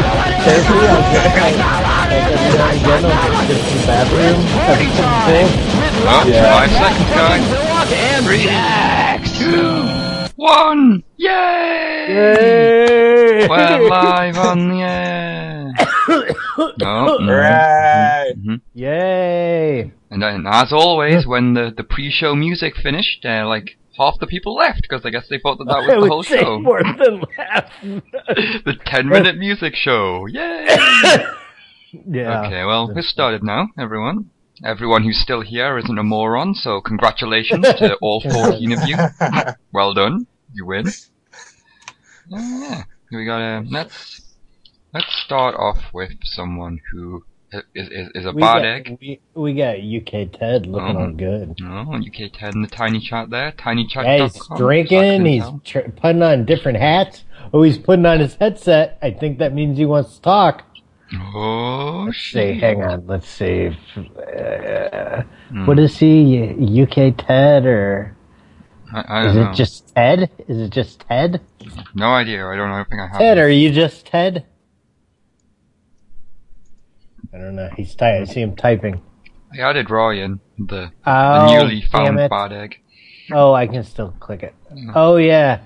therapy. I was just like, every now and again, I'll just go to the bathroom, have some things. Well, Yeah. five seconds, guys. And relax. One! Yay! Yay! We're live on the air. No, mhm, Right. mhm. Yay! And then, as always, when the, the pre-show music finished, uh, like half the people left because I guess they thought that that I was the would whole say show. more than laugh. The ten-minute music show. Yay! yeah. Okay, well, we've started now, everyone. Everyone who's still here isn't a moron, so congratulations to all 14 of you. Well done. You win. Oh, yeah. We got a, let's, let's start off with someone who is, is, is a We bad got- egg. We, we got UK Ted looking Oh. all good. No, and UK10 in the tiny chat there, tinychat.com. Yeah, he's drinking. He's tr- putting on different hats. Oh, he's putting on his headset. I think that means he wants to talk. Oh, Say, shit. Hmm. hang on. Let's see. Uh, What is he? UK Ted or I, I is don't know. it just Ted? Is it just Ted? No idea. I don't know. I think I have. Ted, are you just Ted? I don't know. He's ty- I see him typing. I added Ryan, the, the Oh, newly damn found it. bad egg. Oh, I can still click it. Oh yeah,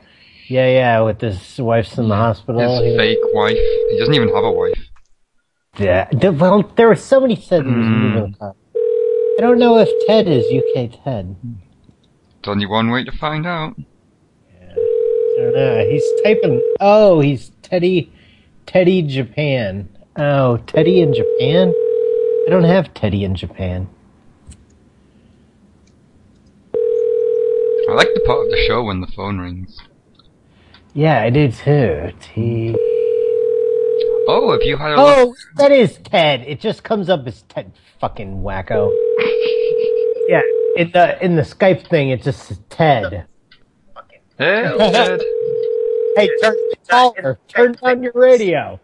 yeah, yeah. With his wife's in the hospital. His fake wife. He doesn't even have a wife. Yeah. th- Well, there was somebody said he was Mm-hmm. Hmm. moving the car. I don't know if Ted is UK Ted. There's only one way to find out. I don't know. He's typing. Oh, he's Teddy, Teddy Japan. Oh, Teddy in Japan. I don't have Teddy in Japan. I like the part of the show when the phone rings. Yeah, I do too. T. Oh, have you had a look? Oh, that is Ted. It just comes up as Ted fucking wacko. yeah, in the in the Skype thing, it just says Ted. Hey, Ted. Hey, turn the caller. Turn on your radio.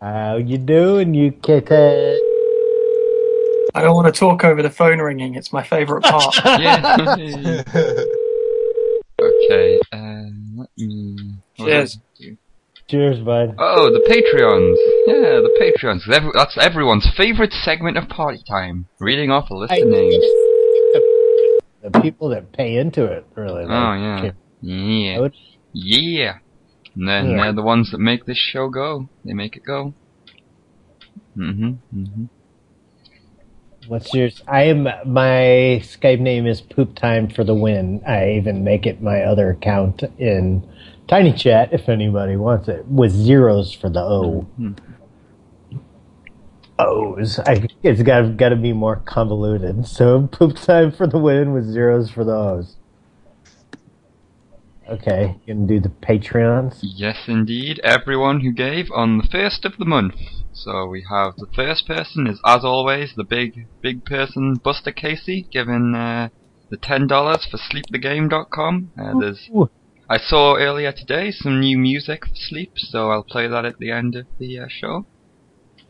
How you doing, you kitten? I don't want to talk over the phone ringing. It's my favorite part. Yeah. okay. Uh, let me. what was Cheers. it? Cheers, bud. Oh, the Patreons. Yeah, the Patreons. Ev- That's everyone's favorite segment of party time. Reading off a list I- of names. The people that pay into it, really. Oh, yeah. I Yeah. would- Yeah. And then Yeah. they're the ones that make this show go. They make it go. Mm-hmm. Mm-hmm. What's yours? I am my Skype name is Poop Time for the Win. I even make it my other account in Tiny Chat if anybody wants it with zeros for the O. O's. I, it's got got to be more convoluted. So Poop Time for the Win with zeros for the O's. Okay, you can do the Patreons. Yes, indeed. Everyone who gave on the first of the month. So we have the first person is, as always, the big, big person, Buster Casey, giving uh, the ten dollars for SleepTheGame.com. Oh. Uh, there's, Ooh. I saw earlier today some new music for Sleep, so I'll play that at the end of the uh, show.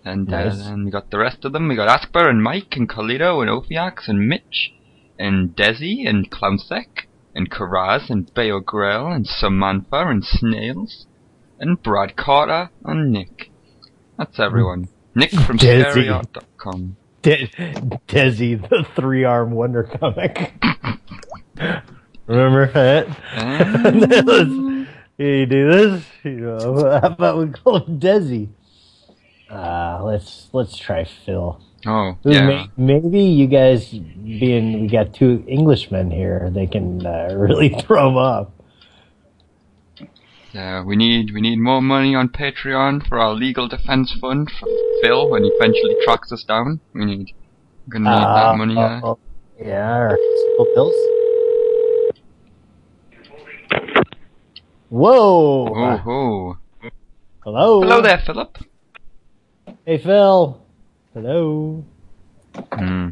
And uh, Nice. then we got the rest of them. We got Asper and Mike and Colito and Ophiax and Mitch and Desi and Clownsec and Karaz and Beogrel and Samantha and Snails and Brad Carter and Nick. That's everyone. Nick from Hmm. Desi. Stereo.com. De- Desi, the three arm wonder comic. Remember that? And That was- you do this? You know, how about we call him Desi? Uh, let's let's try Phil. oh Ooh, yeah, may- Maybe you guys, being we got two Englishmen here, they can uh, really throw him up. yeah. Uh, We need we need more money on Patreon for our legal defense fund for Phil when he eventually tracks us down. We need we're gonna need Uh, that money. there. uh, yeah, all right. Phil Bills. Whoa! Oh, oh. Hello. Hello there, Philip. Hey Phil. Hello. Hmm.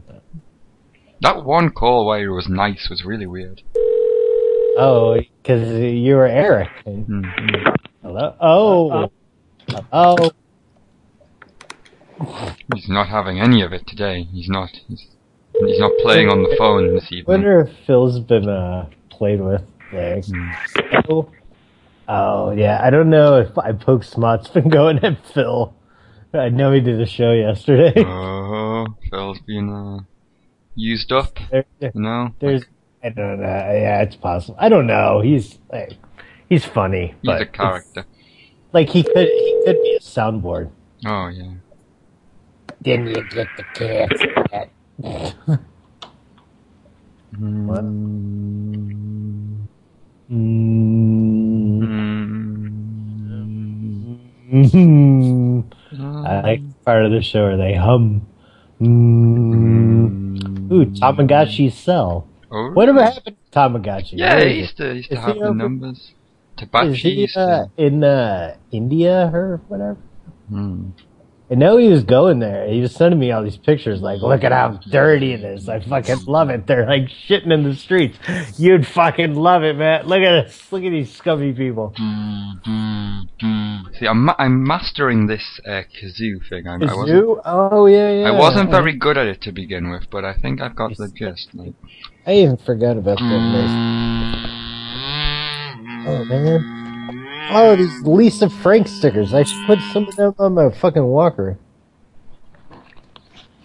That one call where he was nice was really weird. Oh, because you were Eric. And- Hmm. Hello. Oh. Oh. He's not having any of it today. He's not. He's, he's not playing on the phone this I evening. wonder if Phil's been uh, played with. There. Hmm. Oh. Oh, yeah. I don't know if I poke smot's been going at Phil. I know he did a show yesterday. Oh, Phil's been uh, used up. There- there- You know, there's, I don't know. Yeah, it's possible. I don't know. He's like, he's funny, he's but a character. it's- like he could he could be a soundboard. Oh yeah. Didn't you get the cats? yet? What? Mm. Mm. Mm. I like the part of the show where they hum. Mm. Ooh, Tamagotchi cell. Oh, Whatever happened to Tamagotchi? Yeah, Where he is used to, used to Is he have the over- numbers. it? Tabachi Is he used uh, to. in uh, India or whatever? Hmm. I know he was going there. He was sending me all these pictures, like, look at how dirty it is. I fucking love it. They're like shitting in the streets. You'd fucking love it, man. Look at this. Look at these scummy people. Hmm, See, I'm, ma- I'm mastering this uh, kazoo thing. I, I wasn't, Zoo? Oh yeah, yeah. I wasn't very good at it to begin with, but I think I've got the Yes. gist. Like, I even forgot about that. Hmm. Nice. Oh man. Oh, these Lisa Frank stickers. I should put some of them on my fucking walker.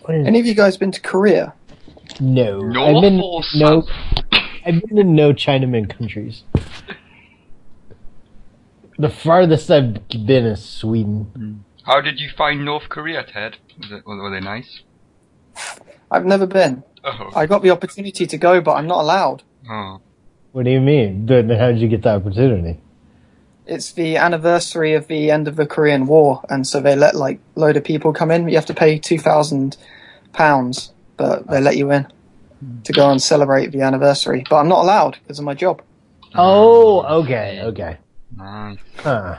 What is- Any of you guys been to Korea? No, North I've been or no. South? I've been to no Chinaman countries. The farthest I've been is Sweden. How did you find North Korea, Ted? Was it, were they nice? I've never been. Oh. I got the opportunity to go, but I'm not allowed. oh. What do you mean? Then how did you get the opportunity? It's the anniversary of the end of the Korean War, and so they let like load of people come in. You have to pay two thousand pounds, but they let you in Hmm. to go and celebrate the anniversary. But I'm not allowed because of my job. Oh, okay, okay. Nice. Huh.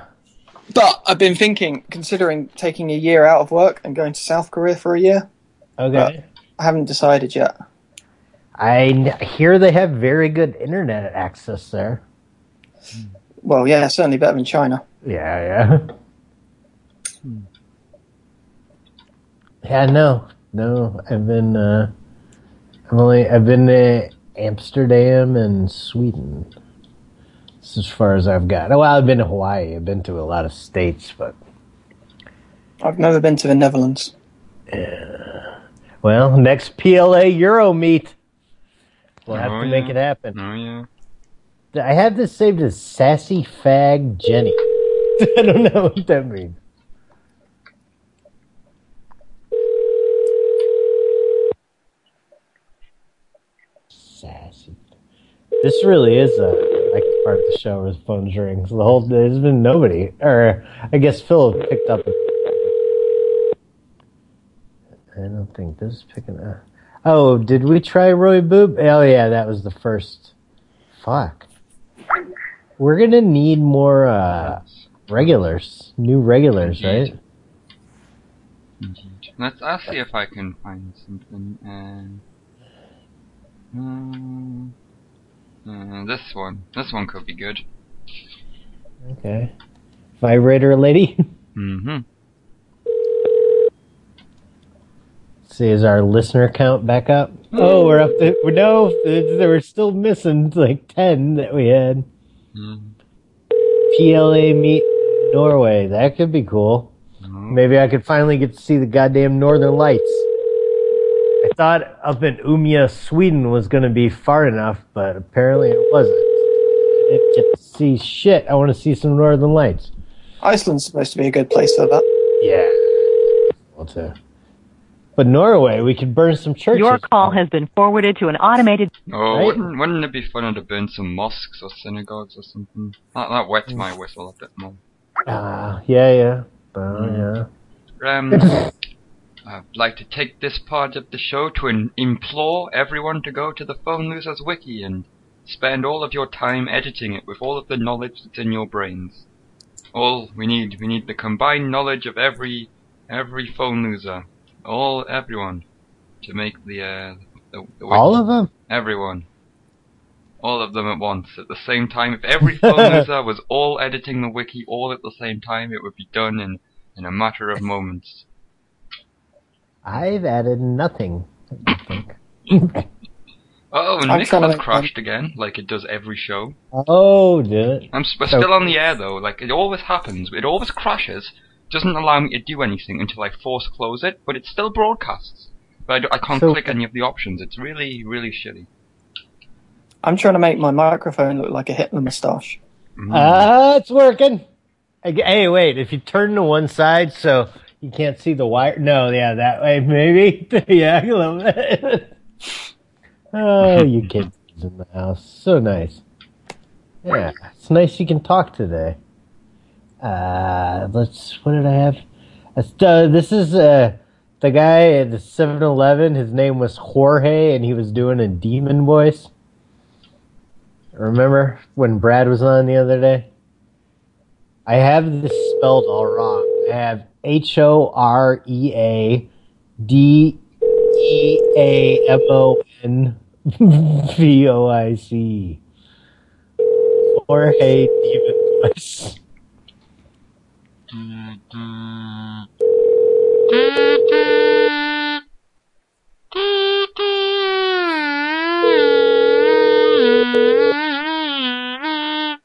But I've been thinking, considering taking a year out of work and going to South Korea for a year. Okay. I haven't decided yet. I n- hear they have very good internet access there. Well, yeah, certainly better than China. Yeah, yeah. Yeah, no, no. I've been, uh, I've only, I've been to Amsterdam and Sweden. It's as far as I've got. Well, I've been to Hawaii. I've been to a lot of states, but I've never been to the Netherlands. well, next PLA Euro meet, we'll have Oh, to make yeah. it happen. Oh, yeah. I have this saved as sassy fag Jenny. I don't know what that means. Sassy. This really is a like part of the show where the phones ring. So the whole there's been nobody, or I guess Phil picked up. I don't think this is picking up. Oh, did we try Roy Boob? Oh yeah, that was the first. Fuck. We're gonna need more uh regulars. New regulars, right? Indeed. Let's I'll see if I can find something. Um, um, uh, this one. This one could be good. Okay. Vibrator lady. Mm-hmm. See, is our listener count back up? Oh, we're up to we're no there we're still missing like ten that we had. Mm-hmm. PLA meet Norway. That could be cool. Maybe I could finally get to see the goddamn northern lights. I thought up in Umeå, Sweden was going to be far enough, but apparently it wasn't. I didn't get to see shit. I want to see some northern lights. Iceland's supposed to be a good place for that. Yeah. Well, too. But Norway, we could burn some churches. Your call has been forwarded to an automated Oh, Right? wouldn't, wouldn't it be funner to burn some mosques or synagogues or something? That, that wet my whistle a bit more. Ah, yeah, yeah. Oh, yeah. Um, I'd like to take this part of the show to in- implore everyone to go to the Phone Losers Wiki and spend all of your time editing it with all of the knowledge that's in your brains. All we need, we need the combined knowledge of every every phone loser, all everyone, to make the uh, the, the wiki. All of them? everyone, all of them at once at the same time. If every phone user was all editing the wiki all at the same time, it would be done in in a matter of moments. I've added nothing. I think. Oh, I'm Nick trying to has make crashed again, like it does every show. Oh, did it? I'm s- we're So- still on the air though. Like it always happens. It always crashes. Doesn't allow me to do anything until I force close it, but it still broadcasts. But I, d- I can't So- click any of the options. It's really, really shitty. I'm trying to make my microphone look like a Hitler moustache. Mm. Ah, it's working. Ag- Hey, wait. If you turn to one side, so you can't see the wire. No, yeah, that way maybe. yeah, a little bit. oh, you kids in the house, so nice. Yeah, it's nice you can talk today. Uh, let's. What did I have? That's- Uh, this is uh, the guy at the 7-Eleven. His name was Jorge, and he was doing a demon voice. Remember when Brad was on the other day? I have this spelled all wrong. I have H O R E A D E A M O N V O I C. Jorge Demon Voice.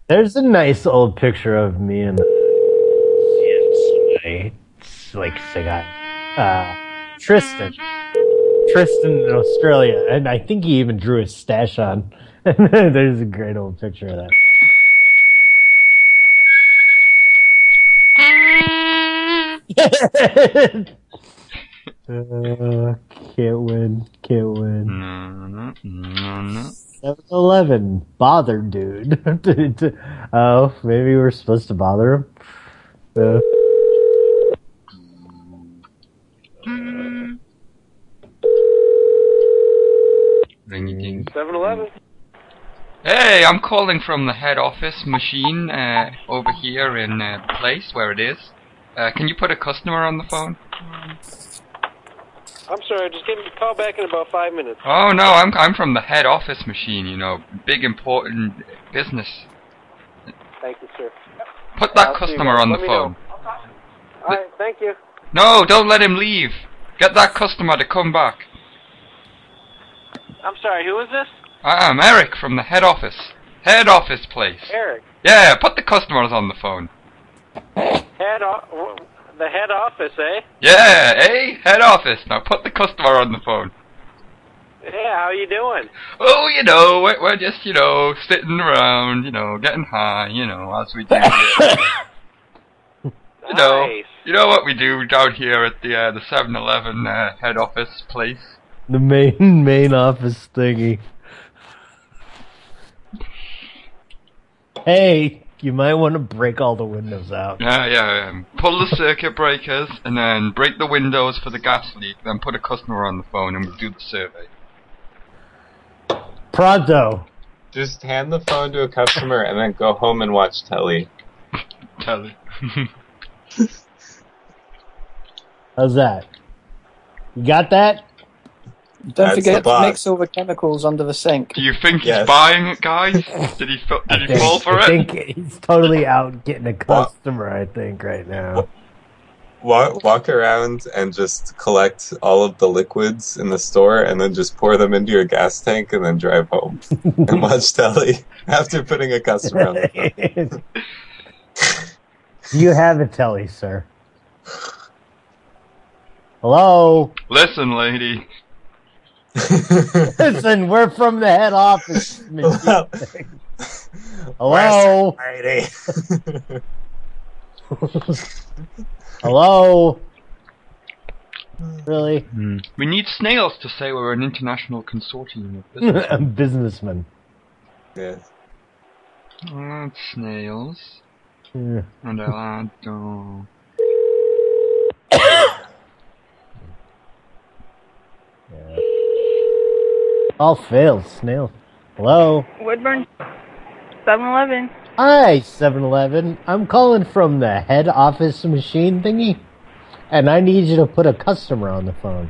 There's a nice old picture of me and somebody, it's like the guy, uh, Tristan, Tristan in Australia, and I think he even drew his stash on. There's a great old picture of that. uh, can't win, can't win. No, no, no. 7 Eleven. Bother, dude. oh, maybe we're supposed to bother him. Uh, Ringy ding. 7-Eleven. Hey, I'm calling from the head office machine uh, over here in uh, the place where it is. Uh, can you put a customer on the phone? I'm sorry, just give me a call back in about five minutes. Oh no, I'm I'm from the head office machine. You know, big important business. Thank you, sir. Put that I'll see you customer guys. on the Let me know. phone. All right, thank you. No, don't let him leave. Get that customer to come back. I'm sorry, who is this? I am Eric from the head office. Head office place. Eric. Yeah, put the customers on the phone. Head o- the head office, eh? Yeah, eh? Head office. Now put the customer on the phone. Yeah, how you doing? Oh, you know, we're, we're just, you know, sitting around, you know, getting high, you know, as we do. you know, Nice. you know what we do down here at the uh, the 7-Eleven uh, head office place. the main main office thingy. Hey, you might want to break all the windows out. Yeah, yeah. Um, pull the circuit breakers and then break the windows for the gas leak. Then put a customer on the phone and we'll do the survey. Pronto. Just hand the phone to a customer and then go home and watch telly. Tell it. How's that? You got that? Don't That's the forget to boss. mix all the chemicals under the sink. do you think he's Yes. buying it, guys? Did he fa- did he fall for I it? think he's totally out getting a customer, I think, right now. Walk, walk around and just collect all of the liquids in the store and then just pour them into your gas tank and then drive home and watch telly after putting a customer on the phone. Do you have a telly, sir? Hello? Listen, lady. Listen, we're from the head office. machine. Hello. Hello? Friday. Hello? Really? We need snails to say we're an international consortium of business. I'm businessman. yeah. I'll add snails, Yeah. and I'll add uh, All failed, snail. Hello? Woodburn, 7-Eleven. Hi, 7 Eleven. I'm calling from the head office machine thingy, and I need you to put a customer on the phone.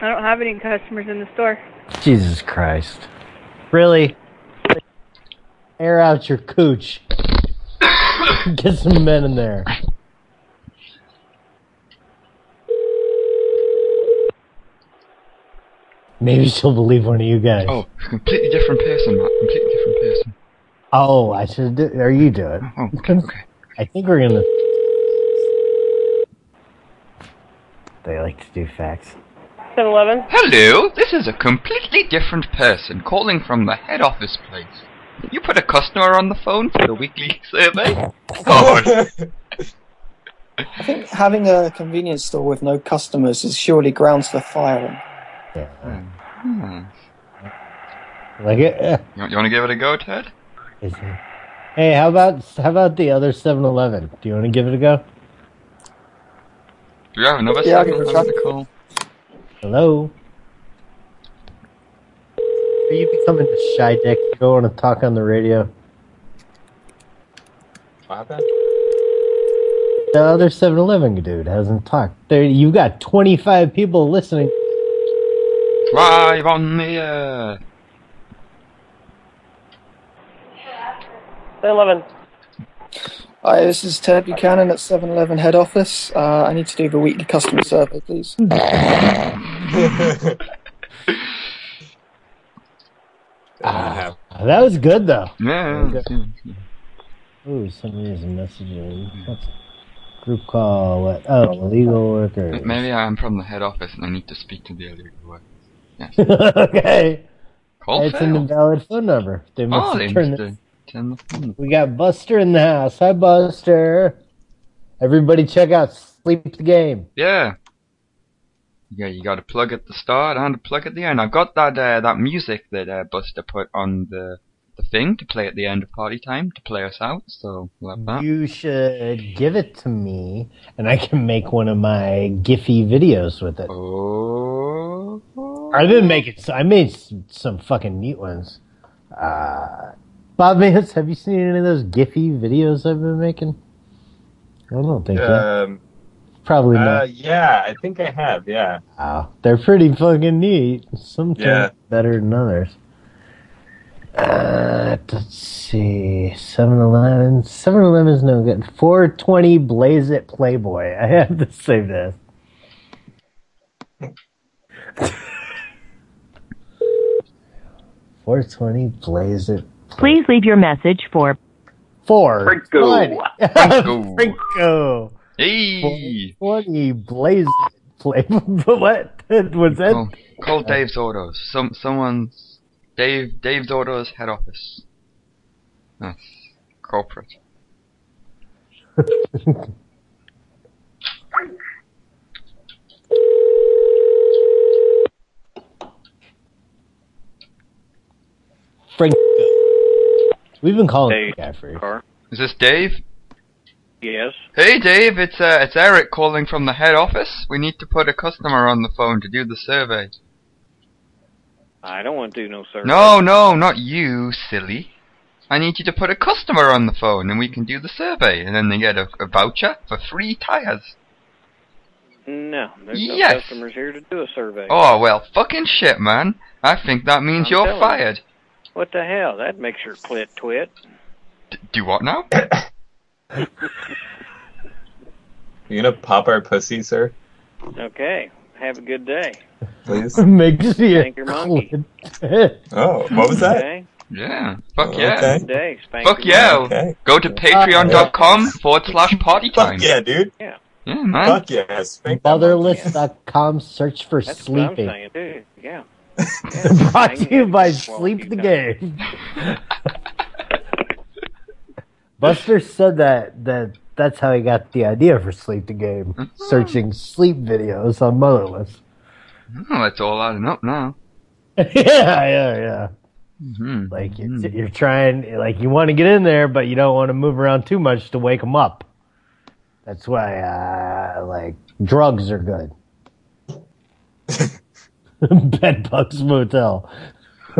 I don't have any customers in the store. Jesus Christ. Really? Air out your cooch. Get some men in there. Maybe she'll believe one of you guys. Oh, completely different person, Matt. Completely different person. Oh, I should do. Or you do it. Oh, okay, okay. I think we're gonna. They like to do facts. 7-Eleven? Hello, this is a completely different person calling from the head office place. You put a customer on the phone for the weekly survey? God. I think having a convenience store with no customers is surely grounds for firing. Yeah. Hmm. Like it. You, want to give it a go, Ted? Is it- Hey, how about how about the other 7-Eleven? Do you want to give it a go? Do you have another Yeah, I'll second give it a one try. to call? Hello. Are you becoming a shy dick? You don't want to talk on the radio. What The other 7-Eleven dude hasn't talked. There, you've got 25 people listening. Live on the air. 7-Eleven. Hi, this is Ted Buchanan at 7-Eleven head office. Uh, I need to do the weekly customer survey, please. Uh, happened? Ah. That was good though. Yeah. Okay. yeah, yeah. Ooh, somebody has a message in. What's group call? What? Oh, illegal workers. Maybe I'm from the head office and I need to speak to the other worker. okay. Call it's an failed. invalid phone number. They must Oh, they have turned must it. have turned the phone. We got Buster in the house. Hi, Buster. Everybody, check out Sleep the Game. Yeah. Yeah, you got a plug at the start and a plug at the end. I've got that uh, that music that uh, Buster put on the the thing to play at the end of party time to play us out. So we'll have that. You should give it to me, and I can make one of my Giphy videos with it. Oh. I've been making. So I made some, some fucking neat ones. Uh, Bob Mance, have you seen any of those Giphy videos I've been making? I don't think so. um, Probably uh, not. yeah, I think I have. Yeah. Oh, they're pretty fucking neat. Some turn Yeah. out better than others. Uh, let's see. 7 Eleven. 7 Eleven's no good. 420 Blaze It Playboy. I have to save this. Four twenty, blaze it. Please leave your message for Four. Franco. Franco. Franco. Hey. Twenty, blaze it. Play. what? Was that? Call, call Dave's Autos. Some someone's Dave Dave's Autos head office. That's corporate. Franco. We've been calling Hey. that guy for Car. Is this Dave? Yes. Hey Dave, it's uh, it's Eric calling from the head office. We need to put a customer on the phone to do the survey. I don't want to do no survey. No, no, not you, silly. I need you to put a customer on the phone and we can do the survey. And then they get a, a voucher for free tires. No. There's Yes. no customers here to do a survey. Oh, well, fucking shit, man. I think that means I'm you're telling you. fired. What the hell? That makes your clit twit. D- do what now? You gonna pop our pussy, sir? Okay. Have a good day. Please. Makes me a Thank your monkey. clit. Oh, what was that? Okay. Yeah. Fuck Oh, yeah. okay. Good day. Spank Fuck your yeah. monkey. Okay. Go to patreon.com forward slash party time. Fuck yeah, dude. Yeah, man. Fuck yeah. Spank that monkey. Motherless.com search for That's sleeping. what I'm saying, too. Yeah. Brought to you by Swallow you Sleep the down. Game. Buster said that that that's how he got the idea for Sleep the Game. Mm. Searching sleep videos on Motherless. Oh, that's all adding up now. yeah, yeah, yeah. hmm Like you're, you're trying, like you want to get in there, but you don't want to move around too much to wake them up. That's why, uh, like drugs are good. Bedbugs motel.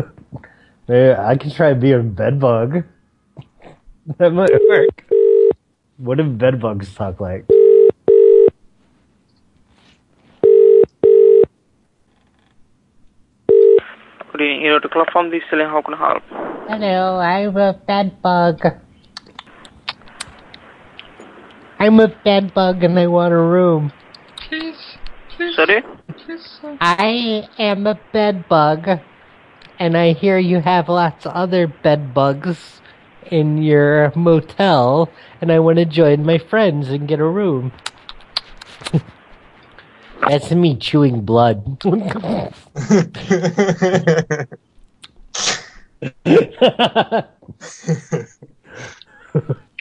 Maybe I can try being bedbug. That might work. What do bedbugs talk like? Good evening, Hero to Club from the Selling How Can I Help? Hello, I'm a bed bug. I'm a bed bug and I want a room. Please. Please. Sorry? this? uh, I am a bed bug, and I hear you have lots of other bed bugs in your motel, and I want to join my friends and get a room. That's me chewing blood.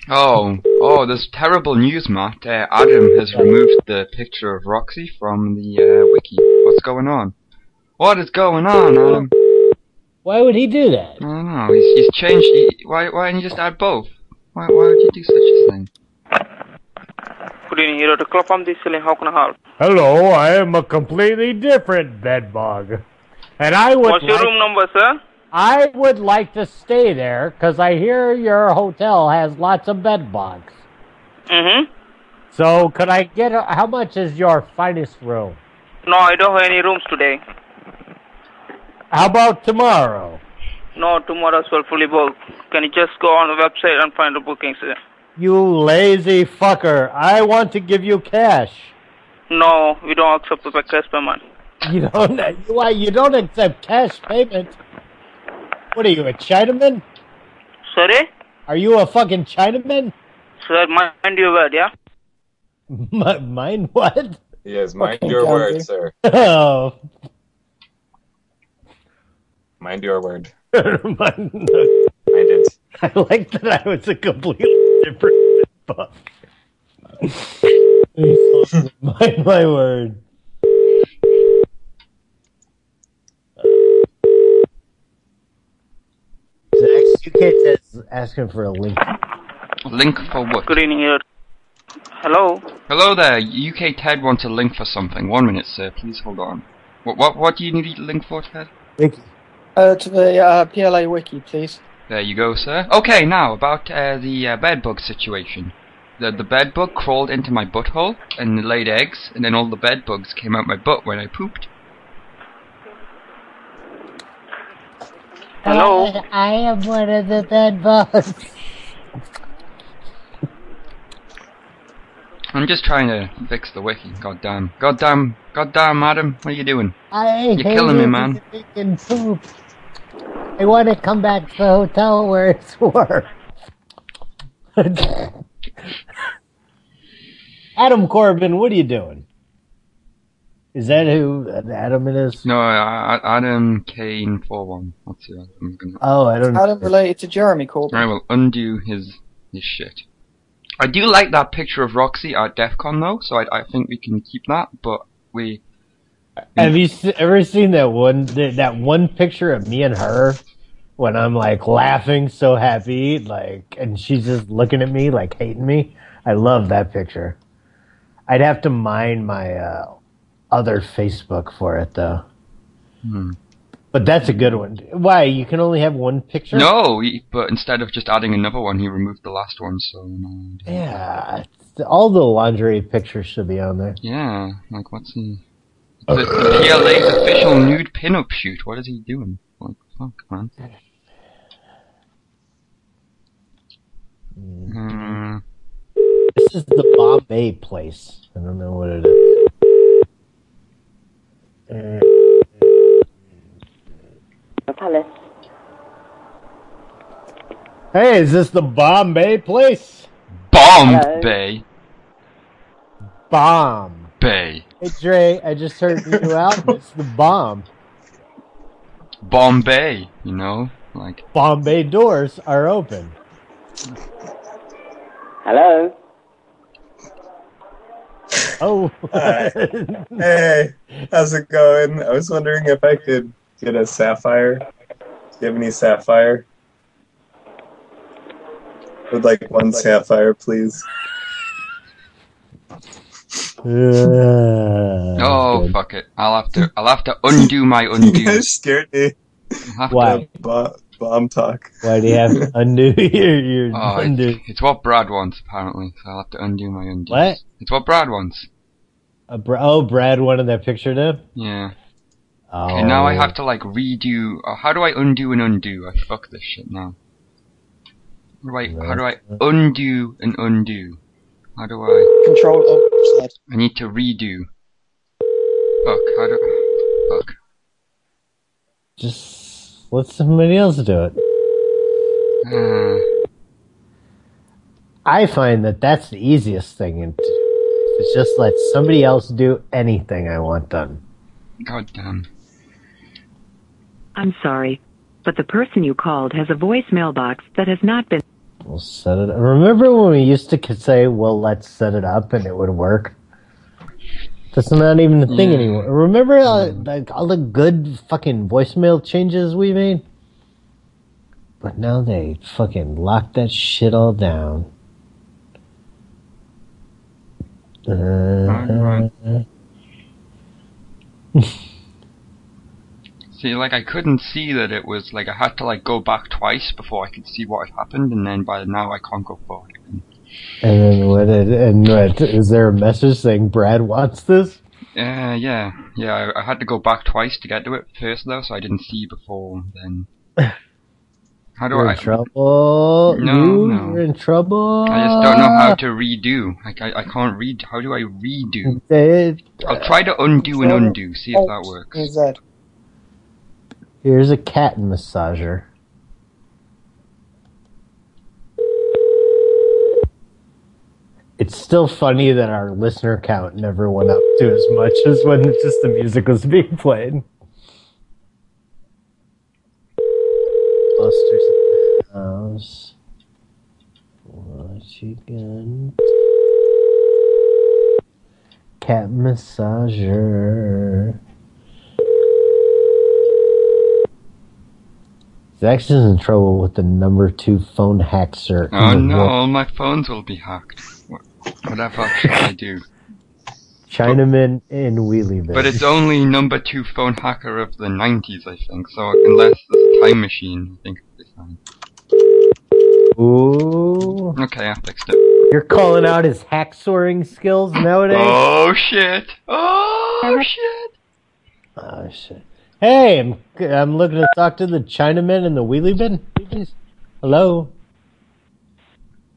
Oh, oh, there's terrible news, Matt. Uh, Adam has removed the picture of Roxy from the uh, wiki. What's going on? What is going on, Adam? Why would he do that? I don't know. He's, he's changed. He, why, why didn't you just add both? Why, why would you do such a thing? Good evening, Hero to Club from the ceiling. How can I help? Hello, I am a completely different bedbug. And I would What's your like- room number, sir? I would like to stay there because I hear your hotel has lots of bed bugs. Mm-hmm. So could I get a, how much is your finest room? No, I don't have any rooms today. How about tomorrow? No, tomorrow's well fully booked. Can you just go on the website and find the bookings? sir? You lazy fucker! I want to give you cash. No, we don't accept the cash payment. You don't. Why you don't accept cash payment? What are you, a Chinaman? Sorry? Are you a fucking Chinaman? Sir, mind your word, yeah? M- mine what? Yes, mind Fucking your word, Gandhi. sir. Oh, Mind your word. mine- Mind it. I like that I was a completely different buff. Mind my word. Zach, you can't just ask him for a link. Link for Oh, what? Good evening, Hero. Hello? Hello there. UK Ted wants a link for something. One minute, sir. Please hold on. What, what, what do you need a link for, Ted? Uh, to the uh, PLA wiki, please. There you go, sir. Okay, now about uh, the uh, bedbug situation. The, the bedbug crawled into my butthole and laid eggs, and then all the bedbugs came out my butt when I pooped. Hello? I am one of the bed bugs. I'm just trying to fix the wiki. God damn. God damn. God damn, Adam. What are you doing? I You're killing me, man. Freaking poop. I want to come back to the hotel where it's warm. Adam Corbin, what are you doing? Is that who Adam it is? No, I, I- Adam Kane 41. Let's see. I'm gonna. Oh, I don't. Adam related to Jeremy Corbyn. I will undo his his shit. I do like that picture of Roxy at DEF CON though, so I, I think we can keep that. But we Have you se- ever seen that one that that one picture of me and her when I'm like laughing so happy, like, and she's just looking at me like hating me? I love that picture. I'd have to mine my uh, other Facebook for it though. Hmm. But that's a good one. Why you can only have one picture? no, he, but instead of just adding another one, he removed the last one. So um, Yeah, it's- all the lingerie pictures should be on there. yeah, like what's he? The, the PLA's official nude pinup shoot. What is he doing? Like fuck, man. Hmm. This is the Bombay place. I don't know what it is. Uh, Palace. Hey, is this the Bombay place? Bomb Bay Bomb. Bay Hey Dre, I just heard your new album. It's the bomb. Bombay. You know, like Bombay doors are open. Hello. Oh, Hi. Hey, how's it going? I was wondering if I could get a sapphire. Do you have any sapphire? Would like one sapphire, please. oh fuck it. I'll have to I'll have to undo my You undo. guys scared me. I'll have to why? Bo- bomb talk. Why do you have to undo your, your Oh, undo? it's, it's what Brad wants, apparently. So I'll have to undo my undies. What? It's what Brad wants. A br- oh, Brad wanted that picture done. Yeah. Oh, And now I have to like redo. Uh, how do I undo and undo? I fuck this shit now. How do I? How do I undo and undo? How do I? Control. Oh, I need to redo. Fuck, I don't. Fuck. Just let somebody else do it. I find that that's the easiest thing to do. Is just let somebody else do anything I want done. God damn. I'm sorry, but the person you called has a voicemail box that has not been. We'll set it. Remember when we used to could say, "Well, let's set it up," and it would work. That's not even a thing Yeah. anymore. Remember all, like, all the good fucking voicemail changes we made? But now they fucking lock that shit all down. Uh, See, like I couldn't see that it was like I had to like go back twice before I could see what had happened, and then by now I can't go forward. And then what? It, and what? Is there a message saying Brad wants this? Uh, yeah, yeah. I, I had to go back twice to get to it first though, so I didn't see before then. How do You're I? in trouble. No, you, no. You're in trouble. I just don't know how to redo. Like I, I can't read. How do I redo? Dave, I'll try to undo and undo. See if that works. Here's a cat massager. It's still funny that our listener count never went up to as much as when just the music was being played. Buster's in the house. What you got? Cat massager. Zax is in trouble with the number two phone hack search. Oh no! All my phones will be hacked. What, what the fuck should I do? Chinaman and Wheelie Bin. But it's only number two phone hacker of the 90s, I think. So unless there's a time machine, I think it'll be fine. Ooh. Okay, I fixed it. You're calling out his hack soaring skills nowadays? Oh shit! Oh shit! Oh, shit. Hey, I'm, I'm looking to talk to the Chinaman and the Wheelie Bin. Hello?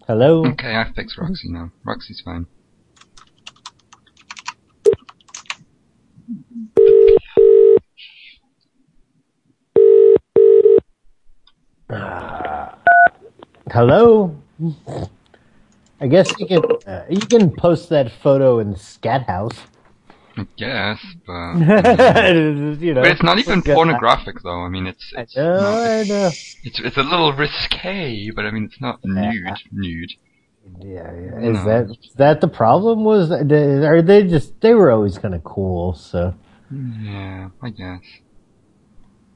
Hello? Okay, I fixed Roxy now. Roxy's fine. Hello? I guess you can uh, you can post that photo in the scat house. I guess, but You know, but it's not even it's got- pornographic though. I mean, it's it's Oh, not, I know. it's it's a little risque, but I mean, it's not nude nude. Yeah, yeah. Is that is that the problem? Was are they just they were always kind of cool? So Yeah, I guess.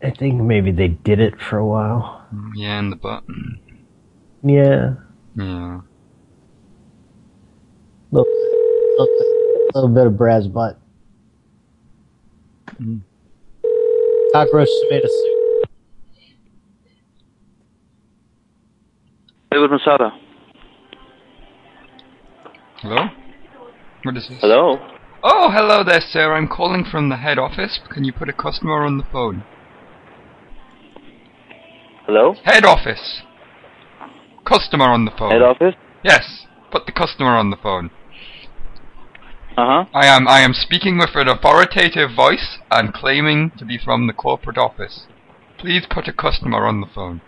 I think maybe they did it for a while. Yeah, and the button. Yeah, Yeah. little, little, little bit of Brad's butt. Cockroach tomato soup. David Masada. Hello. What is this? Hello. Oh, hello there, sir. I'm calling from the head office. Can you put a customer on the phone? Hello. Head office. Customer on the phone. Head office. Yes. Put the customer on the phone. Uh huh. I am I am speaking with an authoritative voice and claiming to be from the corporate office. Please put a customer on the phone.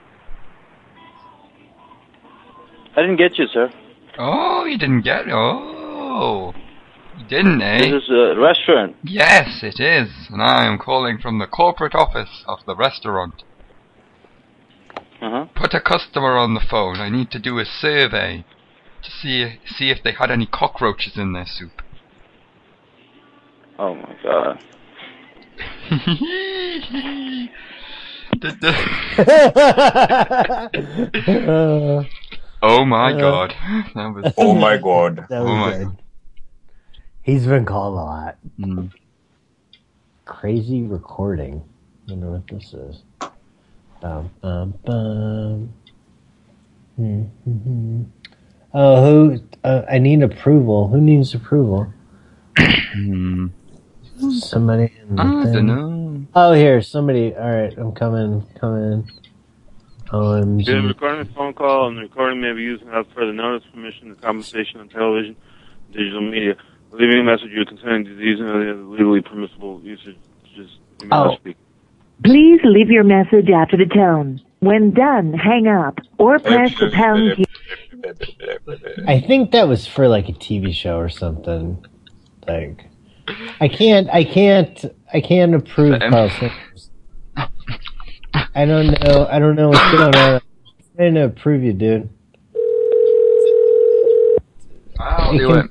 I didn't get you, sir. Oh, you didn't get Oh. You didn't, eh? This is a restaurant. Yes, it is. And I am calling from the corporate office of the restaurant. Uh-huh. Put a customer on the phone. I need to do a survey to see see if they had any cockroaches in their soup. Oh my god. Did the- oh my Uh, god. That was Oh my God. That was oh my good. god. He's been called a lot. Mm. Crazy recording. Wonder what this is. Bum, bum, bum. Hmm, hmm, hmm. Oh, who? Uh, I need approval. Who needs approval? Hmm. Somebody in the I thing. dunno. Oh, here, somebody. All right, I'm coming. Coming. Been OMG. recording this phone call, and the recording may be used without further notice, permission, to compensation on television, digital media. Leaving a message concerning disease and other legally permissible usage just Oh. speak. Please leave your message after the tone. When done, hang up or press the pound key. I think that was for like a TV show or something. Like, I can't, I can't, I can't approve Carl Sanders. I don't know, I don't know what's going on. I'm trying to approve you, dude. I'll It do can- it.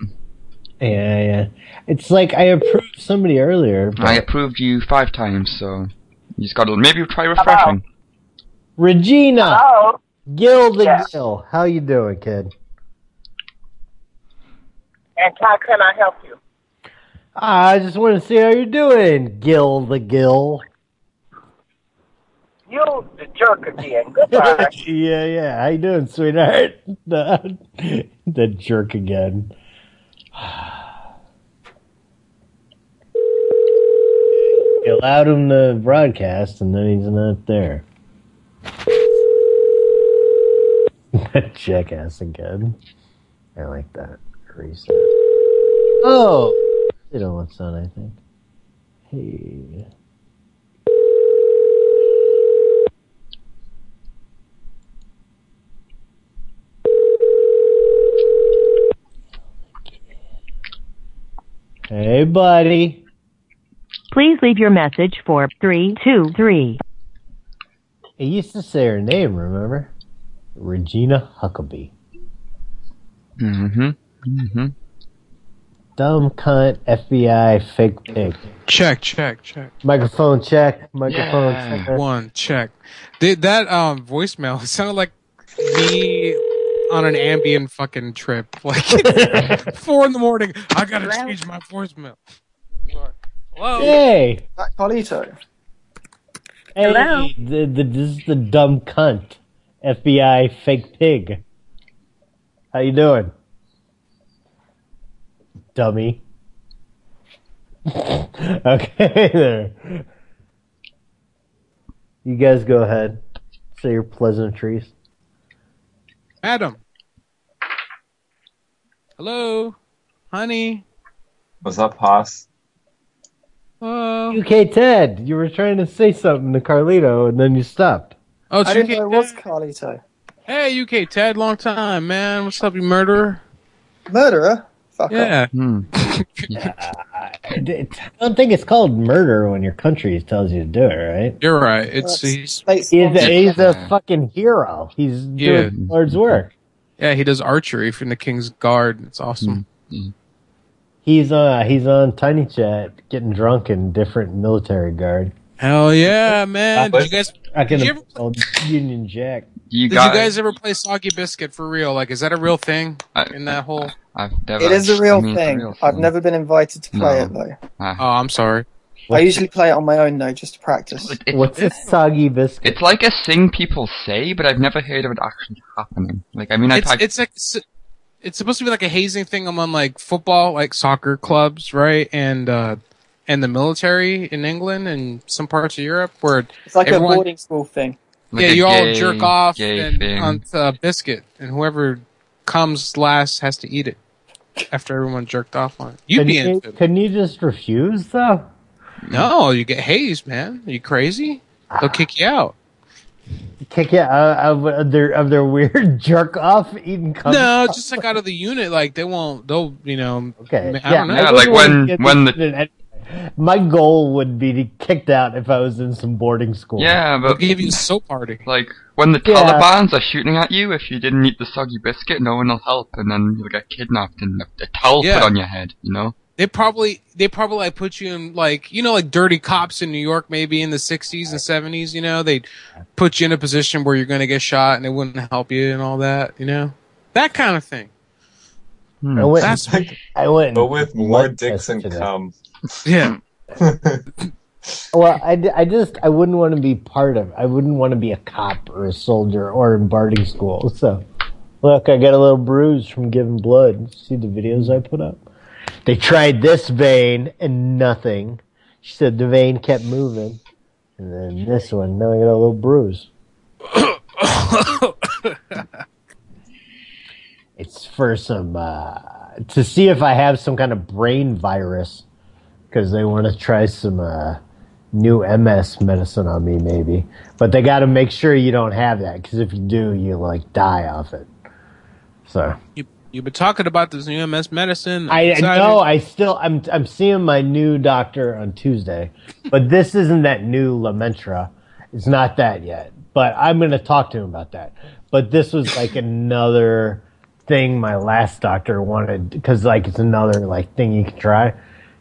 Yeah, yeah. It's like I approved somebody earlier. I approved you five times, so you just gotta maybe try refreshing. Regina. Oh. Gil the Gil. How you doing, kid? And how can I help you? Ah, I just want to see how you're doing, Gil the Gil. You the jerk again. Goodbye. yeah, yeah. How you doing, sweetheart? The, the jerk again. You allowed him to broadcast, and then he's not there. That jackass again. I like that. Reset. Oh, you know what's on? I think. Hey. Hey, buddy. Please leave your message for 323. It used to say her name, remember? Regina Huckabee. Mm-hmm. Mm-hmm. Dumb cunt, FBI, fake pig. Check, check, check. Microphone check, microphone Yeah. check. One check. Did that um voicemail sounded like me on an ambient fucking trip. Like four in the morning. I gotta change my voicemail. Hello. Hey. That Carlito. Hello. The, the, this is the dumb cunt, FBI, fake pig. How you doing? Dummy. okay, there. You guys go ahead. Say your pleasantries. Adam. Hello. Honey. What's up, Haas? Hello. UK Ted, you were trying to say something to Carlito and then you stopped. Oh, I didn't know it was Carlito. Hey, UK Ted, long time, man. What's up, you murderer? Murderer? Fuck Yeah. I d- I don't think it's called murder when your country tells you to do it, right? You're right. It's he's, He's a, he's a fucking hero. He's Yeah. doing the Lord's work. yeah, he does archery from the King's Guard. It's awesome. He's uh he's on Tiny Chat getting drunk in different military guard. Hell Hmm. yeah, man! What? Did you guys? I can Did you ever, old Union Jack. You did you got guys ever play Soggy Biscuit for real? Like, is that a real thing in that whole? I've never. It is a real I mean, it's thing. real I've thing. never been invited to play No. it though. Oh, I'm sorry. I usually play it on my own though, just to practice. What's a soggy biscuit? It's like a thing people say, but I've never heard of it actually happening. Like, I mean, I it's, typed it's like s- it's supposed to be like a hazing thing among like football, like soccer clubs, right? And uh and the military in England and some parts of Europe where It's like everyone, a boarding school thing. yeah, a you all gay- jerk off gay and thing. on uh, biscuit, and whoever comes last has to eat it after everyone jerked off on it. You'd Can be you, in can you just refuse though? no, you get hazed, man. Are you crazy? They'll kick you out. Kick it out of, of their of their weird jerk off eating. cum- No, just like out of the unit, like they won't. They'll, you know. Okay. I don't know. I wouldn't want to get in any- my goal would be to be kicked out if I was in some boarding school. Yeah, but give you a soap party. Like when the Yeah. Taliban's are shooting at you, if you didn't eat the soggy biscuit, no one will help, and then you'll get kidnapped and a, a towel Yeah. put on your head. You know? They probably they probably like put you in like you know like dirty cops in New York maybe in the sixties and seventies you know they put you in a position where you're gonna get shot and they wouldn't help you and all that you know that kind of thing. Hmm. I went. That's- I went. But with more dicks and cum. Yeah. Well, I, d- I just I wouldn't want to be part of. I wouldn't want to be a cop or a soldier or in boarding school. So, look, I got a little bruise from giving blood. See the videos I put up. They tried this vein and nothing. She said the vein kept moving, and then this one. Now I got a little bruise. It's for some uh, to see if I have some kind of brain virus because they want to try some uh, new MS medicine on me, maybe. But they got to make sure you don't have that because if you do, you like die off it. So You, you've been talking about this new MS medicine. I I excited. know I still I'm I'm seeing my new doctor on Tuesday, but this isn't that new Lamentra. It's not that yet. But I'm going to talk to him about that. But this was like another thing my last doctor wanted because like it's another like thing you can try.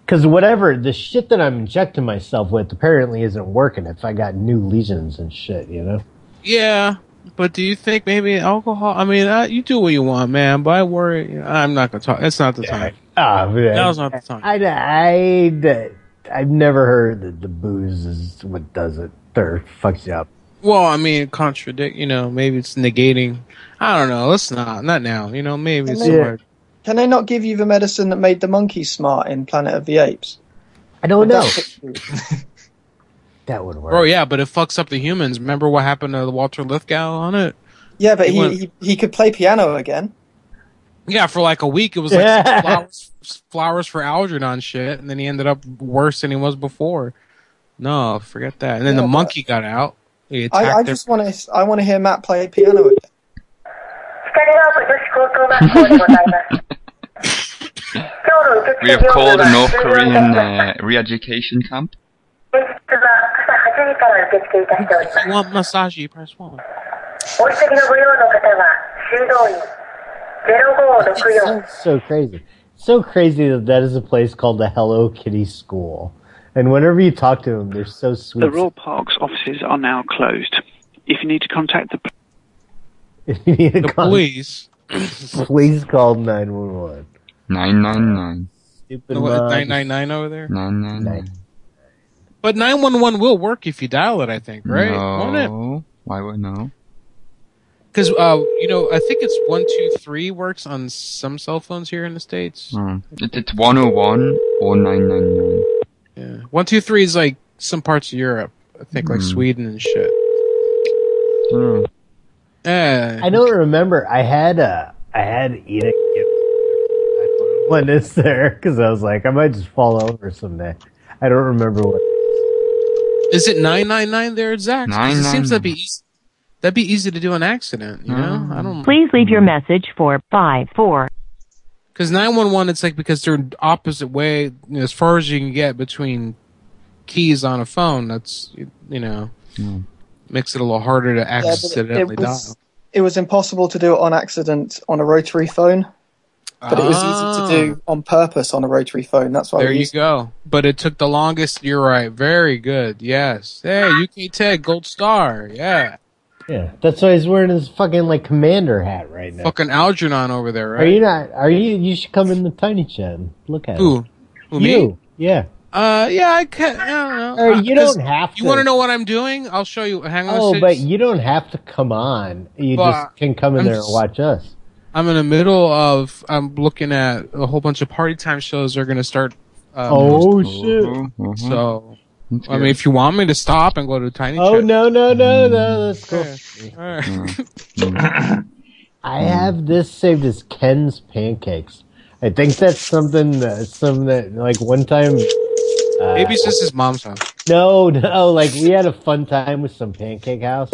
Because whatever the shit that I'm injecting myself with apparently isn't working. If I got new lesions and shit, you know. Yeah, but do you think maybe alcohol? I mean, uh, you do what you want, man. But I worry. I'm not gonna talk. That's not the time. Ah, man. Now's not the time. I, I, I've never heard that the booze is what does it or fucks you up. Well, I mean, contradict. You know, maybe it's negating. I don't know. It's not. Not now. You know, maybe it's Can they- hard. Can they not give you the medicine that made the monkeys smart in Planet of the Apes? I don't know. That would work. Bro, yeah, but it fucks up the humans. Remember what happened to Walter Lithgow on it? Yeah, but It he, went- he he could play piano again. Yeah, for like a week, it was like some flowers, flowers for Algernon shit, and then he ended up worse than he was before. No, forget that. And then Yeah, the but- monkey got out. He attacked I, I their- just want to I want to hear Matt play piano again. We have called a North Korean uh, re-education camp. If you want massage, you press one. お一人のご用の方は修道院0564 so crazy. So crazy that that is a place called the Hello Kitty School. And whenever you talk to them, they're so sweet. The Royal Parks offices are now closed. If you need to contact the If you need a The con- police. please call 911. 999. Stupid No, what, mom. 999 over there? 999. But 911 will work if you dial it, I think, right? Won't it? No. Why would no? Because uh, you know, I think it's one two three works on some cell phones here in the states. Hmm. It, it's 101 or 999. Yeah. One two three is like some parts of Europe. I think like Hmm. Sweden and shit. Hmm. Eh. I don't remember. I had a, I had Eda give one is there because I was like, I might just fall over someday. I don't remember what. Is it nine nine nine there, Zach? 'Cause It seems 999. that'd be easy. That'd be easy to do an accident, you Mm. know. I don't Please leave your message for 54. because nine one one. It's like because they're opposite way you know, as far as you can get between keys on a phone. That's you know Mm. makes it a little harder to Yeah, but accidentally it, was, dial. it was impossible to do it on accident on a rotary phone, but it was easy to Ah. do on purpose on a rotary phone. That's why There we you used go. But it took the longest. You're right. Very good. Yes. Hey, UK Ted, gold star. Yeah. Yeah, that's why he's wearing his fucking like commander hat right now. Fucking Algernon over there, right? Are you not? Are you? You should come in the tiny chat. And look at Who? it. Who, me? you? Yeah. Uh, yeah, I can. I don't know. Or Uh, you 'cause don't have You to. want to know what I'm doing? I'll show you. Hang on. a Oh, sec. but you don't have to come on. You But just can come in I'm there just- and watch us. I'm in the middle of. I'm looking at a whole bunch of party time shows. They're gonna start. Um, Oh, shit. Mm-hmm. Mm-hmm. So, I mean, if you want me to stop and go to Tiny Oh Chat- no no no no! That's cool. Mm. All right. I have this saved as Ken's pancakes. I think that's something that some that like one time. uh, maybe it's just his mom's house. No, no. Like we had a fun time with some pancake house,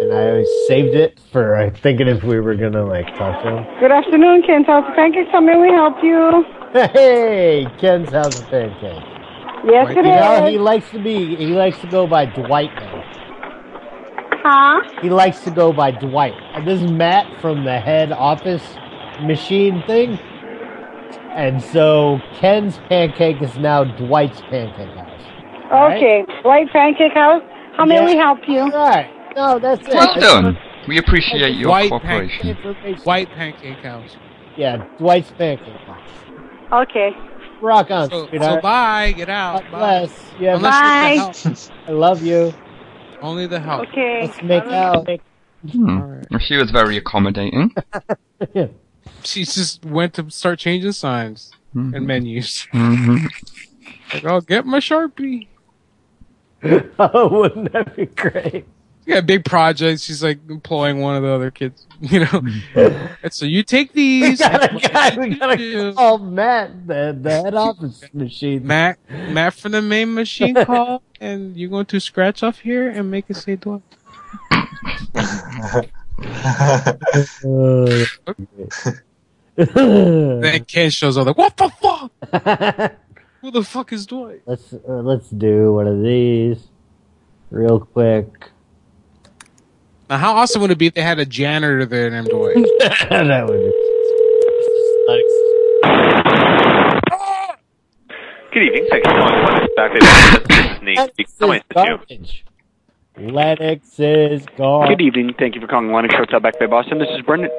and I always saved it for uh, thinking if we were gonna like talk to him. Good afternoon, Ken's House of Pancakes. How may we help you? Hey, Ken's house of pancakes. Yes, it you know, he is. likes to be. He likes to go by Dwight now. Huh? He likes to go by Dwight. And this is Matt from the head office machine thing. And so Ken's pancake is now Dwight's pancake house. Okay. White Pancake House. How may Yeah. we help you? Right. No, that's it. Well done. We appreciate your White cooperation. pancake. White pancake house. Yeah, Dwight's pancake house. Okay. Rock on, So, so sweetheart. bye. Get out. God bye. bless. Yeah, Unless Bye. you're the help. I love you. Only the help. Okay. Let's make out. Hmm. She was very accommodating. She just went to start changing signs Mm-hmm. and menus. Mhm. Like, I'll get my "Oh, sharpie. oh, wouldn't that be great? yeah, big project. She's like employing one of the other kids, you know. and so you take We these. gotta, guy, we gotta call Matt, the, the head office machine. Matt, Matt from the main machine call, and you're going to scratch off here and make it say what? then Ken shows up like, what the fuck? Who the fuck is Dwight? Let's uh, let's do one of these real quick. Now, how awesome would it be if they had a janitor there named Dwight? that would Good evening. Thanks for calling one back. This is Nate speaking. How may I assist you? Lennox is gone. Good evening. Thank you for calling Lennox Hotel Back Bay Boston. This is Brendan.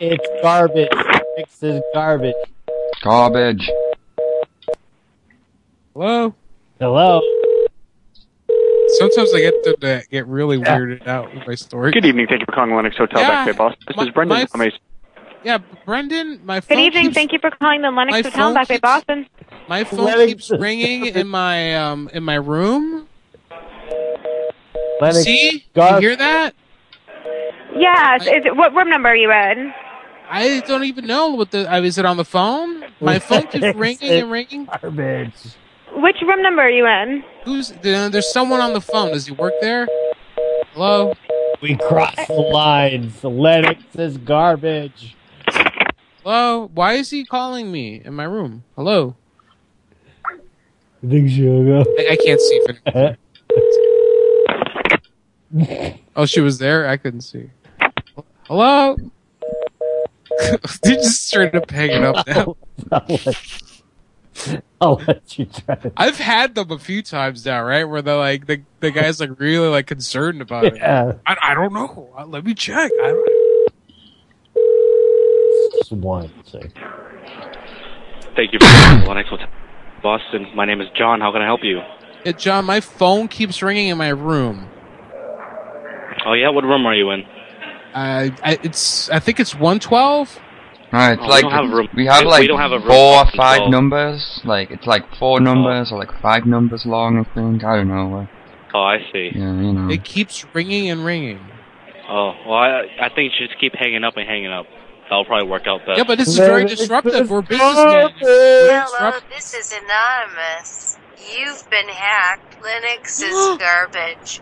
It's garbage. Lennox is garbage. Garbage. Hello. Hello. Sometimes I get to uh, get really weirded out with my story. Good evening. Thank you for calling Lennox Hotel Back Yeah. Bay Boston. This My- is Brendan. my- How may I assist Yeah, Brendan, my phone Good evening. keeps- Thank you for calling the Lennox My Hotel phone in Back Bay, keeps- Boston. My phone Lennox keeps ringing in my um in my room. Lennox See, Gar- you hear that? Yes. Is it, what room number are you in? I don't even know what the. Uh, is it on the phone? My phone keeps ringing and ringing. Garbage. Which room number are you in? Who's there- there's someone on the phone? Does he work there? Hello. We cross the lines. Lennox is garbage. Hello. Why is he calling me in my room? Hello. I think she I, I can't see. If it- oh, she was there. I couldn't see. Hello. They just straight up hanging up now. I'll let you try it. I've had them a few times now, right? Where they're like the the guy's like really like concerned about it. Yeah. I, I don't know. Uh, Let me check. I don't, Just one. Second. you? Thank you for calling Lennox Hotel Boston. My name is John. How can I help you? Yeah, John, my phone keeps ringing in my room. Oh yeah, what room are you in? I, Uh, I it's I think it's one twelve. Right, Oh, it's we like don't have a room- we have we- we like don't have a Oh. room four or option, five so- numbers. Like it's like four numbers or like five numbers long. I think I don't know. uh, Oh, I see. Yeah, you know. It keeps ringing and ringing. Oh, well, I, I think you should just keep hanging up and hanging up. That'll probably work out better. Yeah, but this is very disruptive. We're businessmen. Hello, this is Anonymous. You've been hacked. Linux is garbage.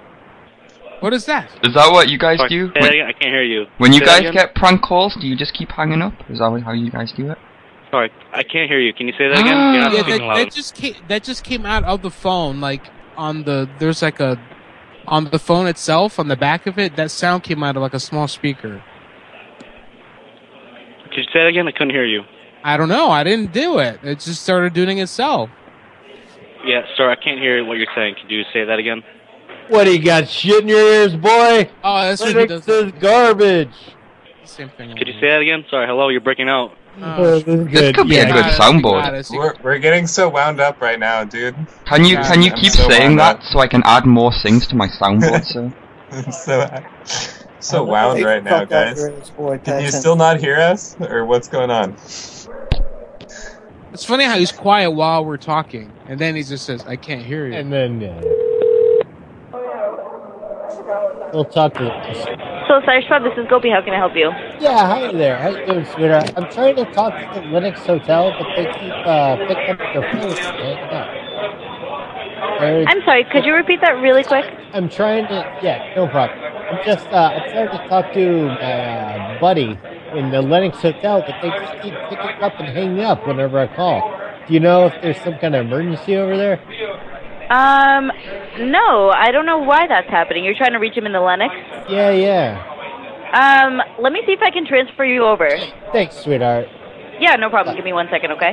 What is that? Is that what you guys Sorry, do? say that again. I can't hear you. When you Say that guys again? get prank calls, do you just keep hanging up? Is that how you guys do it? Sorry, I can't hear you. Can you say that again? You're not Ah. yeah, that, speaking that loud. just came that just came out of the phone. Like on the there's like a on the phone itself on the back of it. That sound came out of like a small speaker. Could you say that again? I couldn't hear you. I don't know. I didn't do it. It just started doing itself. Yeah, sir, I can't hear what you're saying. Could you say that again? What do you got? Shit in your ears, boy? Oh, that's what he Lennox is garbage. Same thing. Could you say that again? Sorry, hello, you're breaking out. Oh, this is good. could be a good soundboard. We're, we're getting so wound up right now, dude. Can you can you I'm keep so saying wound that so I can add more things to my soundboard, sir? I'm so, so wound Hey, right now, fuck that guys. Grinch boy, pay Can you attention. still not hear us, or what's going on? It's funny how he's quiet while we're talking, and then he just says, "I can't hear you." And then uh, we'll talk to the So sorry, Schwab. This is Gopi. How can I help you? Yeah, hi there. How you doing, sweetheart? I'm trying to talk to the Linux Hotel, but they keep uh, picking up their phone. and hanging up. They're- I'm sorry. Could you repeat that really quick? I'm trying to. Yeah, no problem. I'm just. Uh, I'm trying to talk to my uh, buddy in the Lennox Hotel, but they just keep picking up and hanging up whenever I call. Do you know if there's some kind of emergency over there? Um, no, I don't know why that's happening. You're trying to reach him in the Lennox. Yeah, yeah. Um, let me see if I can transfer you over. Thanks, sweetheart. Yeah, no problem. Give me one second, okay?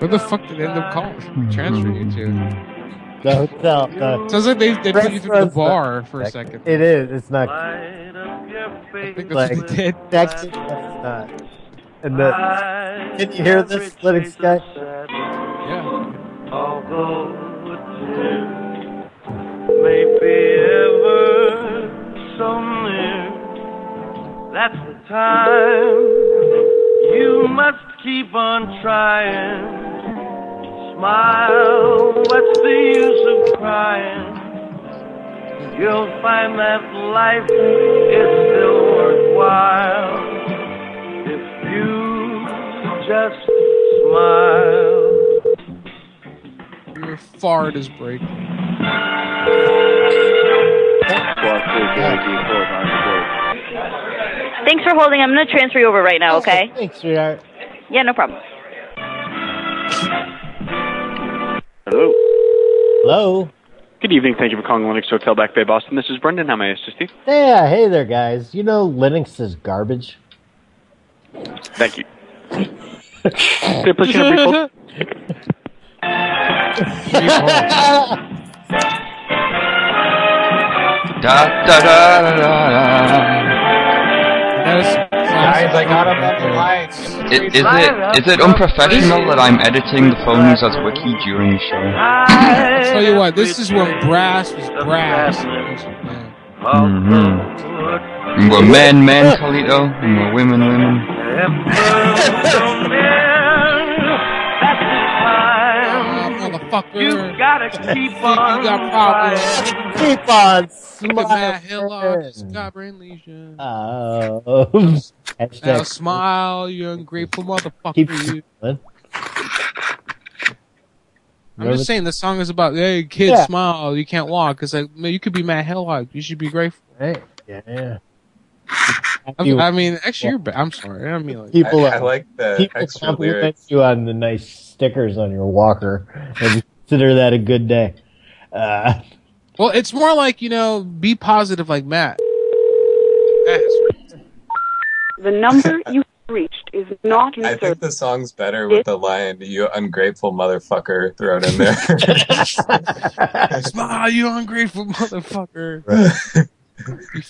Where the fuck did they end up calling? Transferring you to? Hmm. The hotel. The Sounds like they, they put you through the bar for a second. It is. It's not. I think that's like what they did. that's, that's not. And the, can you hear this, Linux guy? So near, that's the time you must keep on trying. Smile, what's the use crying, you'll find that life is still worthwhile if you just smile. Your fart is breaking. Thanks for holding. I'm going to transfer you over right now, okay? Thanks, sweetheart. Yeah, no problem. Hello. Hello. Good evening. Thank you for calling Linux Hotel Back Bay, Boston. This is Brendan. How may I assist you? Yeah, hey there, guys. You know Linux is garbage. Thank you. Can I place you in a brief hold? Da, da, da, da, da, da. Guys, I got up at the lights. I- Is, it is it unprofessional that I'm editing the phones as wiki during the show? I'll tell you what, this is when brass was brass. Mm-hmm. And we're men, men, Carlito, and we're women, women. You gotta keep on You got problems. trying. Keep on Look at Matt Hillock, smiling. Scott Leisure. Oh, Now hashtag smile, you ungrateful motherfucker. keep you. smiling. I'm just saying the song is about hey kid Yeah. smile you can't walk it's like man, you could be Matt Hillock you should be grateful right yeah I, I mean actually you're ba- I'm sorry I mean like, People, uh, people extra compliment you on the nice stickers on your walker, and you consider that a good day. Uh, well it's more like you know be positive like Matt The number you have reached is not in I service. think the song's better with the line "You ungrateful motherfucker" thrown in there. smile "Ah, you ungrateful motherfucker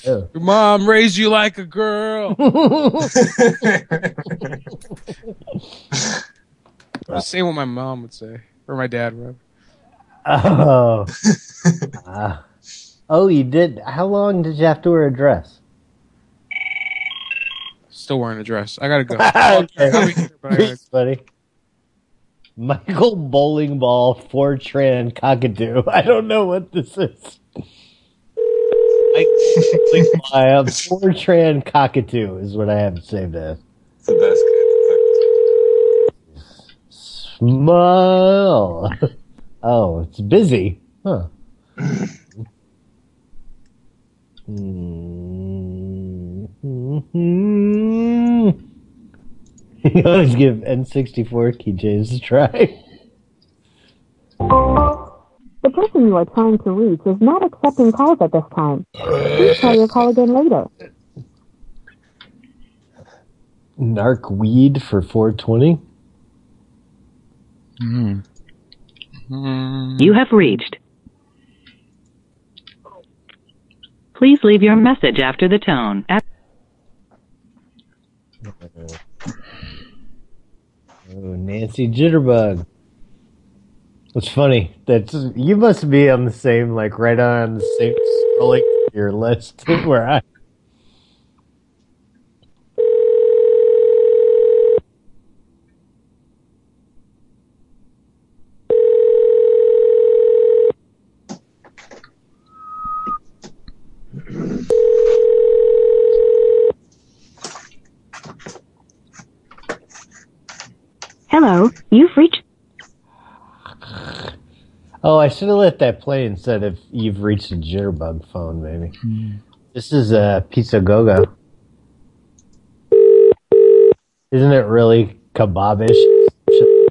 your mom raised you like a girl I'm saying what my mom would say or my dad would oh, Ah. oh, you did. How long did you have to wear a dress? still wearing a dress I gotta go Okay. Thanks, buddy. Michael Bowling Ball Fortran Cockatoo. I don't know what this is. I have Fortran Cockatoo is what I have saved as. It's the best Smile. Oh, it's busy. Huh. Mhm. you always give N64 keychains a try. The person you are trying to reach is not accepting calls at this time. Please try your call again later. Narc weed for 420. You have reached. Please leave your message after the tone. At- Oh, Nancy Jitterbug. That's funny. That's you must be on the same, like right on the same scrolling of your list where I. Hello, you've reached. Oh, I should have let that play instead of you've reached a Jitterbug phone, maybe. This is a pizza gogo. Isn't it really kebabish?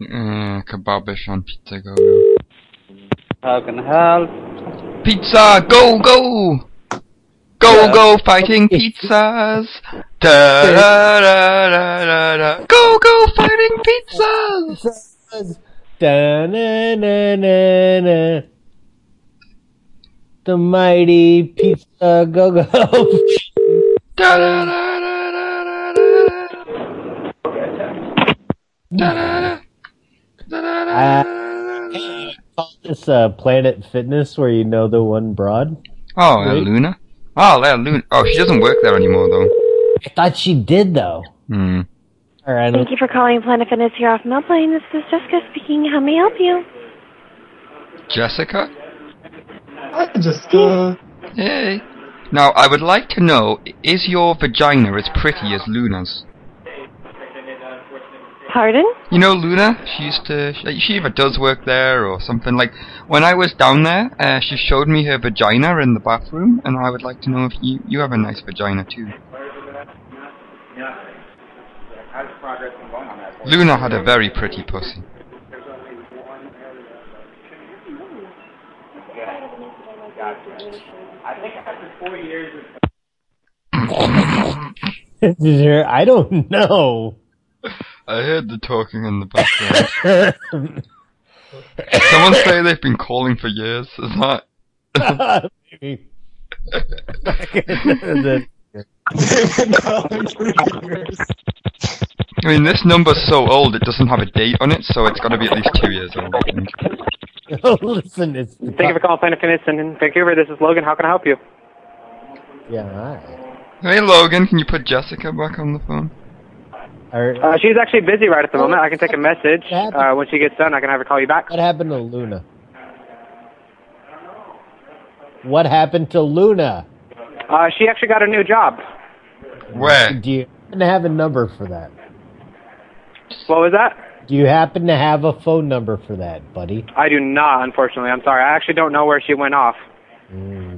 Uh, kebabish on pizza go go. How can I help? Pizza go go. Go go fighting pizzas. Da da da da da da. Go go fighting pizzas. Da-na-na-na-na. The mighty pizza go go. I call this uh, Planet Fitness where you know the one broad. Oh, uh, Wait. Luna. Oh, that Luna. Oh, she doesn't work there anymore though. I thought she did though. Hmm. All right. Thank you for calling Planet Fitness here off Melbourne. This is Jessica speaking. How may I help you? Jessica. Just uh, hey. Now, I would like to know: is your vagina as pretty as Luna's? Pardon? You know Luna, she used to. She, she either does work there or something. Like when I was down there, uh, she showed me her vagina in the bathroom, and I would like to know if you you have a nice vagina too. Luna had a very pretty pussy. Did you hear- I don't know. I heard the talking in the background. Someone say they've been calling for years. Is that? I mean, this number's so old it doesn't have a date on it, so it's got to be at least two years old. I think. Listen, it's Thank you for calling Planet Fitness in Vancouver. This is Logan. How can I help you? yeah. Right. Hey, Logan, can you put Jessica back on the phone? Uh, she's actually busy right at the moment. I can take a message. Uh, when she gets done, I can have her call you back. What happened to Luna? What happened to Luna? Uh, she actually got a new job. Where? Do you happen to have a number for that? What was that? Do you happen to have a phone number for that, buddy? I do not, unfortunately. I'm sorry. I actually don't know where she went off. Hmm.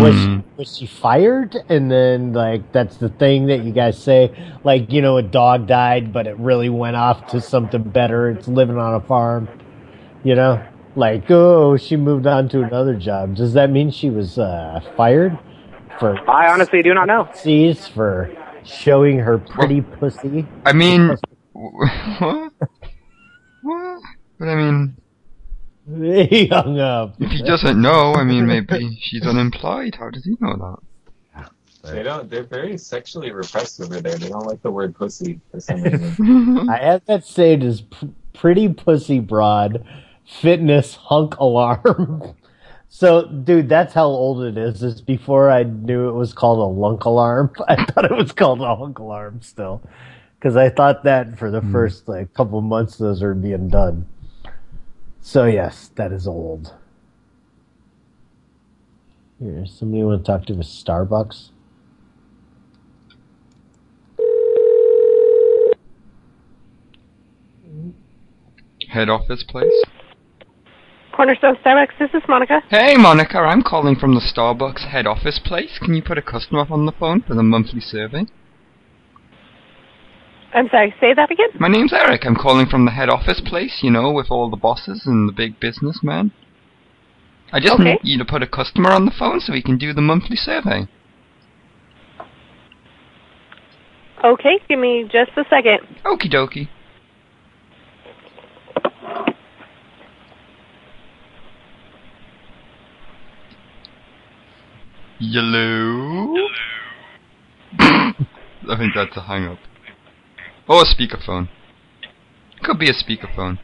Was she, was she fired? And then like that's the thing that you guys say, like you know, a dog died, but it really went off to something better. It's living on a farm, you know. Like oh, she moved on to another job. Does that mean she was uh, fired for I honestly do not know. seas for showing her pretty pussy? I mean, what? What? But I mean, he hung up. if he doesn't know, I mean, maybe she's unemployed. How does he know that? they don't. They're very sexually repressed over there. They don't like the word pussy for some reason. I have that saved as p- pretty pussy broad fitness hunk alarm. so, dude, that's how old it is. It's before I knew it was called a lunk alarm. I thought it was called a hunk alarm still. Because I thought that for the first like couple months those were being done. So, yes, that is old. Here, somebody want to talk to with Starbucks? Head office, please. Cornerstone Starbucks, this is Monica. Hey, Monica, I'm calling from the Starbucks head office, please. Can you put a customer on the phone for the monthly survey? I'm sorry, say that again? My name's Eric. I'm calling from the head office, please. You know, with all the bosses and the big businessmen. I just Okay. need you to put a customer on the phone so we can do the monthly survey. Okay, give me just a second. Okie dokie. Hello? I think that's a hang up. Or a speakerphone. Could be a speakerphone.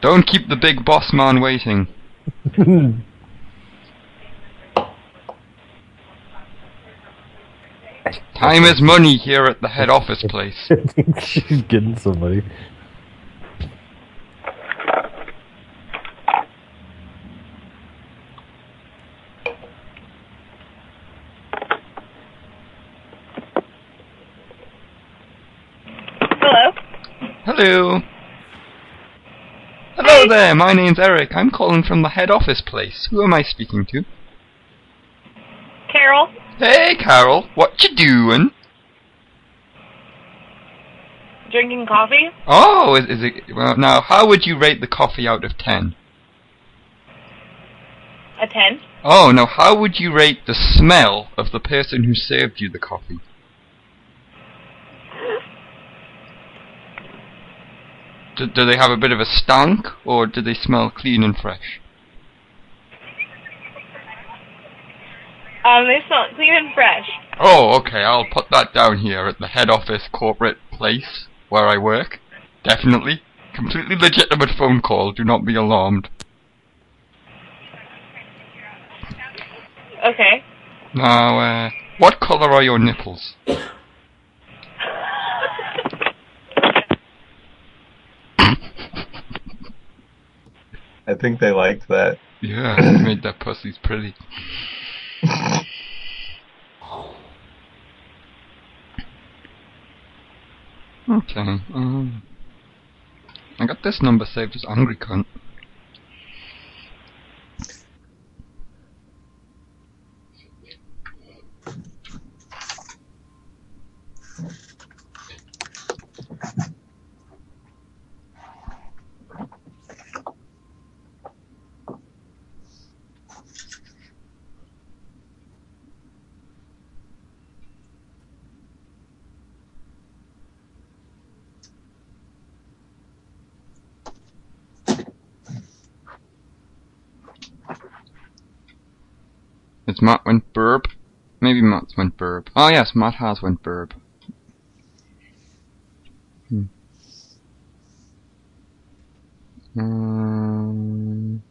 Don't keep the big boss man waiting. Time is money here at the head office place. I think she's getting somebody. Hello? Hello. Hello there, my name's Eric. I'm calling from the head office place. Who am I speaking to? Carol? Hey, Carol. What you doing? Drinking coffee? Oh, is, is it... Well, now, how would you rate the coffee out of ten? A 10? Oh, no, how would you rate the smell of the person who served you the coffee? Do, do they have a bit of a stank, or do they smell clean and fresh? Um, they smell clean and fresh. Oh, okay, I'll put that down here at the head office corporate place where I work. Definitely. Completely legitimate phone call, do not be alarmed. Okay. Now, uh, what colour are your nipples? think they liked that. Yeah, you made that pussy's pretty. okay. Um, I got this number saved as angry cunt. It's Matt went burp. Maybe Matt's went burp. Oh yes, Matt has went burp. Hmm. Um,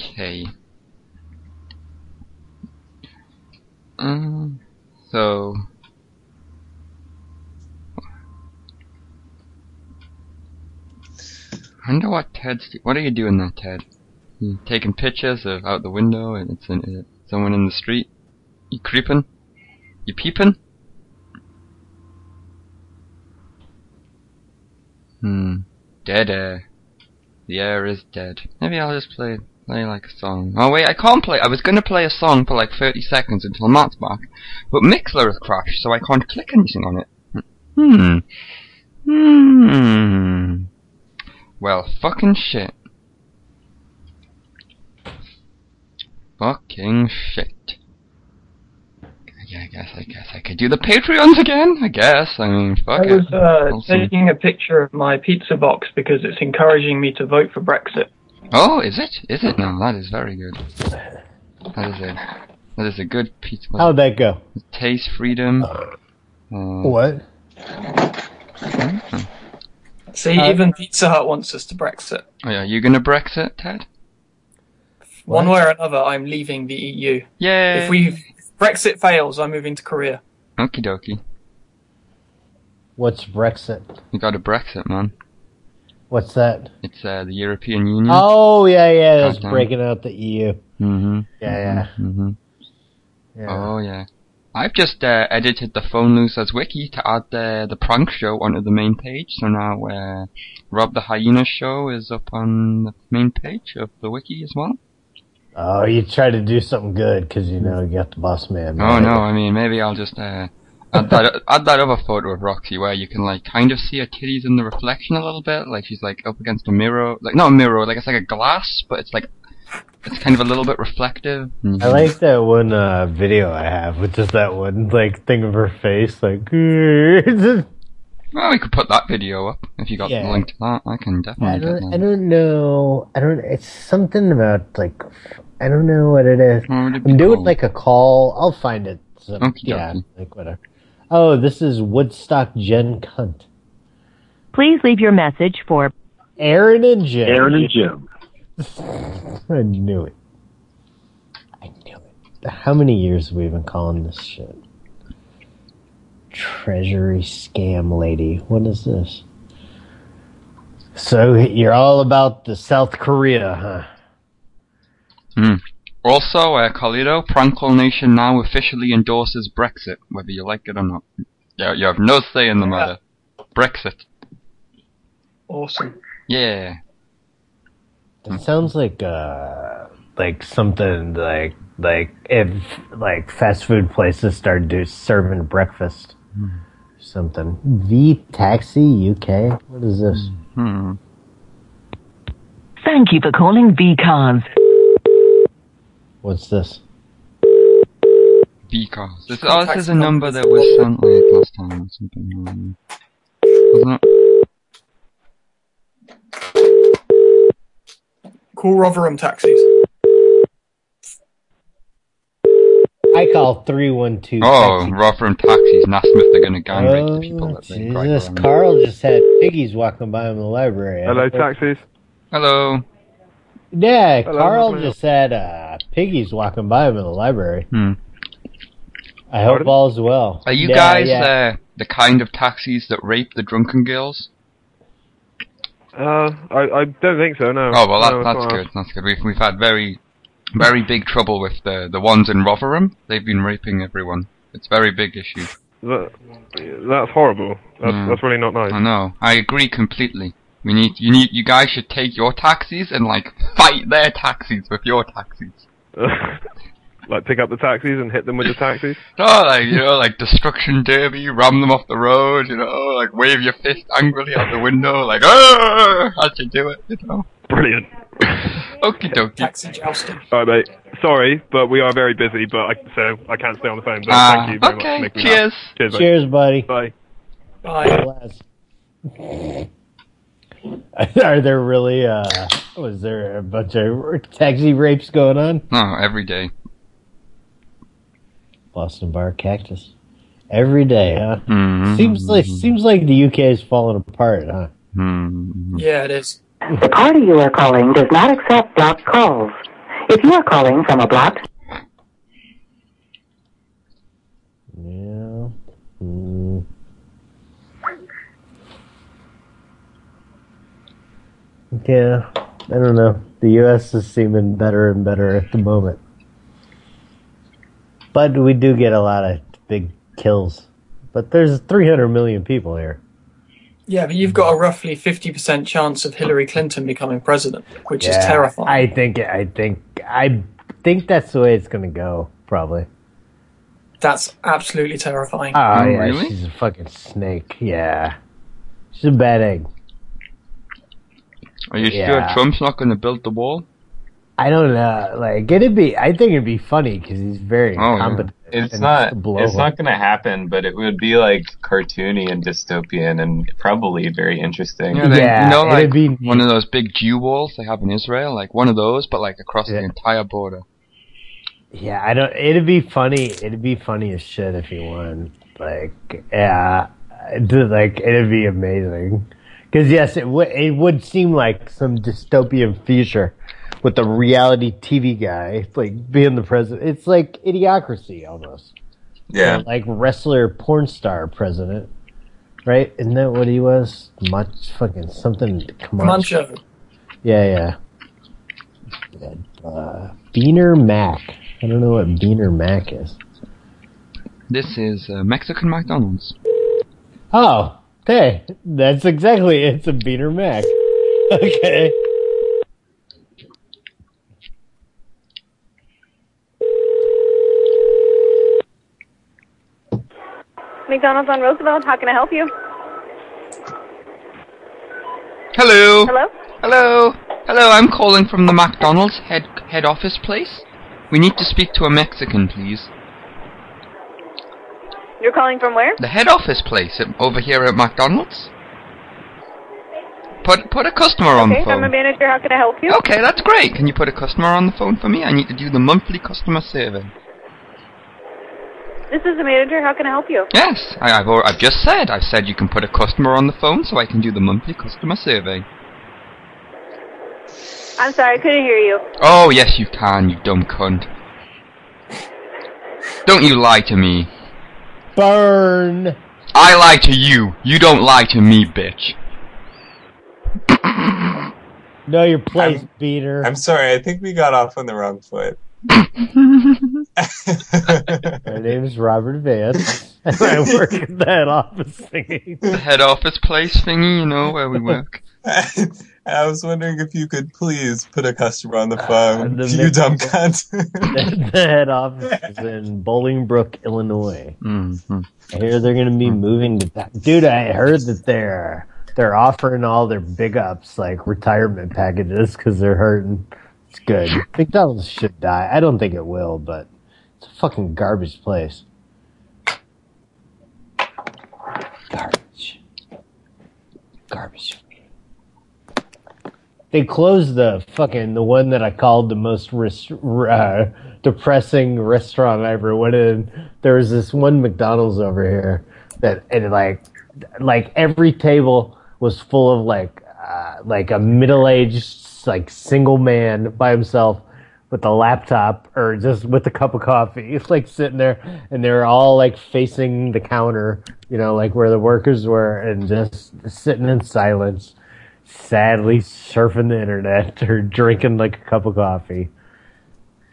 okay. Um, so. I wonder what Ted's. What are you doing there, Ted? You taking pictures of out the window and it's in, uh, someone in the street? You creeping? You peeping? Hmm. Dead air. The air is dead. Maybe I'll just play play like a song. Oh wait, I can't play. I was gonna play a song for like 30 seconds until Matt's back, but Mixler has crashed, so I can't click anything on it. Hmm. Hmm. Well, fucking shit. Fucking shit. Yeah, I guess, I guess I could do the Patreons again. I guess. I mean, fuck I it. was I'll uh, see. taking a picture of my pizza box because it's encouraging me to vote for Brexit. Oh, is it? Is it Mm-hmm. now? That is very good. That is a that is a good pizza. How'd that go? Taste freedom. Uh, What? See, Uh, even Pizza Hut wants us to Brexit. Oh yeah, you gonna Brexit, Ted? One way or another, I'm leaving the EU. Yay. If we if Brexit fails, I'm moving to Korea. Okie dokie. What's Brexit? You got a Brexit, man. What's that? It's uh, the European Union. Oh yeah, yeah. That's Goddamn. breaking out the EU. Mm-hmm. Yeah, Mm-hmm. yeah. Oh yeah. I've just uh, edited the Phone Losers wiki to add the the prank show onto the main page, so now uh, Rob the Hyena show is up on the main page of the wiki as well. Oh, you try to do something good because you know you got the boss man. Oh no, I mean maybe I'll just uh, add that add that other photo of Roxy where you can like kind of see her titties in the reflection a little bit, like she's like up against a mirror, like not a mirror, like it's like a glass, but it's like it's kind of a little bit reflective. Mm-hmm. I like that one uh, video I have with just that one like thing of her face, like. Well, we could put that video up if you got the Yeah. link to that. I can I definitely get don't. that. I don't know. I don't. It's something about like. I don't know what it is. I'm doing like a call. I'll find it. Some, Okie yeah, like whatever. Oh, this is Woodstock Jen Cunt. Please leave your message for Aaron and Jim. Aaron and Jim. I knew it. I knew it. How many years have we been calling this shit? Treasury scam lady. What is this? So you're all about the South Korea, huh? Hmm. Also, uh, Carlito, Prank Call Nation now officially endorses Brexit, whether you like it or not. Yeah, you have no say in the matter. Brexit. Awesome. Yeah. That sounds like uh like something like like if like fast food places started do serving breakfast. Something. The Taxi UK? What is this? Hmm. Mm-hmm. Thank you for calling V Cars. What's this? Because this, oh, this is a number that was sent like last time or something. um, Wasn't it? Call Rotherham taxis. I call three one two Oh, Oh, Rotherham Taxis, Nasmith, they're gonna gang rape the people that they drive Jesus, around. Carl just had piggies walking by him in the library. Hello, taxis. Hello. Yeah, Hello, Carl Mr. Mayor. just had uh, piggies walking by him in the library. Hmm. I hope all's well. Are you Yeah, guys yeah. Uh, the kind of taxis that rape the drunken girls? Uh, I, I don't think so. No. Oh well, that, No, it's that's not. good. That's good. We've we've had very very big trouble with the the ones in Rotherham. They've been raping everyone. It's a very big issue. That, that's horrible. That's, Mm. that's really not nice. I know. I agree completely. We need you need you guys should take your taxis and like fight their taxis with your taxis. like pick up the taxis and hit them with the taxis. Oh, like you know, like destruction derby, ram them off the road. You know, like wave your fist angrily out the window, like oh, how'd you do it? You know. Brilliant. Okie dokie. Taxi jousting. All right, mate. Sorry, but we are very busy, but I, so I can't stay on the phone. But Ah, thank you very much. okay. for making me laugh. Cheers. Cheers. mate. Cheers, buddy. Bye. Bye. Are there really? Uh, was there a bunch of taxi rapes going on? No, Oh, every day. Boston bar cactus. Every day, huh? Mhm. Seems like seems like the UK is falling apart, huh? Mm-hmm. Yeah, it is. The party you are calling does not accept blocked calls. If you are calling from a blocked Yeah. Mm. Yeah, I don't know. The U.S. is seeming better and better at the moment, but we do get a lot of big kills. But there's 300 million people here. Yeah, but you've got a roughly 50% chance of Hillary Clinton becoming president, which is Yeah, terrifying. I think I think I think that's the way it's gonna go. Probably. That's absolutely terrifying. Oh yeah, she's a fucking snake. Yeah, she's a bad egg. Are you Yeah. sure Trump's not going to build the wall? I don't know. Like it'd be. I think it'd be funny because he's very yeah. competent. Oh, It's and not. to blow It's him. not going to happen, but it would be like cartoony and dystopian, and probably very interesting. Yeah, they, you know, like one of those big Jew walls they have in Israel, like one of those, but like across the entire border. Yeah, I don't. It'd be funny. It'd be funny as shit if he won. Like, yeah, it'd, like it'd be amazing. Because yes, it would. It would seem like some dystopian future with the reality TV guy like being the president. It's like idiocracy almost. Yeah. Or, like wrestler porn star president, right? Isn't that what he was? Much fucking something. Come on. Muncho. Yeah, yeah. Uh, Beaner Mac. I don't know what Beaner Mac is. This is uh, Mexican McDonald's. Oh, hey, that's exactly it. It's a Beaner Mac. Okay. McDonald's on Roosevelt. How can I help you? Hello. Hello. Hello. Hello. I'm calling from the McDonald's head head office place. We need to speak to a Mexican, please. You're calling from where? The head office place at, over here at McDonald's. Put put a customer on okay, the I'm a phone. manager. How can I help you? Okay, that's great. Can you put a customer on the phone for me? I need to do the monthly customer survey. This is the manager. How can I help you? Yes, I, I've, al- I've just said. I've said you can put a customer on the phone so I can do the monthly customer survey. I'm sorry, I couldn't hear you. Oh, yes, you can, you dumb cunt. Don't you lie to me. Burn. I lie to you. You don't lie to me, bitch. Know your place, Beaner. I'm sorry. I think we got off on the wrong foot. My name is Robert Vance, and I work at that office thingy. The head office place thingy, you know, where we work. I was wondering if you could please put a customer on the phone. Uh, the you dumb Mexican- cunt. the head office is in Bolingbrook, Illinois. I hear they're going to be moving to that. Dude, I heard that they're they're offering all their big ups like retirement packages because they're hurting. It's good. McDonald's should die. I don't think it will, but it's a fucking garbage place. Garbage. Garbage. They closed the fucking the one that I called the most res- uh, depressing restaurant I ever went in. There was this one McDonald's over here that and like like every table was full of like uh, like a middle aged like single man by himself with a laptop or just with a cup of coffee. It's like sitting there and they were all like facing the counter, you know, like where the workers were and just sitting in silence sadly surfing the internet or drinking like a cup of coffee.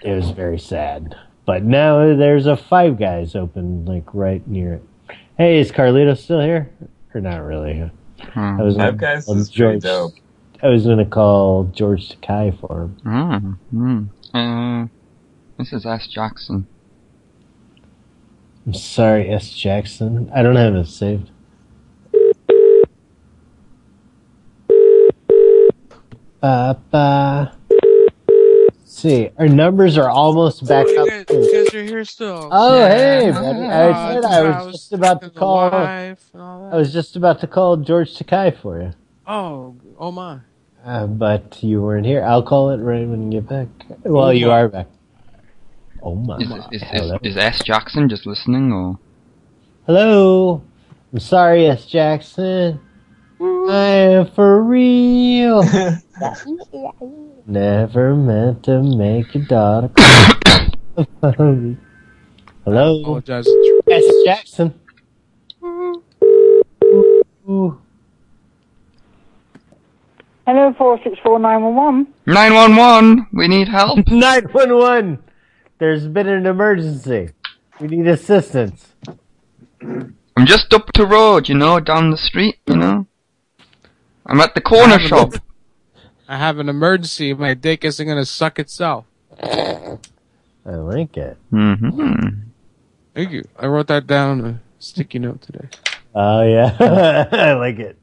It was very sad. But now there's a Five Guys open like right near it. Hey, is Carlito still here? Or not really? I was Five gonna Guys call is pretty George. dope. I was gonna call George Takai for him. Mm, mm. Uh, Mrs. S. Jackson. I'm sorry, S. Jackson. I don't have it saved. Ba-ba. See, our numbers are almost back up. Oh, You guys are here still. Oh, hey, Yeah. buddy. I said I was just about to call. I was just about to call George Takai for you, Oh, oh my. uh, but you weren't here. I'll call it right when you get back. Well, you are back. Oh my! Is, is, is, is S. Jackson just listening, or Hello. I'm sorry, S. Jackson. I am for real. Never meant to make your daughter cry. Hello. apologize. S. Jackson. Ooh. Hello, four six four nine one one. 911? We need help. 911. There's been an emergency. We need assistance. I'm just up the road, you know, down the street, you know. I'm at the corner shop. I have an emergency. My dick isn't gonna suck itself. I like it. Mm-hmm. Thank you. I wrote that down on a sticky note today. Oh yeah, I like it.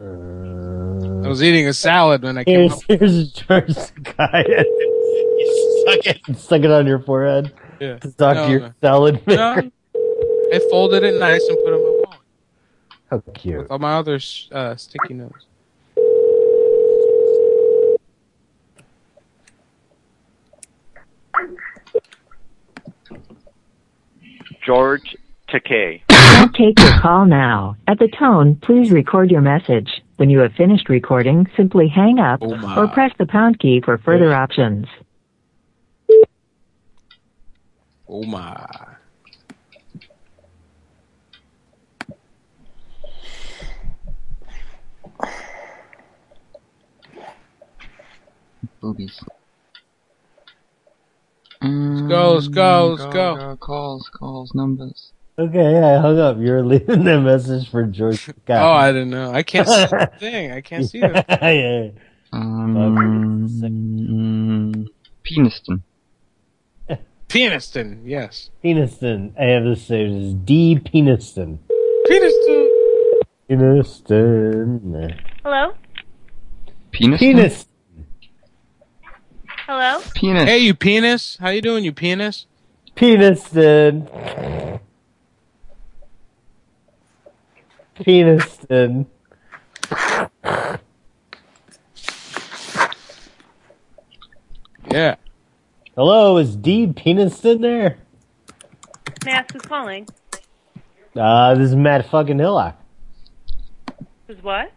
Uh, I was eating a salad when I came here's up. here's George Sakai. you stuck it, stuck it on your forehead Yeah. to talk No, to your no. salad maker. No, I folded it nice and put it in my wallet How cute. with all my other sh- uh, sticky notes. George Takei. Don't take your call now. At the tone, please record your message. When you have finished recording, simply hang up Oh, my. or press the pound key for further options. Oh my. Boobies. Mm, Let's go, let's go, let's go. Calls, calls, numbers. Okay, I hung up. You were leaving that message for George Sakai. Oh, I didn't know. I can't see the thing. I can't see yeah, yeah. it. Um, Peniston. Peniston, yes. Peniston. I have this saved as D. Peniston. Peniston. Peniston. Hello? Penis. Penis. Hello? Penis. Hey, you penis. How you doing, you penis? Peniston. Peniston. Yeah. Hello, is D. Peniston there? May I ask who's calling? Uh, this is Matt fucking Hillock. Who's what?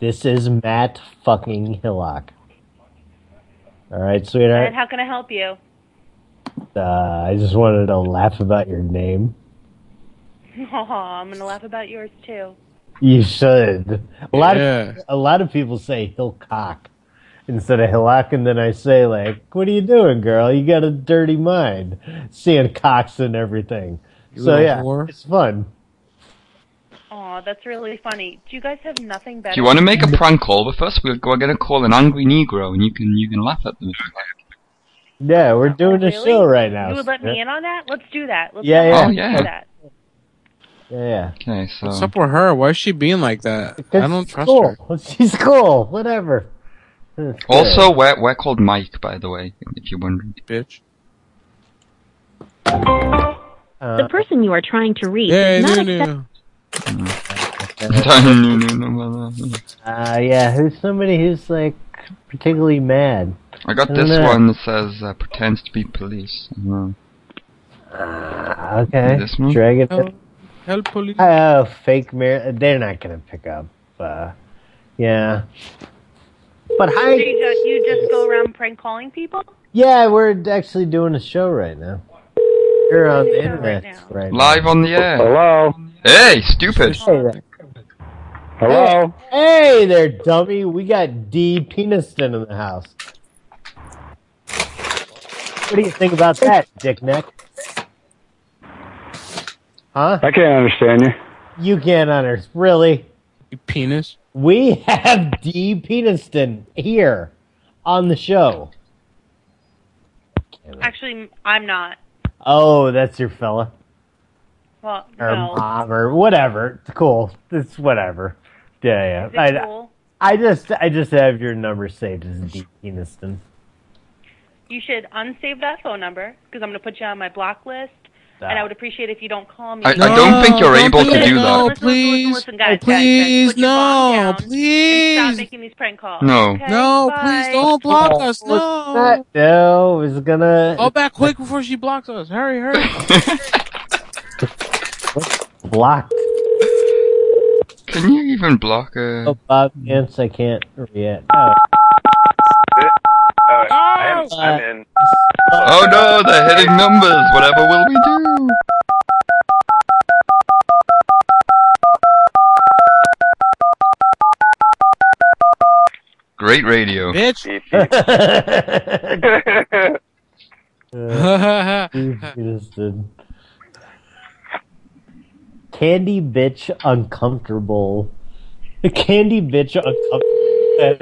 This is Matt fucking Hillock. All right, And sweetheart. how can I help you? Uh, I just wanted to laugh about your name. Oh, I'm going to laugh about yours, too. You should. A lot Yeah. of a lot of people say Hillcock instead of Hillock, and then I say like, "What are you doing, girl? You got a dirty mind, seeing cocks and everything." You so little yeah, whore. it's fun. Aw, that's really funny. Do you guys have nothing better? Do you want to make a prank call with us? We're, we're going to call an angry Negro, and you can you can laugh at them. Yeah, we're doing a Oh, Really? show right now. You would let sir. me in on that? Let's do that. Let's Yeah, let's yeah. Oh, Do yeah. that. Yeah. Okay, so What's up with her? Why is she being like that? I don't trust her. Cool. She's cool. Whatever. It's good. also we're we're called Mike, by the way, if you're wondering. Bitch. Uh, Uh, The person you are trying to reach Yeah, is not no, accept- no. uh, yeah, who's somebody who's like particularly mad? I got I don't this know. one that says uh, pretends to be police. Uh, Uh, Okay. This one? Dragon. Help- help police. Oh, fake mirror. They're not gonna pick up. Uh, yeah. But hi. Do you just, you just go around prank calling people? Yeah, we're actually doing a show right now. You're on the internet right now. Live on the air. Hello. Hey, stupid. Hey, Hello. Hey there, dummy. We got D. Peniston in the house. What do you think about that, dick neck? Huh? I can't understand you. You can't honors, really. penis? We have D. Peniston here on the show. Actually, I'm not. Oh, that's your fella. Well, Or no. mom, or whatever. It's cool. It's whatever. Yeah, Is yeah. it I, cool? I just I just have your number saved as D. Peniston. You should unsave that phone number because I'm going to put you on my block list. And I would appreciate if you don't call me. I- I don't think you're No, able to listen, do listen, that. listen, Listen, listen, guys, guys, guys, Oh, please, put your phone no, down please. And stop making these prank calls. No. okay? No, Bye. please don't block us. No. No, it's gonna. Call back quick before she blocks us. Hurry, hurry. blocked. Can you even block a? Oh, Bob Nance, I can't react. Oh, Alright, I'm, I'm in. Oh no, they're hitting numbers. Whatever will we do? Great radio. Bitch. Uh, Houston. Candy bitch uncomfortable. Candy bitch uncomfortable. Uh,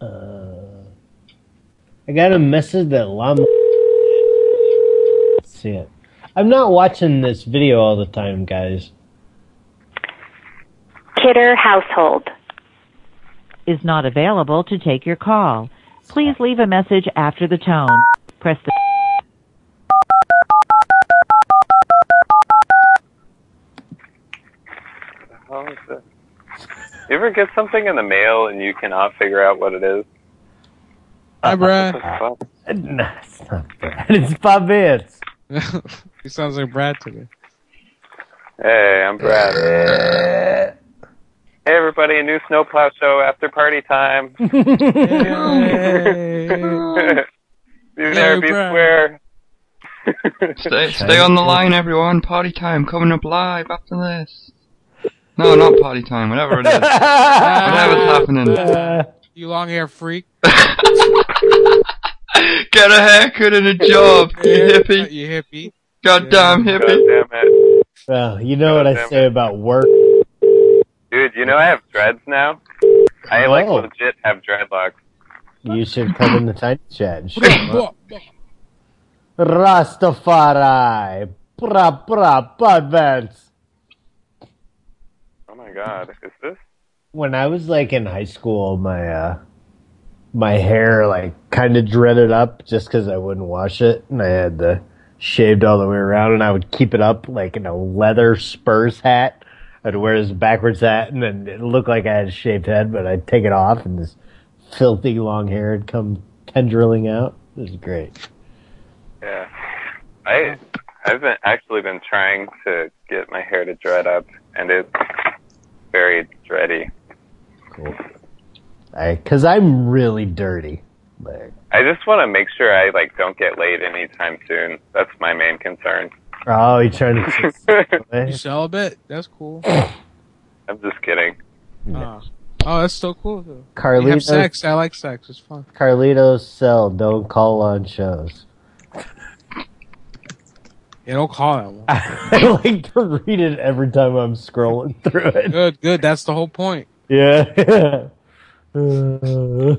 Uh, I got a message that llama. Let's see it. I'm not watching this video all the time, guys. Kidder Household is not available to take your call. Please leave a message after the tone. Press the How is it? You ever get something in the mail and you cannot figure out what it is? Hi, Brad. What the fuck? it's Bob Vance. he sounds like Brad to me. Hey, I'm Brad. Hey, everybody, a new snowplow show after party time. Oh Be there, be Brad. square. Stay, stay on the line, everyone. Party time coming up live after this. No, not party time. Whatever it is. Whatever's happening. you long hair freak. Get a haircut and a job, you hippie. You hippie. Goddamn hippie. Damn it. Well, you know what I say about work. Dude, you know I have dreads now? I like legit have dreadlocks. You should come in the tiny chat. and show them up. What Rastafari. Pra pra Bob Vance. Oh my god, is this? When I was like in high school, my uh, my hair like kind of dreaded up just because I wouldn't wash it, and I had the shaved all the way around, and I would keep it up like in a leather Spurs hat. I'd wear this backwards hat, and then it looked like I had a shaved head, but I'd take it off, and this filthy long hair would come tendriling out. It was great. Yeah. I I've been actually been trying to get my hair to dread up and it's very dready. Because I'm really dirty. Like, I just want to make sure I like don't get laid anytime soon. That's my main concern. oh, you're trying to. You celibate? That's cool. I'm just kidding. Ah. oh, that's so cool. Though. Carlito- You have sex. I like sex. It's fun. Carlito's cell. Don't call on shows. Yeah, don't call that one. I like to read it every time I'm scrolling through it. Good, good. That's the whole point. Yeah. good,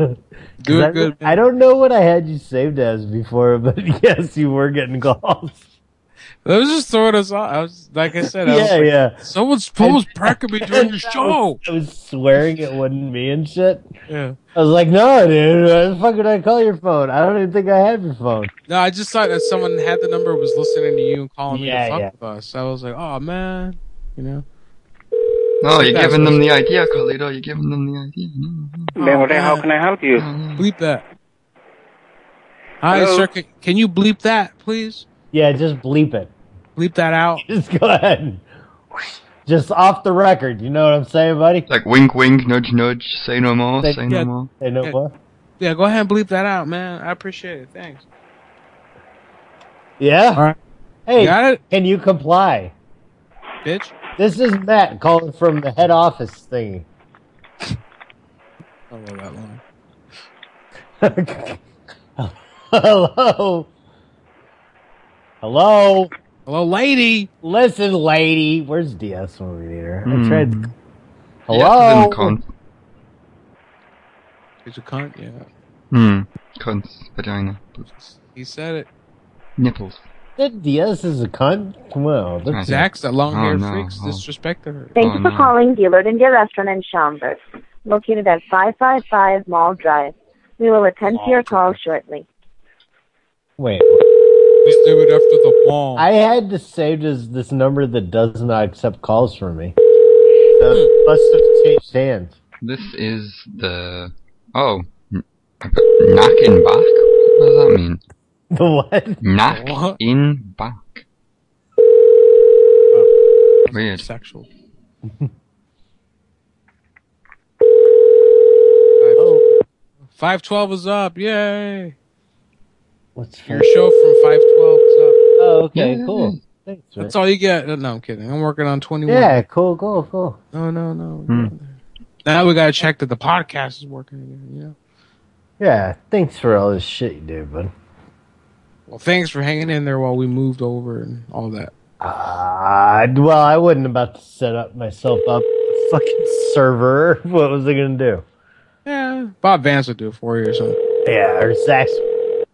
I, good. I don't know what I had you saved as before, but yes, you were getting calls. That was just throwing us off. Oh, I was like I said. I was yeah, like, yeah. Someone's someone's pranking me during the show. I was swearing it wasn't me and shit. Yeah. I was like, no, dude. Why the fuck would I call your phone? I don't even think I have your phone. No, I just thought that someone had the number, was listening to you, and calling me Yeah, to fuck yeah. with us. I was like, oh man, you know. No, you're That's giving them the awesome. idea, Carlito. You're giving them the idea. No, no. Oh, man. how can I help you? Bleep that. Hi, Hello? sir. Can, can you bleep that, please? Yeah, just bleep it. Bleep that out. Just go ahead. Just off the record, you know what I'm saying, buddy? Like wink, wink, nudge, nudge. Say no more. Say, Say- no yeah. more. Say no more. Yeah, go ahead and bleep that out, man. I appreciate it. Thanks. Yeah. Hey, Got can you comply? Bitch. This is Matt calling from the head office thingy. I love that line. Hello. Hello. Hello, lady. Listen, lady. Where's DS when we need her? I Hmm. tried. Yeah, Hello. then cunt. He's a cunt. Yeah, Hmm. Cunts. Vagina. he said it. Nipples. That DS is a cunt. Well, that's- Zach's that long-haired Oh, no. Oh, freaks disrespected her. Thank you for calling Dealert India Restaurant in Schaumburg, located at 555 Mall Drive. We will attend to your call shortly. Wait. Please do it after the mall. I had to save this, this number that does not accept calls from me. So it must have changed hands. This is the. Oh. N- I put knack in back? What does that mean? The what? Knack in back. Oh. Weird. Sexual. Five twelve is up. Yay. What's your show from five twelve is up? Oh, okay, cool. Thanks, That's man. all you get. Uh, No, I'm kidding. I'm working on twenty one. Yeah, cool, cool, cool. No, no, no. Now we gotta check that the podcast is working again. You know. Yeah, thanks for all this shit you do, bud. Well, thanks for hanging in there while we moved over and all that. Uh, well, I wasn't about to set up myself up a fucking server. What was I gonna do? Yeah, Bob Vance would do it for you or something. Yeah, or Zach's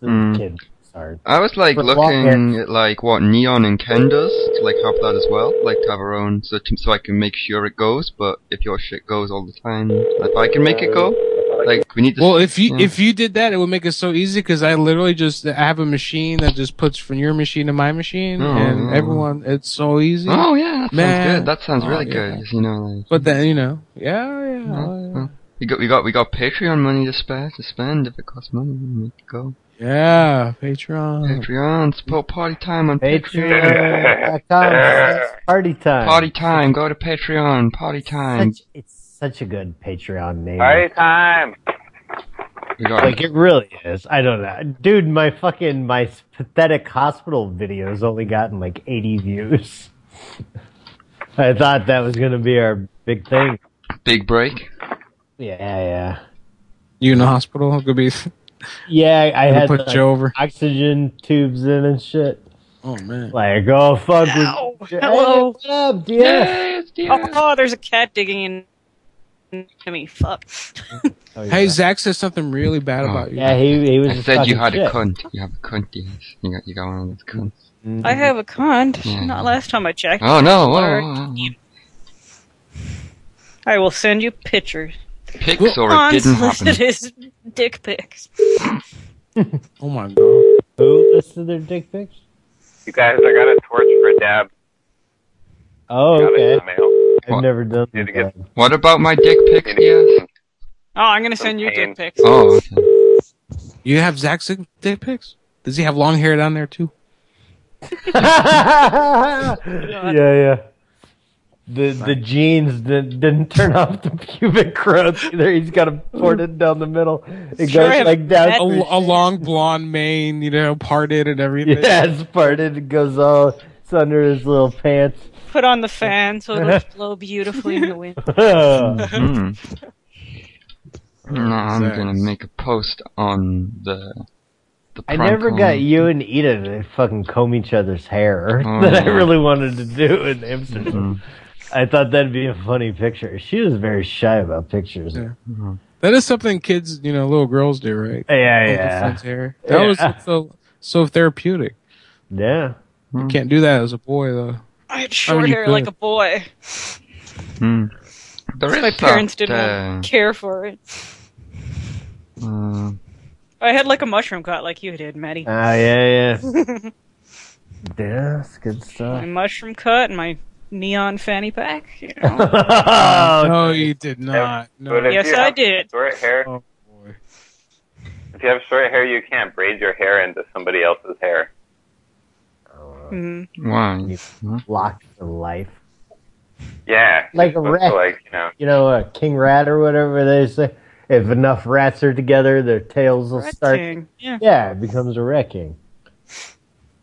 the Hmm. kid. Sorry. I was like With looking at like what Neon and Ken does to like have that as well, like to have our own so so I can make sure it goes. But if your shit goes all the time, if I can make it go, Uh, like we need to. Well, if you yeah. if you did that, it would make it so easy because I literally just I have a machine that just puts from your machine to my machine, Oh, and yeah. everyone it's so easy. oh yeah, that sounds Man. good. That sounds Oh, really yeah. good. You know, like But then you know, yeah, yeah. we got we got we got Patreon money to spare to spend if it costs money. We need to go Yeah, Patreon. Patreon support party time on Patreon. Patreon.com slash party time. Party time. Go to Patreon. Party time. Such, it's such a good Patreon name. Party time. We got Like it really is. I don't know, dude. My fucking my pathetic hospital video's only gotten like eighty views. I thought that was gonna be our big thing. big break. Yeah, yeah, You in the hospital? It could be. yeah. I Gonna had put like, you over. oxygen tubes in and shit. Oh man! Like, oh fuck. with- Hey, Hello. what up, dear? Oh, oh, there's a cat digging in to me. Fuck. Oh, Oh, Hey, Zach says something really bad about you. Yeah, he he was. I a said you fucking had a shit. cunt. You have a cunt, yes. You got you got one of those cunts. Mm-hmm. I have a cunt. Yeah. Not last time I checked. Hmm. Oh no! Whoa, Sorry. whoa, whoa. I will send you pictures. Pics or it didn't happen. Unsolicited dick pics. Oh my god! Who listed their dick pics? You guys, I got a torch for Dab. Oh, Got it okay. in the mail. I've never done that. What about my dick pics? Yes. Oh, I'm gonna send you dick pics. Oh, okay. You have Zach's dick pics? Does he have long hair down there too? yeah, yeah. The the jeans didn't, didn't turn off the pubic growth either. He's got it ported down the middle. It goes like down. a, a long blonde mane, you know, parted and everything. yeah, it's parted. It goes all. It's under his little pants. Hmm. Put on the fan so it'll blow beautifully in the wind. Mhm. Now I'm Sex. gonna make a post on the the. I prank never call. got you and Ida to fucking comb each other's hair Oh. Mm-hmm. that I really wanted to do in Amsterdam. I thought that'd be a funny picture. She was very shy about pictures. That is something kids, you know, little girls do, right? Yeah, Hold their yeah. friend's hair. That Yeah. was so so therapeutic. Yeah. You can't do that as a boy though. I had I short mean, you hair like could. a boy. Hmm. There is My parents that, didn't uh, care for it. uh, I had like a mushroom cut like you did, Maddie. Ah, yeah, yeah. yeah, that's good my stuff. mushroom cut and my neon fanny pack. You know? oh, no, you did not. No. But if yes, you I have did. Short hair. If you have short hair, you can't braid your hair into somebody else's hair. Mm. Why? Blocked for life. Yeah. Like a Looks rat. Like you know. You know, a king rat or whatever they say. If enough rats are together, their tails will start. king, yeah. it becomes a rat king.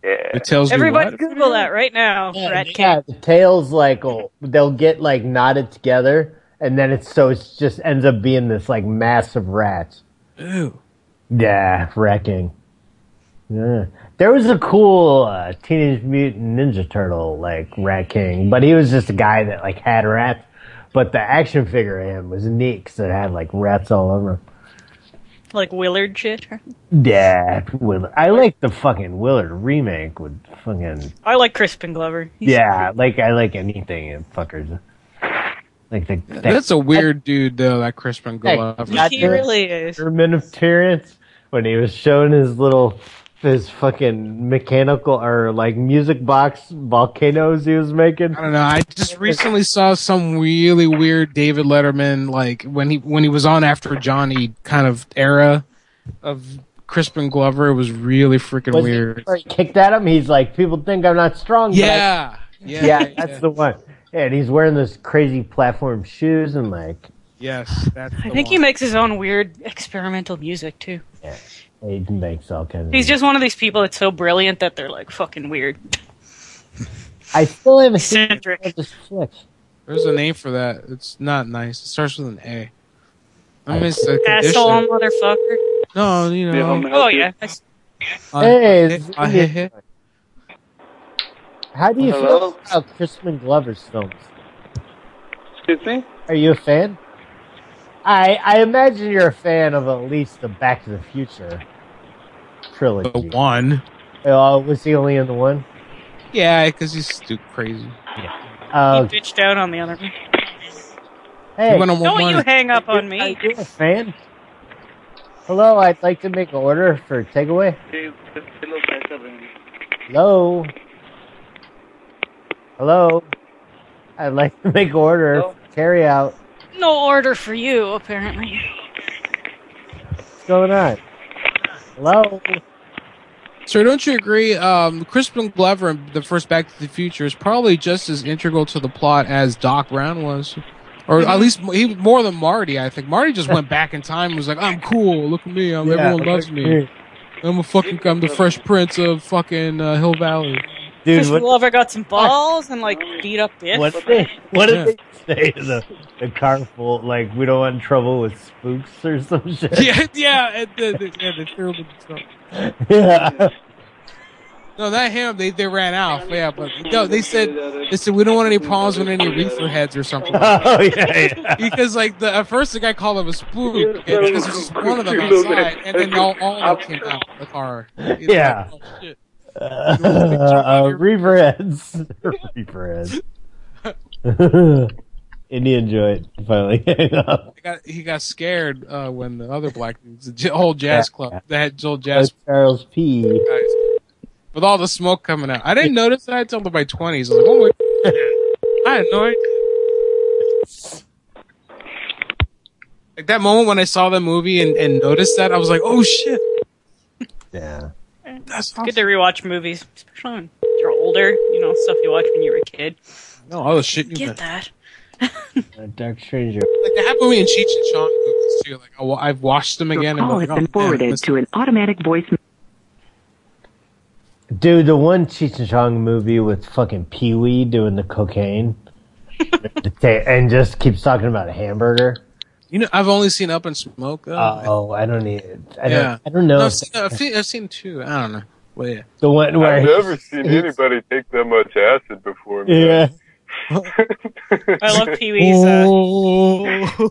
Yeah. It tells Everybody Google that right now. Rat king. Yeah, the tails like will- they'll get like knotted together, and then it's so it's just ends up being this like mass of rats. Ooh. Yeah, wrecking. Yeah. There was a cool uh, Teenage Mutant Ninja Turtle like Rat King, but he was just a guy that like had rats. But the action figure of him was neat because it had like rats all over him. Like Willard shit. Yeah, Willard. I like the fucking Willard remake with fucking I like Crispin Glover. He's- yeah. Like I like anything in fuckers. Like the that, That's a weird dude, though. That Crispin Glover. He really is. German appearance when he was showing his little his fucking mechanical or like music box volcanoes he was making. I don't know. I just recently saw some really weird David Letterman, like when he when he was on After Johnny kind of era of Crispin Glover. It was really freaking Was he- weird. where he kicked at him. He's like, people think I'm not strong. but I-" Yeah, yeah, that's the one. And he's wearing those crazy platform shoes and like Yes, that's. I think he makes his own weird experimental music too. he makes all kinds. He's of just one of these people that's so brilliant that they're like fucking weird. I still haven't seen this flick. There's a name for that. It's not nice. It starts with an A. I miss the Asshole condition. motherfucker. No, you Yeah, know. I'm Oh yeah. That's- Uh, Hey, uh, it's- uh, heh, heh. How do you Hello? feel about Crispin Glover's films? Excuse me. Are you a fan? I I imagine you're a fan of at least the Back to the Future trilogy. The one. Oh, was he only in the one? yeah, because he's stupid crazy. Uh, he bitched out on the other one. Hey. He went on don't one you run. hang up on me? fan? Hello, I'd like to make an order for takeaway. Hello. Hello. I'd like to make an order for carry out. No order for you, apparently. What's going on? Hello. So don't you agree? Um, Crispin Glover in the first Back to the Future is probably just as integral to the plot as Doc Brown was, or at least he was more than Marty. I think Marty just went back in time and was like, "I'm cool. Look at me. I'm, Yeah, everyone loves look at me. me." I'm a fucking. I'm the Fresh Prince of fucking uh, Hill Valley." Chris Glover got some balls and like beat up Biff. What did they, what did they say to the, the car full? Like, we don't want trouble with spooks or some shit. yeah, yeah, and the, the, yeah, the terrible stuff. Yeah. No, not him. They they ran off. Yeah, but no, they said they said we don't want any problems with any reefer heads or something. Oh, yeah, yeah. because like the at first the guy called him a spook and because there's just one of them outside, and then all, all of them came out of the car. It's like, Yeah. oh, shit. Uh, uh, Reaper heads. Reaper heads. Indian joint finally hang up. He got, he got scared uh, when the other black dudes, the j- whole jazz Yeah. club, that whole That's jazz Charles P. guys, with all the smoke coming out. I didn't notice that until my twenties. I was like, oh my, I had no idea. Like that moment when I saw the movie and, and noticed that, I was like, oh shit. Yeah. That's good to rewatch movies, especially when you're older. You know stuff you watched when you were a kid. No, all the shit you Get missed. that. Dark Stranger. Like that happened to me in Cheech and Chong movies too. Like I, wa- I've watched them again. Your call has and I'm like, been oh, man, I forwarded missed to an automatic voice. Dude, the one Cheech and Chong movie with fucking Pee Wee doing the cocaine and just keeps talking about a hamburger. You know, I've only seen Up in Smoke. Though. Oh, I don't need. I don't, yeah, I don't know. No, if I've, seen, I've seen I've seen two. I don't know. Well, yeah. the one where I've he's- never seen anybody take that much acid before. Yeah. man. I love uh, Pee Wee's uh,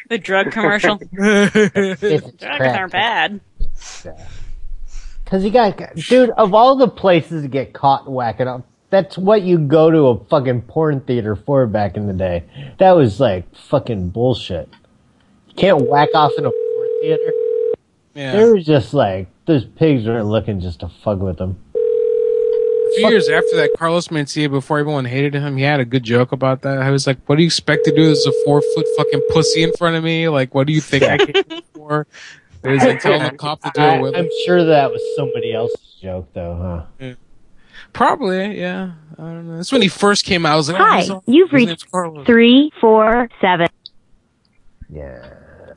the drug commercial. It's Drugs crap. aren't bad. Because he got, dude, of all the places to get caught whacking up, that's what you go to a fucking porn theater for back in the day. That was like fucking bullshit. You can't whack off in a porn theater. Yeah. They were just like, those pigs were looking just to fuck with them. A few years after that, Carlos Mencia, before everyone hated him, he had a good joke about that. I was like, "What do you expect to do? There's a four foot fucking pussy in front of me. Like, what do you think I came for?" It was like telling the cop to do I, it with. am sure that was somebody else's joke, though, huh? Probably, yeah. I don't know. That's when he first came out. I was like, oh, Hi, he's on- you've his reached name's Carlos. three, four, seven. Yeah.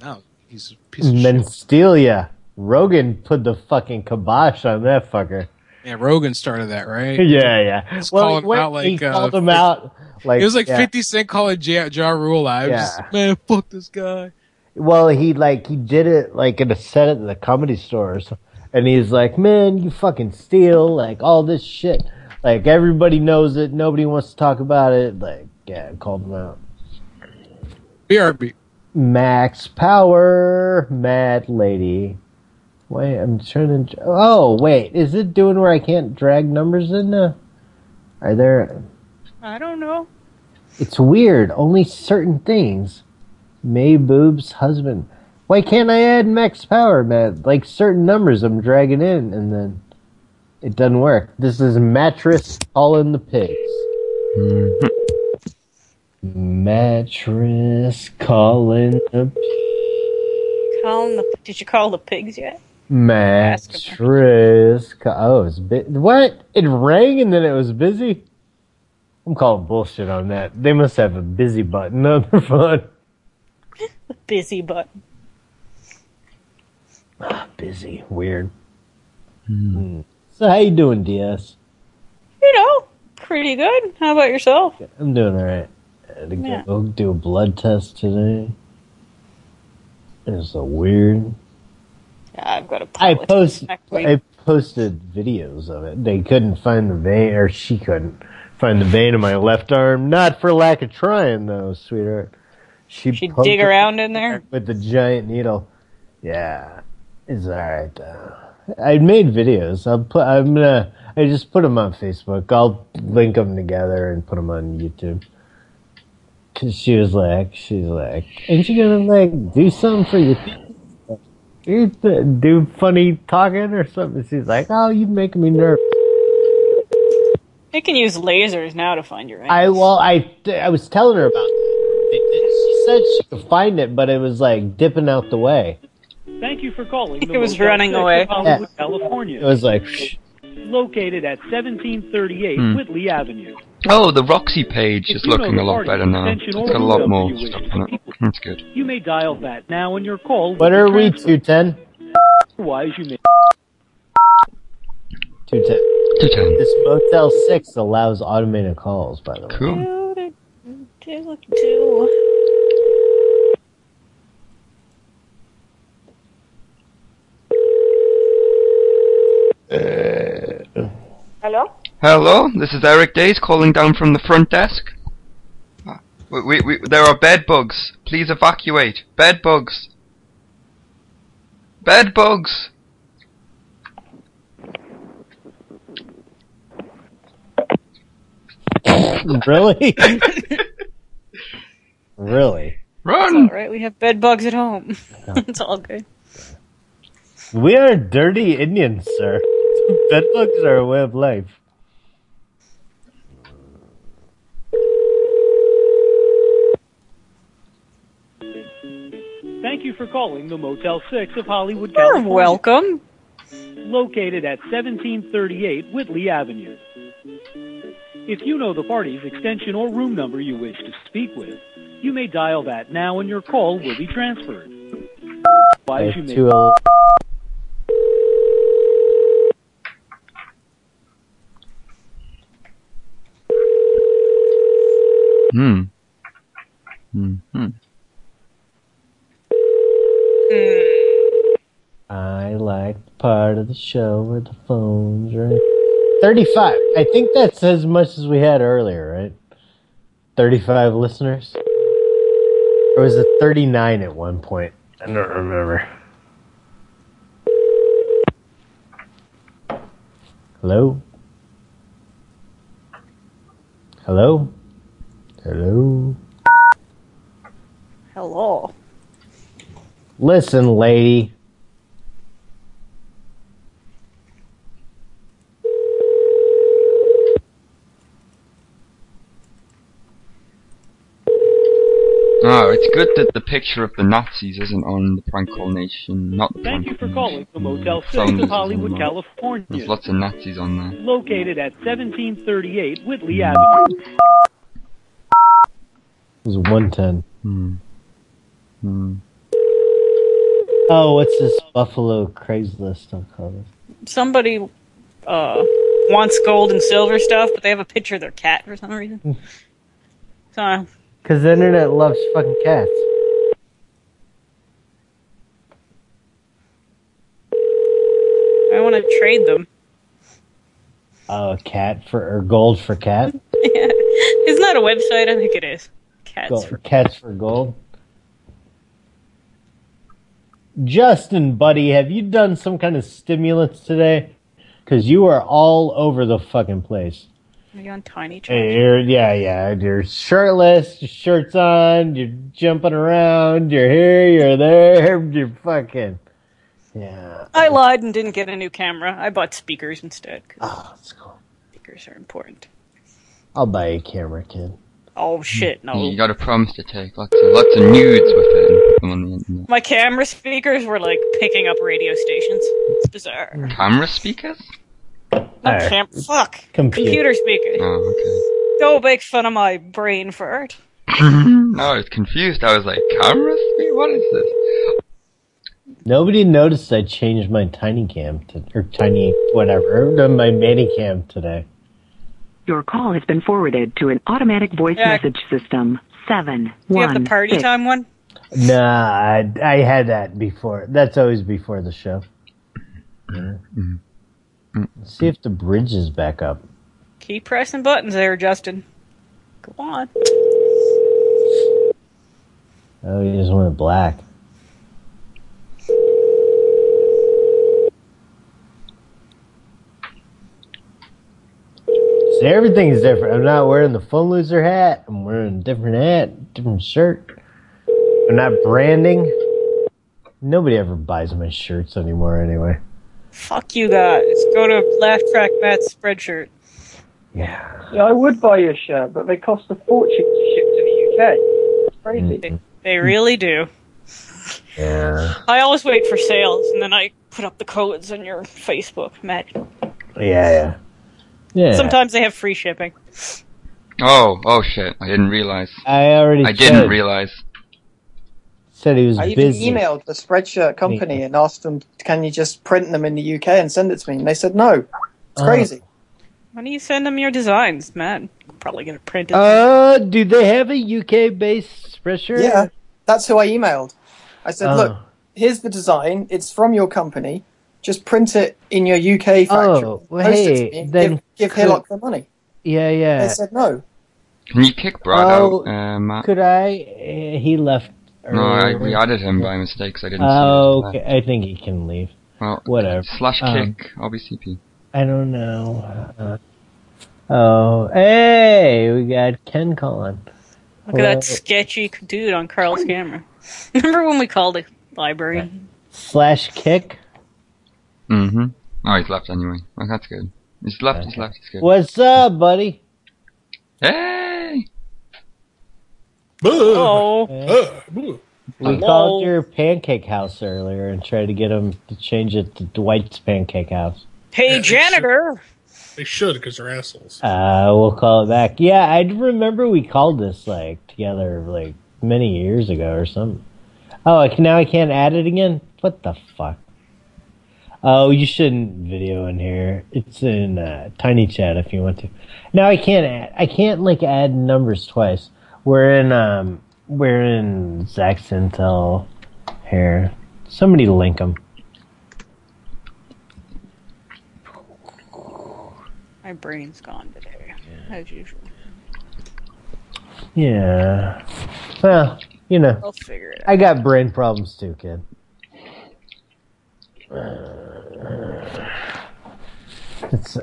Oh, he's a piece of Menstelia. Rogan put the fucking kibosh on that fucker. yeah. Rogan started that, right? Yeah, yeah. He's Well, calling he went- out like he uh, called him out, like, it was like yeah. Fifty Cent calling Ja, ja Rule out. I was Yeah. just, man, fuck this guy. Well, he like he did it like in a set at the comedy stores, and he's like, "Man, you fucking steal like all this shit. Like everybody knows it. Nobody wants to talk about it. Like, yeah, called him out." BRB. Max Power, Mad Lady. Wait, I'm trying to. Oh, wait, is it doing where I can't drag numbers in? Uh, are there? I don't know. It's weird. Only certain things. May Boob's husband. Why can't I add max power, man? Like certain numbers I'm dragging in, and then it doesn't work. This is mattress calling the pigs. Mattress calling the Calling the. Did you call the pigs yet? mattress. Ca- oh, it's bu- what? It rang and then it was busy. I'm calling bullshit on that. They must have a busy button on their phone. The busy button. busy. Weird. Hmm. So how you doing, DS? You know, pretty good. How about yourself? I'm doing all right. I had to Yeah. go do a blood test today. It was so weird. I've got a I post next week. I posted videos of it. They couldn't find the vein, or she couldn't find the vein in my left arm. Not for lack of trying, though, sweetheart. She she dig around in there. with the giant needle. Yeah, it's all right though. I made videos. I'll put. I'm gonna. I just put them on Facebook. I'll link them together and put them on YouTube. Cause she was like, she's like, ain't you gonna like do something for your do, th- do funny talking or something? She's like, oh, you making me nervous. They can use lasers now to find your. I well, I I was telling her about. It. She said she could find it, but it was like dipping out the way. Thank you for calling. It was running away. Hollywood, Yeah. California. It was like. located at 1738 Hmm. Whitley Avenue. Oh, the Roxy page is looking a lot better now. It's got a lot more stuff on it. That's good. You may dial that now and your call. What are we? Two ten. Otherwise, you may. Two ten. Two ten. This Motel Six allows automated calls. By the way. Cool. Do, do. Hello? Hello, this is Eric Days calling down from the front desk. Ah, We, we, we, there are bed bugs. Please evacuate. Bed bugs. Bed bugs. really? really? It's all right. We have bed bugs at home. it's all good. We are dirty Indians, sir. Bedbugs are a way of life. Thank you for calling the Motel 6 of Hollywood, You're California. welcome. Located at 1738 Whitley Avenue. If you know the party's extension or room number you wish to speak with, you may dial that now and your call will be transferred. Otherwise, you may. Two L- Hmm. Hmm. Hmm. Mm, I like the part of the show where the phones ring. Thirty-five. I think that's as much as we had earlier, right? Thirty-five listeners. Or was it thirty-nine at one point? I don't remember. Hello. Hello. Hello. Hello. Listen, lady. Oh, it's good that the picture of the Nazis isn't on the prank call nation. Not the Thank you prank for calling the Motel phone 6 of doesn't Hollywood, sound right. There's California. lots of Nazis on there. Located at 1738 Whitley Avenue. It was 110. Hmm. Oh, what's this Buffalo Craigslist? I'll call it. Somebody uh, wants gold and silver stuff, but they have a picture of their cat for some Hmm. reason. so uh, Because the internet loves fucking cats. I want to trade them. Oh, cat for, or gold for cat? Isn't that a website? I think it is. Cats. Gold- cats for gold. Justin, buddy, have you done some kind of stimulants today? Because you are all over the fucking place. Are you on Tiny Chat? Hey, you're, yeah, yeah. You're shirtless, your shirt's on, you're jumping around, you're here, you're there, you're fucking. Yeah. I lied and didn't get a new camera. I bought speakers instead. Oh, that's cool. Speakers are important. I'll buy you a camera, kid. Oh shit, no. Hmm. You got a promise to take lots of lots of nudes with it and put them on the internet. My camera speakers were like picking up radio stations. It's bizarre. Camera speakers? No Oh. cam- fuck. Computer. Computer speakers. Oh, okay. Don't make fun of my brain for it. no, I was confused. I was like, camera speed? What is this? Nobody noticed I changed my tiny cam to, or tiny whatever, no, my mini cam today. Your call has been forwarded to an automatic voice Yeah. message system. Seven. Do you have one, the party six. time one? Nah, I, I had that before. That's always before the show. Let's see if the bridge is back up. Keep pressing buttons there, Justin. Go on. Oh, he just went black. See, everything's different. I'm not wearing the phone loser hat. I'm wearing a different hat, different shirt. I'm not branding. Nobody ever buys my shirts anymore, anyway. Fuck you guys. Go to Laugh Track Matt's spreadshirt. Yeah, I would buy you a shirt, but they cost a fortune to ship to the UK. It's Hmm. crazy. They really do. Yeah. I always wait for sales and then I put up the codes on your Facebook, Matt. Yeah, yeah. Yeah. Sometimes they have free shipping. Oh, oh shit. I didn't realize. I already I didn't said- realize. Said he was I even busy. emailed the spreadshirt company and asked them, "Can you just print them in the UK and send it to me?" And they said, "No, it's Oh. crazy." Why don't you send them your designs, Matt? Probably gonna print it. Uh, do they have a UK based spreadshirt? Yeah, that's who I emailed. I said, Oh. "Look, here's the design. It's from your company. Just print it in your UK factory. Oh, and post it to hey, me and then give, give could- Hillock the money." Yeah, yeah. They said no. Can you kick Brad Oh, out, uh, Matt? Could I? eh, He left. No, I, earlier. we added him by mistake 'cause I didn't Oh, see okay. it. I think he can leave. Well, Whatever. Slash Um, kick, RBCP. I don't know. Uh, oh, hey, we got Ken calling. Look at that sketchy dude on Carl's camera. Remember when we called the library? Slash kick. Mm-hmm. Oh, he's left anyway. Well, that's good. He's left, he's left, he's good. Eh? What's up, buddy? Hey! Oh. We called your pancake house earlier and tried to get him to change it to Dwight's pancake house. Hey, janitor! They should, because they're assholes. Uh, we'll call it back. Yeah, I remember we called this like together like many years ago or something. Oh, I can, now I can't add it again. What the fuck? Oh, you shouldn't video in here. It's in uh, Tiny Chat if you want to. Now I can't add. I can't like add numbers twice. We're in um, we're in Zach's Intel here. Somebody link them. My brain's gone today, as usual. Yeah. Well, you know. I'll figure it I got brain problems too, kid. It's,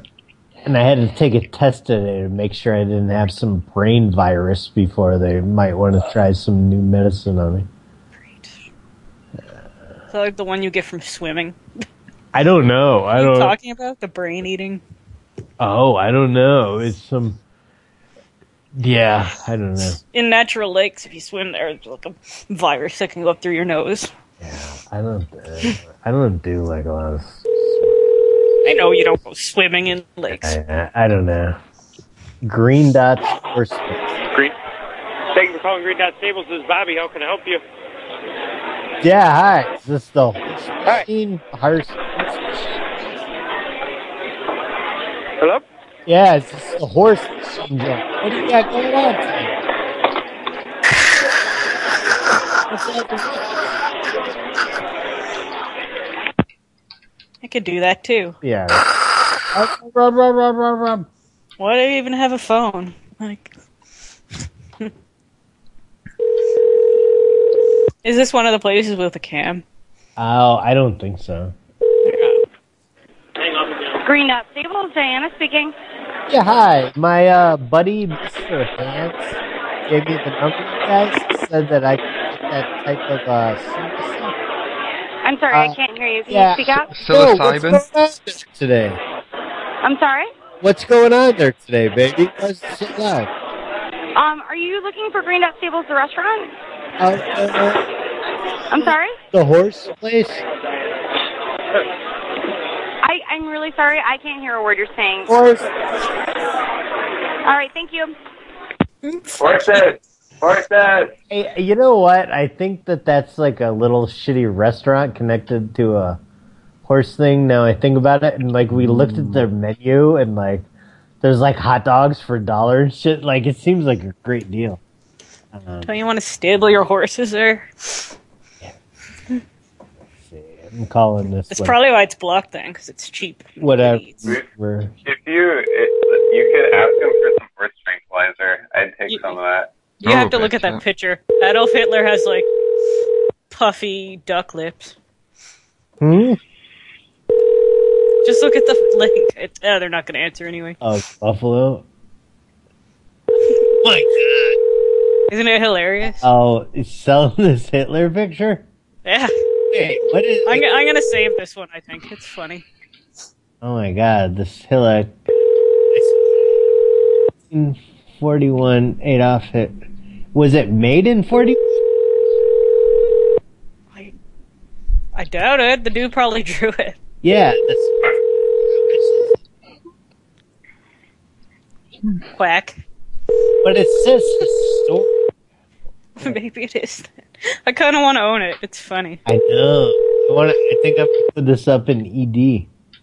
and I had to take a test today to make sure I didn't have some brain virus before they might want to try some new medicine on me. Is that like the one you get from swimming? I don't know. I don't. Talking about the brain eating. Oh, I don't know. It's some Yeah, I don't know. In natural lakes, if you swim there, there's like a virus that can go up through your nose. I don't. Uh, I don't do like a lot of. I know you don't go swimming in lakes. I, I don't know. Green dots or space. Green. Thank you for calling Green Dot Stables. This is Bobby. How can I help you? Yeah, hi. Is this the horse horse? Hello? Yeah, it's just the horse machine job. What do you got going on? I could do that too. Yeah. Rub, rub, rub, rub, rub. Why do you even have a phone? Like, is this one of the places with a cam? Oh, I don't think so. Green Dot Stables, Diana speaking. Yeah, hi. My uh, buddy, Mr. Hans, gave me the number, you guys. Said that I could get that type of uh, service I'm sorry, I can't hear you. Can Uh, yeah. you speak up? No, what's going on today. I'm sorry. What's going on there today, baby? Why's it so loud? Um, are you looking for Green Dot Stables, the restaurant? Uh, uh, I'm sorry. the horse place? I I'm really sorry. I can't hear a word you're saying. Horse. All right. Thank you. Horses. Horses. Hey, you know what? I think that that's like a little shitty restaurant connected to a horse thing. Now I think about it, and like we looked at their menu, and like there's like hot dogs for a dollar and shit. Like it seems like a great deal. Um, Don't you want to stable your horses there? I'm calling this. That's like, probably why it's blocked then, because it's cheap. whatever. we're- If you it, you could ask him for some horse tranquilizer, I'd take some of that. You have to look at that picture. Adolf Hitler has like puffy duck lips. Hmm? Just look at the link. It, oh, they're not going to answer anyway. Oh, Buffalo. Isn't it hilarious? Oh, it's selling this Hitler picture. Yeah. what is? I'm, I'm going to save this one. I think it's funny. Oh my God, this Hitler. 41 Adolf hit. Was it made in 40? I doubt it. The dude probably drew it. Yeah, that's Quack. But it says historic. Maybe it is. I kind of want to own it. It's funny. I know. I, wanna, I think I'm gonna put this up in E ED.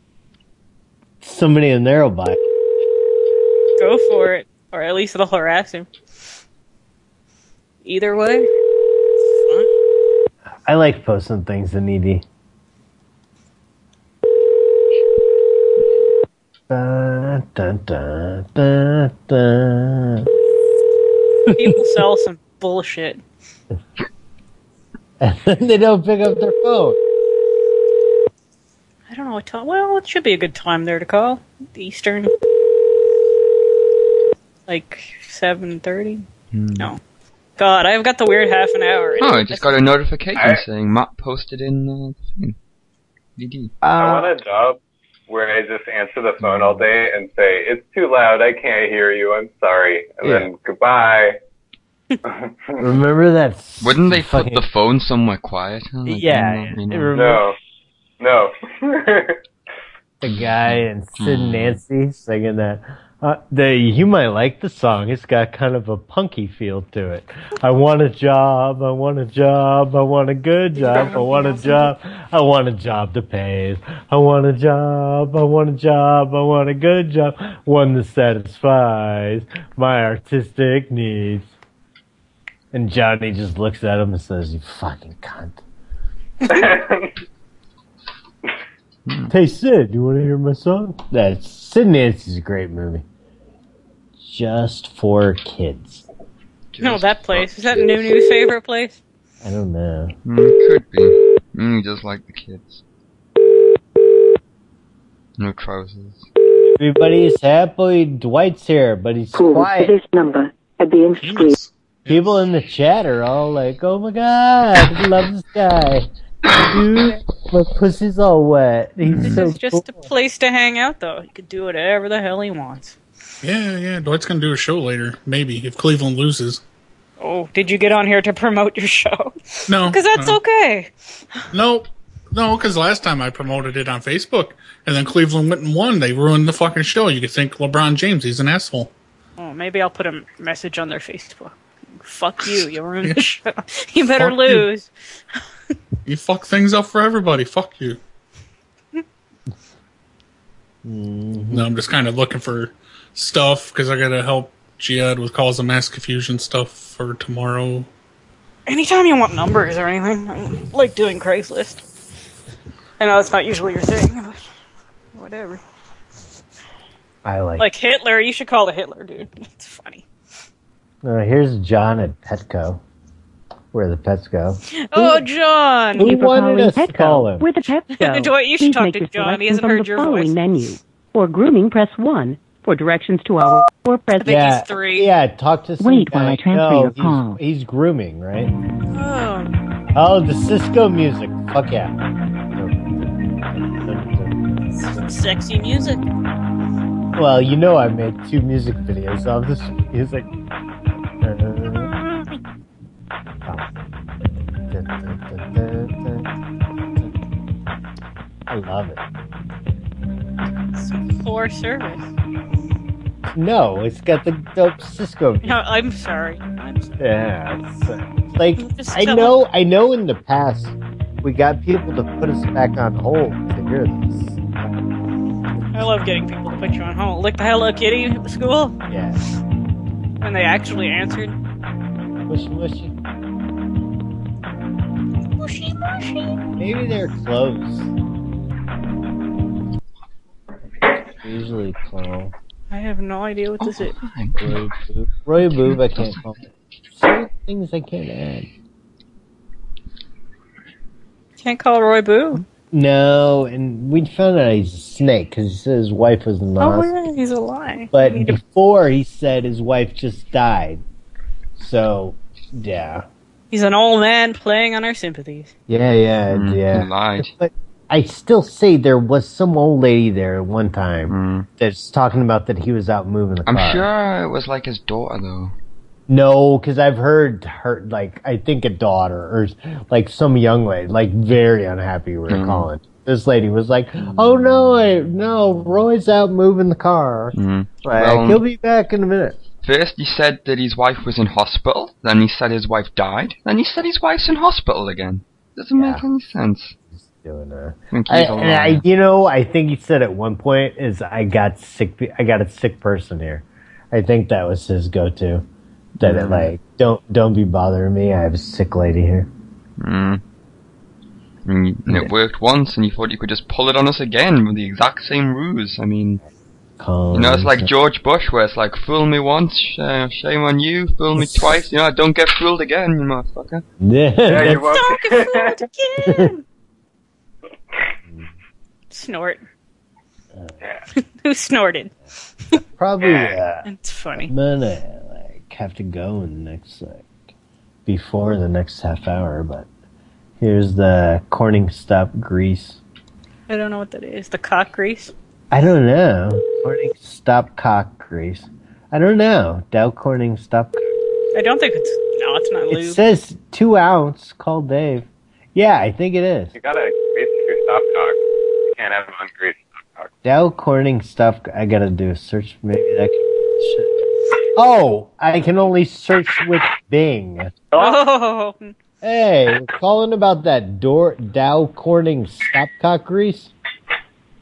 Somebody in there will buy it. Go for it, or at least it'll harass him. Either way. I like posting things in E ED. Dun, dun, dun, dun, dun. People sell some bullshit. they don't pick up their phone. I don't know what time. Well, it should be a good time there to call. Eastern, like seven thirty. No. God, I've got the weird half an hour. Oh, I just got a notification saying Matt posted in uh, thing. DD. Uh, I want a job where I just answer the phone all day and say, It's too loud, I can't hear you, I'm sorry. And then goodbye. Remember that? Wouldn't they put the phone somewhere quiet? huh? Like, Yeah, you yeah, know. remember- No. No. the guy and Sid and Nancy singing that. Uh, the you might like the song. It's got kind of a punky feel to it. I want a job. I want a job. I want a good job. I want a job. I want a job that pays. I want a job. I want a job. I want a good job. One that satisfies my artistic needs. And Johnny just looks at him and says, "You fucking cunt." Hmm. Hey Sid, you want to hear my song? That Sid and Nancy's a great movie. Just for kids. No, that place is that new new favorite place. I don't know. Mm, could be. Mm, just like the kids. No trousers. Everybody's happy. Dwight's here, but he's quiet. this number at the end screen. People in the chat are all like, "Oh my god, we love this guy, dude. My pussy's all wet. He's so Hmm. It's just cool." a place to hang out, though. He could do whatever the hell he wants. Yeah, yeah. Dwight's gonna do a show later, maybe if Cleveland loses. Oh, did you get on here to promote your show? No, Because that's no. okay. No, no, because last time I promoted it on Facebook, and then Cleveland went and won. They ruined the fucking show. You could think LeBron James, he's an asshole. Oh, maybe I'll put a message on their Facebook. Fuck you, you ruined the show. You better Fuck you. lose. You fuck things up for everybody. Fuck you. Mm-hmm. No, I'm just kind of looking for stuff because I gotta help Jihad with cause of mass confusion stuff for tomorrow. Anytime you want numbers or anything, I like doing Craigslist. I know it's not usually your thing, but whatever. I like. Like Hitler, you should call the Hitler dude. It's funny. Uh, here's John at Petco. Where the pets go. Oh, John. Who wanted us to call him? Where the pets go. Dwight, you should Please talk make to your John. selections He hasn't from heard the your following voice. menu. For grooming, press 1. For directions to our... For press... yeah, three. Yeah, talk to some Wait while guy. I transfer No, your he's- call. He's, grooming, right? Oh. Oh, the Cisco music. Fuck yeah. Some Oh, sexy music. Well, you know I made two music videos of this music. I love it. For service. No, it's got the dope Cisco. No, I'm sorry. I'm sorry. Yeah, it's, uh, like Just I tell know, I know. In the past, we got people to put us back on hold to hear this. I love getting people to put you on hold. Like the Hello Kitty school, Yeah, when they actually answered. mushy mushy. Maybe they're closed. Usually clone. I have no idea what this is. Roy Boob. Roy Boob, I can't call. Some things I can't add. Can't call Roy Boo. No, and we found out he's a snake because he said his wife was an Oh, ostrich. yeah, he's a lie. But before he said his wife just died. So, yeah. He's an old man playing on our sympathies. Yeah, yeah, yeah. Mm, Lied. But I still say there was some old lady there one time that's talking about that he was out moving the Mm. I'm car. sure it was like his daughter though. No, because I've heard her, like, I think a daughter or like some young lady, like, very unhappy we were Mm. calling. This lady was like, oh no, I, no, Roy's out moving the car. Like, Mm. Well- he'll be back in a minute. First, he said that his wife was in hospital. Then he said his wife died. Then he said his wife's in hospital again. Doesn't make any sense. Doing think I, he's a and liar. I, you know, I think he said at one point is I got sick. pe- I got a sick person here. I think that was his go-to. That it Mm. like don't don't be bothering me. I have a sick lady here. Mm. I mean, and it worked once, and you thought you could just pull it on us again with the exact same ruse. I mean, Calm. you know, it's like George Bush, where it's like, fool me once, sh- uh, shame on you, fool me twice, you know, don't get fooled again, you motherfucker. Yeah, Yeah, that's- you're welcome. Snort. Who snorted? probably uh, It's funny. I'm gonna uh, like have to go in the next like before the next half hour. But here's the Corning Stop Grease. I don't know what that is. The cock grease? I don't know. Corning Stop Cock Grease. I don't know. Dow Corning Stop. I don't think it's. No, it's not It lube. says two ounce. Call Dave. Yeah, I think it is. You gotta grease your stop cock. You can't have them ungreased. Dow Corning stuff. I gotta do a search. Maybe that. Can, shit. Oh, I can only search with Bing. Oh. Hey, we're calling about that door Dow Corning stopcock grease.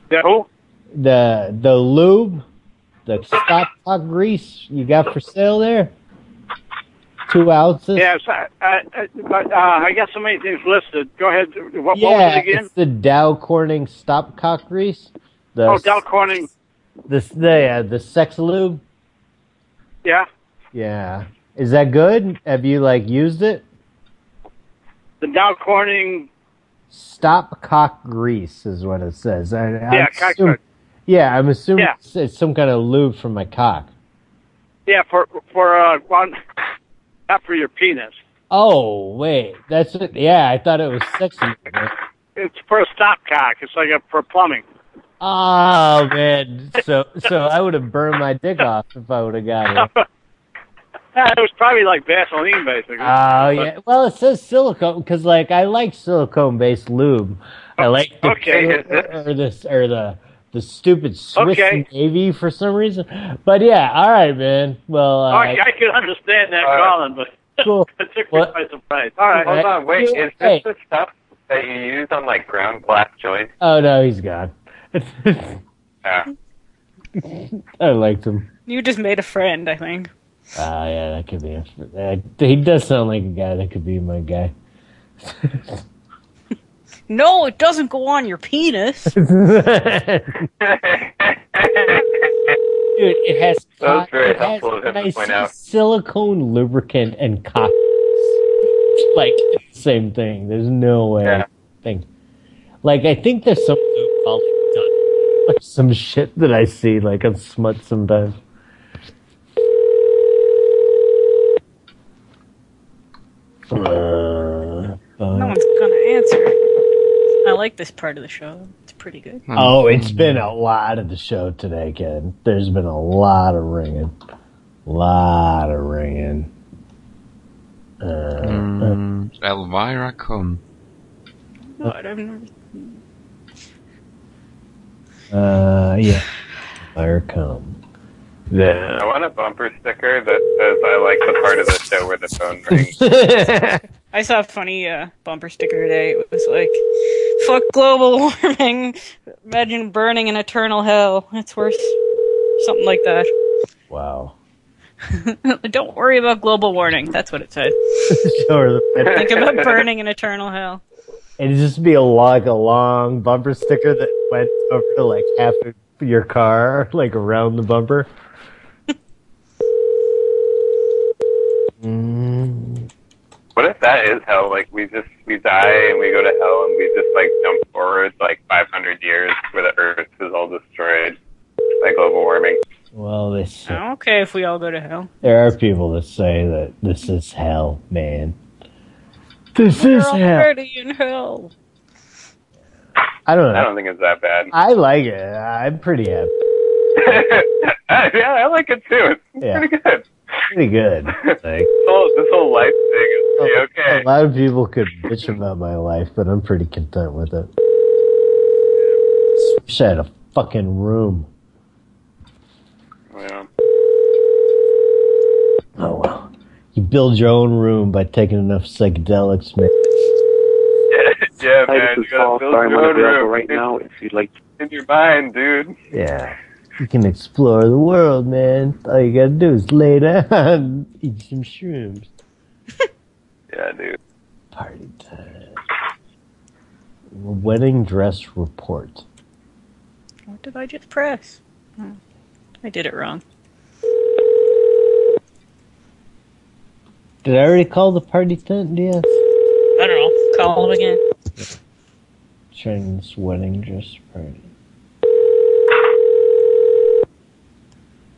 No. The the lube, the stopcock grease you got for sale there. Two ounces. Yes, I, I, I- but uh, I got so many things listed. Go ahead. What, what was Yeah, it again? it's the Dow Corning stopcock grease. The oh, Dow Corning. the the, uh, the sex lube. Yeah, Yeah. Is that good? Have you like used it? the Dow Corning. Stop cock grease is what it says. I, Yeah, I'm cock assuming, grease. yeah, I'm assuming Yeah. it's, it's some kind of lube for my cock. Yeah, for for uh, one, not for your penis. Oh wait, that's it. Yeah, I thought it was sexy. It's for a stopcock. It's like a for plumbing. Oh man, so so I would have burned my dick off if I would have got it. Yeah, it was probably like Vaseline, basically. Oh yeah, well it says silicone because like I like silicone based lube. I like the Oh, Okay. or, this or the the stupid Swiss Okay. Navy for some reason. But yeah, all right, man. Well, uh, I, I could understand that, All right. Colin, but Cool. it took What- me by surprise. All right. Hold on, wait. Is Hey. this the stuff that you use on like ground glass joints? oh no, he's gone. Yeah. I liked him. You just made a friend, I think. Ah, yeah, that could be. it. Uh, he does sound like a guy that could be my guy. No, it doesn't go on your penis. Dude, it has That was very Uh, it has helpful of him to nice point out. silicone lubricant and cock. Like same thing. There's no way. Thing. Like I think there's some lube called nut or some shit that I see like on smut sometimes. Uh, No uh, one's gonna answer. I like this part of the show. It's pretty good. oh, it's been a lot of the show today, Ken. There's been a lot of ringing, lot of ringing. Uh, Mm, Elvira Cum. God, I've never... Uh, yeah. Fire come. Yeah. I want a bumper sticker that says I like the part of the show where the phone rings. I saw a funny uh, bumper sticker today. It was like, "Fuck global warming. Imagine burning in eternal hell. It's worse." Something like that. Wow. Don't worry about global warming. That's what it said. Or the- Think about burning in eternal hell. It'd just be a log, a long bumper sticker that went over to like half of your car, like around the bumper. Mm. What if that is hell? Like we just we die and we go to hell and we just like jump forward like 500 years where the Earth is all destroyed by global warming. Well, this I'm okay if we all go to hell. there are people that say that this is hell, man. This We're is all hell. already in hell. I don't I know. don't think it's that bad. I like it. I'm pretty happy. yeah, I like it too. It's Yeah. pretty good. Pretty good. Like, This whole, this whole life thing is pretty a okay. lot of people could bitch about my life, but I'm pretty content with it. Just Wish I had a fucking room. Yeah. Oh well. You build your own room by taking enough psychedelics, man. Yeah, Hi, man, this you is gotta Paul build your Starman own available room right in- now if you'd like. in your mind, dude. Yeah. You can explore the world, man. All you gotta do is lay down, eat some shrooms. Yeah, dude. Party time. Wedding dress report. What did I just press? Hmm. I did it wrong. Did I already call the party tent? Yes. I don't know. Call him again. Chinese wedding dress party.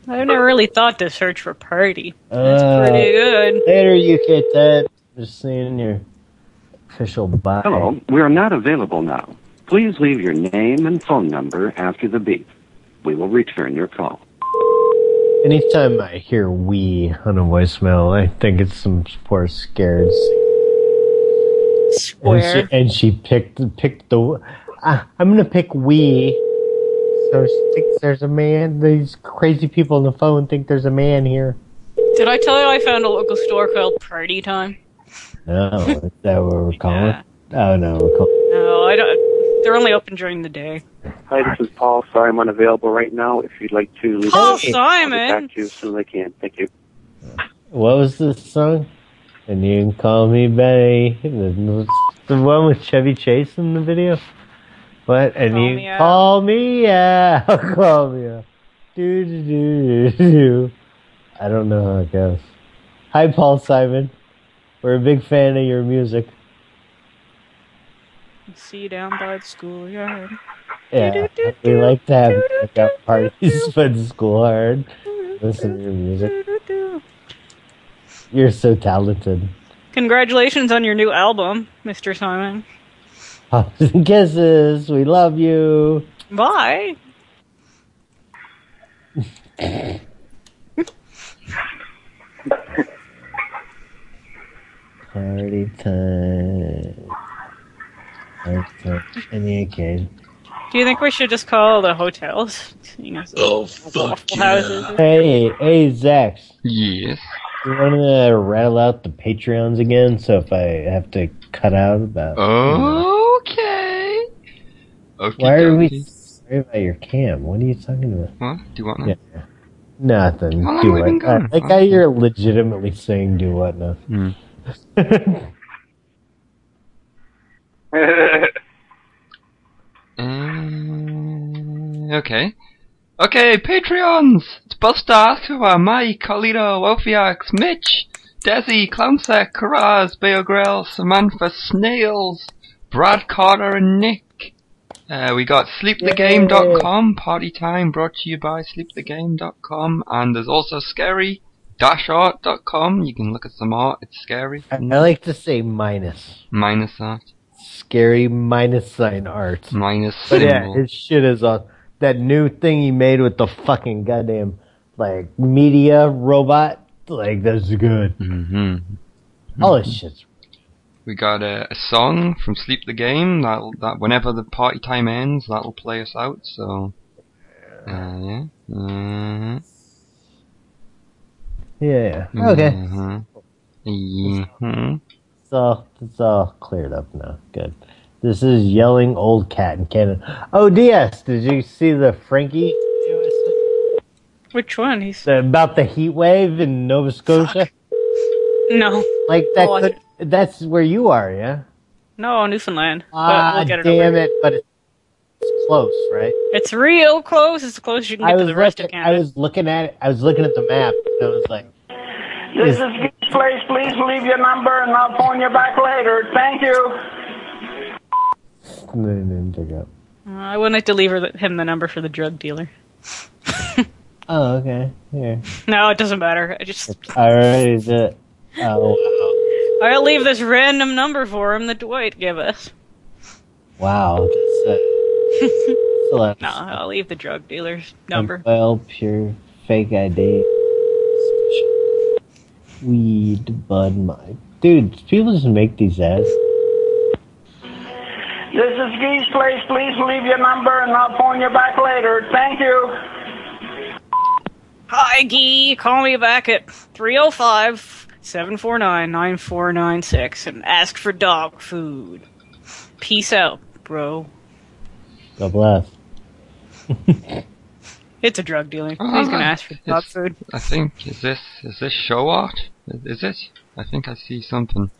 I've never really thought to search for party. That's pretty good. Uh, Later, UK Ted. Just seeing your official bio. Hello, we are not available now. Please leave your name and phone number after the beep. We will return your call. Anytime I hear "we" on a voicemail, I think it's some poor scared. Square. And she, and she picked picked the. Uh, I'm gonna pick "we." So she thinks there's a man. These crazy people on the phone think there's a man here. Did I tell you I found a local store called Party Time? No, Oh, is that what we're calling? Oh no, we're calling. No, I don't. They're only open during the day. Hi, this is Paul. Sorry, I'm unavailable right now. If you'd like to leave, Paul I'll get Simon! back to you as soon as I can. Thank you. What was this song? And you can call me Benny. The, the one with Chevy Chase in the video. What? And you me out. call me out. Call me out. Do do do do do. I don't know how it goes. Hi, Paul Simon. We're a big fan of your music. See you down by the schoolyard. Yeah, we like to have pickup parties when school hard. Listen to your music. You're so talented. Congratulations on your new album, Mr. Simon. Hugs and kisses. We love you. Bye. Party time. Party time. Any occasion. Do you think we should just call the hotels? You know, oh fuck Hey, hey, Zax. Yes. You want to rattle out the Patreons again? So if I have to cut out about. Oh, Okay. Okay. Why are we sorry about your cam? What are you talking about? Huh? Do you want Yeah. Nothing. How long do we what? been I gone? like how you're legitimately saying do what now. Uh, okay. Okay, Patreons! It's Busta, Asua, Mai, Colito, Ophiax, Mitch, Desi, Clownsec, Karaz, Beogrel, Samantha, Snails, Brad Carter, and Nick. Uh, we got sleepthegame.com, party time brought to you by sleepthegame.com, and there's also scary art.com. You can look at some art, it's scary. I like to say minus. Minus art. Scary minus sign art. Minus But yeah, symbol. his shit is on that new thing he made with the fucking goddamn like media robot. Like that's good. Mm-hmm. All this shit's We got a, a song from Sleep the Game that that whenever the party time ends, that'll play us out. So, uh, yeah, uh, yeah. Mm-hmm. yeah. Okay. mhm. It's all it's all cleared up now. Good. This is yelling old cat in Canada. Oh DS, did you see the Frankie Which one? He's the, about the heat wave in Nova Scotia? no, Like that Oh, I- could, that's where you are, yeah? no Newfoundland. But Ah, we'll get it damn over. it, but it's it's close, right? It's real close. It's close you can I get to was the rest of looking, I Canada. was looking at it. I was looking at the map. And I was like, This is- is Geek Place. Please leave your number and I'll phone you back later. Thank you. no, no, no, no. Uh, I would like to leave her, the- him the number for the drug dealer. Oh, okay. Here. No, it doesn't matter. I just I already did it. Oh, I'll leave this random number for him that Dwight gave us. wow. Wow. That's, uh, that's a lot. No, I'll leave the drug dealer's Um, number. Well, pure fake ID. Weed, bud, my. Dude, people just make these ads. This is Geek Place. Please leave your number and I'll phone you back later. Thank you. Hi, Gee. Call me back at 305 749 9496 and ask for dog food. Peace out, bro. God bless. It's a drug dealer. He's gonna ask for dog Uh-huh. It's- food. uh, I think is this is this show art? Is- Is it? I think I see something.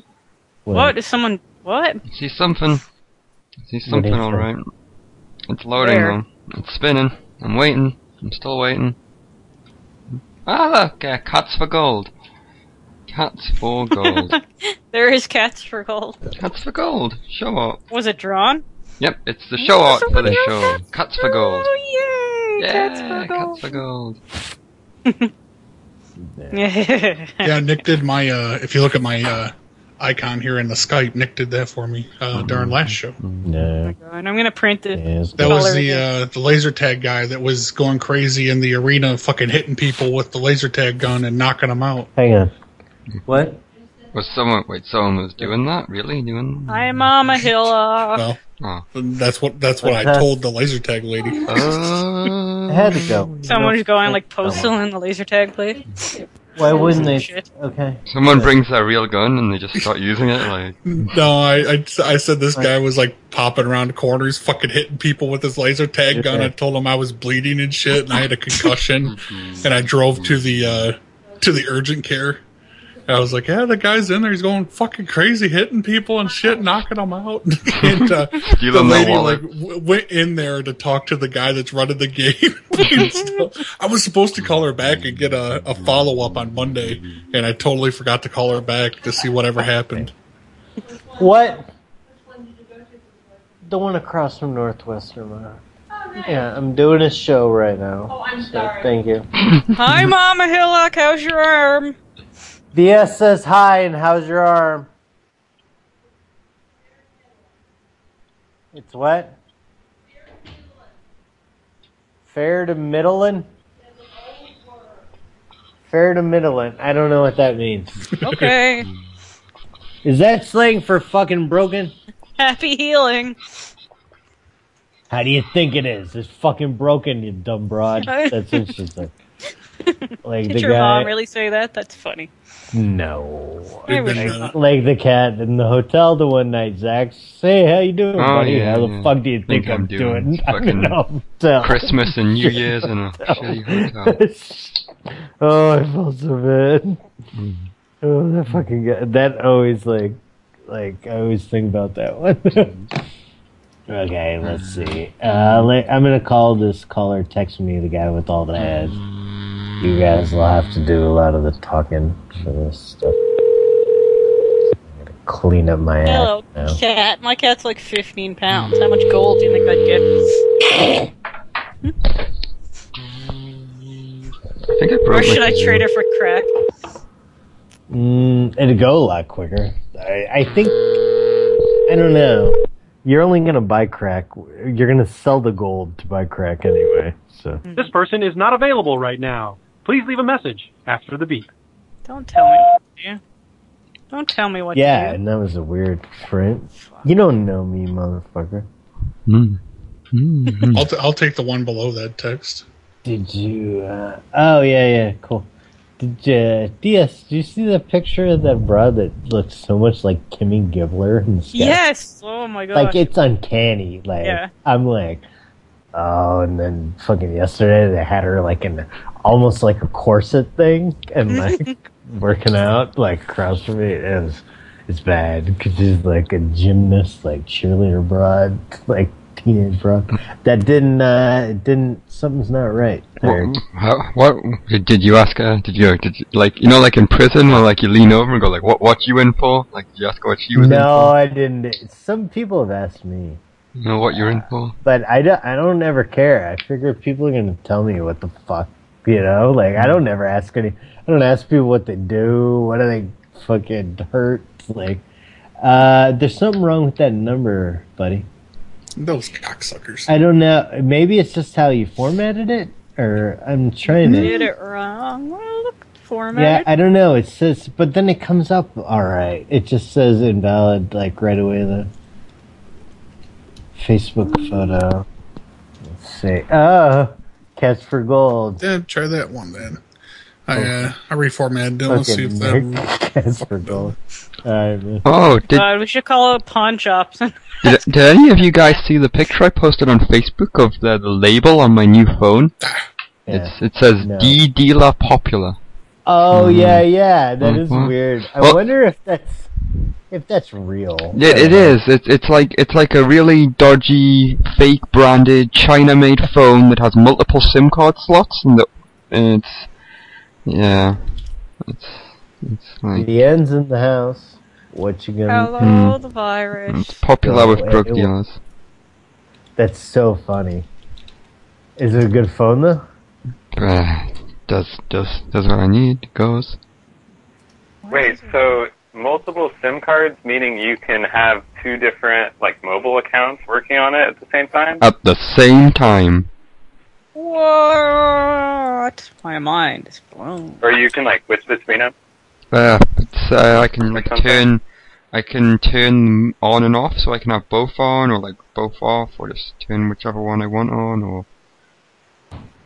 What? Is someone. What? I see something. I see What something. is All that? right. It's loading Where? though. It's spinning. I'm waiting. I'm still waiting. Ah, look, uh, cats for gold. Cats for gold. there is cats for gold. Cats for gold. Show up. Was it drawn? Yep, it's the show art for the somebody show. Cuts for gold. Oh, yay! Yeah, cats for cuts gold. for gold. yeah, Nick did my. Uh, if you look at my uh, icon here in the Skype, Nick did that for me uh, during last show. No. and I'm gonna print the. That was color the again. uh, the laser tag guy that was going crazy in the arena, fucking hitting people with the laser tag gun and knocking them out. Hang on. What? Was someone wait? Someone was doing that? Really doing? Hi, Mama Hillock. uh, Well, Oh. that's what that's what I Uh-huh. told the laser tag lady. I had to go. Someone's going like postal in the laser tag plate. Why wouldn't they? Shit. Okay. Someone brings their real gun and they just start using it. Like No, I, I, I said this guy was like popping around corners, fucking hitting people with his laser tag gun. I told him I was bleeding and shit, and I had a concussion, and I drove to the uh, to the urgent care. I was like, yeah, the guy's in there. He's going fucking crazy, hitting people and shit, knocking them out. and uh, Stealing the their lady like wallet. w- went in there to talk to the guy that's running the game. And stuff. I was supposed to call her back and get a, a follow up on Monday, and I totally forgot to call her back to see whatever happened. What? The one across from Northwestern. Vermont. Yeah, I'm doing a show right now. Oh, I'm sorry. Thank you. Hi, Mama Hillock. How's your arm? DS says hi and how's your arm? It's what? Fair to middling? Fair to middling. I don't know what that means. Okay. Is that slang for fucking broken? Happy healing. How do you think it is? It's fucking broken, you dumb broad. That's what she said. Like Did the your guy. Hmm. mom really say that? That's funny. No. There we go. Like, like the cat in the hotel the one night, Zach. Say, how you doing, Oh, buddy? yeah, how the yeah. fuck do you think, I'm, doing? I'm in a fucking hotel. Christmas and New Year's in a shitty hotel. Mm. oh, I felt so bad. Oh, that fucking guy. That always like, like I always think about that Mm. one. okay, let's see. Uh, like, I'm gonna call this caller. Text me the guy with all the heads. You guys will have to do a lot of the talking for this stuff. I'm gonna clean up my Hello, ass now. cat. My cat's like 15 pounds. How much gold do you think I'd get? I think I Hmm? Or broke should my- I trade her for crack? Mm, it'd go a lot quicker. I, I think. I don't know. You're only gonna buy crack. You're gonna sell the gold to buy crack anyway. So. This person is not available right now. Please leave a message after the beep. Don't tell me what to do. Don't tell me what yeah, to do. and that was a weird print. You don't know me, motherfucker. Hmm. I'll, t- I'll take the one below that text. Did you? Uh, oh yeah, yeah, cool. Did you, DS? Do you see the picture of that broad that looks so much like Kimmy Gibbler and stuff? Yes! Oh my god. like it's uncanny. Like Yeah. I'm like, oh, and then fucking yesterday they had her like in almost like a corset thing and like working out like across from me. It was it's bad because she's like a gymnast, like cheerleader broad, like teenage broad. That didn't uh it didn't something's not right. There. How, what did you ask her? Did you did you, like you know like in prison where like you lean over and go like what what you in for? Like did you ask her what she was in No, for? I didn't. Some people have asked me. You know what you're in for? but I don't, I don't ever care. I figure people are gonna tell me what the fuck, you know. Like I don't ever ask any. I don't ask people what they do. What do they fucking hurt? Like, uh, there's something wrong with that number, buddy. Those cocksuckers. I don't know. Maybe it's just how you formatted it, or I'm trying to. Did it wrong. Well, look, Mm-hmm. Yeah, formatted. I don't know. It says, but then it comes up all right. It just says invalid like right away though. Facebook photo. Let's see. Oh, catch for gold. Yeah, try that one then. I uh, I reformatted it. Let's see Fucking if Nick, that. catch for gold. Uh, Oh, did, God, we should call it pawn shops. did did any of you guys see the picture I posted on Facebook of the, the label on my new phone? It's it says no. D Dealer Popular. Oh Mhm. yeah, yeah. That is Mhm. weird. I Well- wonder if that's if that's real. Yeah, it is. It's it's like it's like a really dodgy, fake branded, China made phone that has multiple SIM card slots, and the, it's yeah, it's it's like hmm. The ends in the house. What you gonna? Hello, the virus. it's popular Go with away. drug Oh, It will- dealers. That's so funny. Is it a good phone though? Uh, does does does what I need goes. Wait, so multiple SIM cards, meaning you can have two different like mobile accounts working on it at the same time? At the same time, What? My mind is blown. Or you can like switch between them? uh, it's, uh, I can like turn, I can turn on and off, so I can have both on or like both off, or just turn whichever one I want on, or.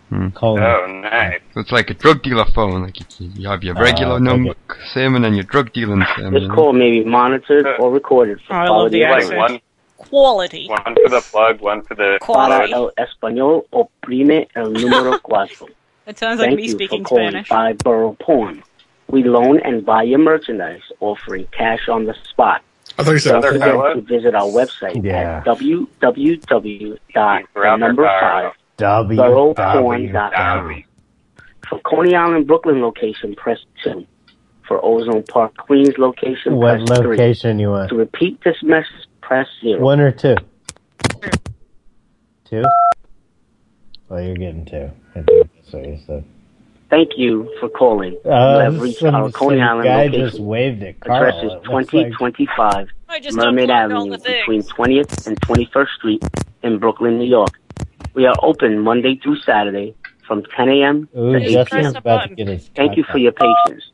Hmm. Oh, nice. So it's like a drug dealer phone. Like you, you have your Ah, regular okay. number SIM and then your drug dealing SIM. This you know? call may be monitored or recorded for Oh, I love quality the Uh, Like accent. one, Quality. one for the plug, one for the. Para el español, oprime el número cuatro. That sounds like Thank me you speaking for calling Spanish. Five Borough Pawn. We loan and buy your merchandise, offering cash on the spot. I thought you said Don't Robert forget Howard. to visit our website Yeah. at www. Robert number Howard. five W. W. boroughporn.com. For Coney Island, Brooklyn location, press two. For Ozone Park, Queens location, What press three. location you want? To repeat this message, press zero. One or two? Two? Well, you're getting two. I think that's what you said. Thank you for calling. Uh, you have reached some- our Coney some Island guy location. just waved at Address Carl. is It looks like- 2025 I just Mermaid unplugged all Avenue the things. between 20th and 21st Street in Brooklyn, New York. We are open Monday through Saturday from 10 a.m. Ooh, to 8 Justin's p.m. about to get his. Thank you for your patience.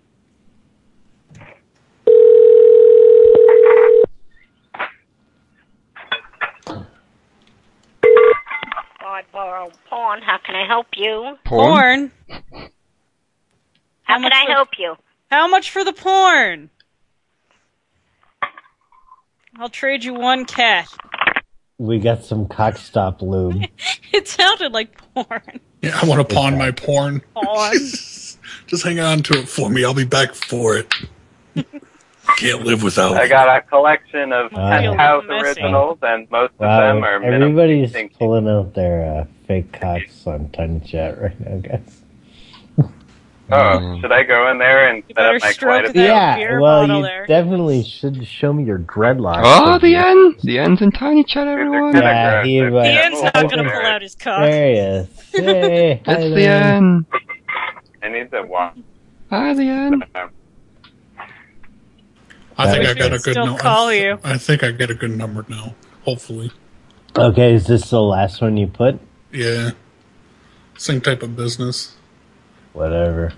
God, borrow porn. How can I help you? Porn? How, can I help you? How much for the porn? I'll trade you one cat. We got some cock stop lube. It sounded like porn. Yeah, I want to pawn my porn. Porn. Just hang on to it for me. I'll be back for it. Can't live without. I it. got a collection of Wow. Penthouse originals, and most Uh, Wow, of them are minimum. everybody's pulling out their uh, fake cocks on Tiny Chat right now, guys. Oh, should I go in there and set up my stroke collidoscope? Yeah, well, you definitely should show me your dreadlocks. Oh, the end! The end's in tiny chat, everyone! Yeah, he was. his There he is. Hey, hi It's the there. end! I need to walk. Hi, the end! I think I Wish we got a could good still number. call I, th- you. I think I get a good number now. Hopefully, Okay, is this the last one you put? yeah. Same type of business. Whatever.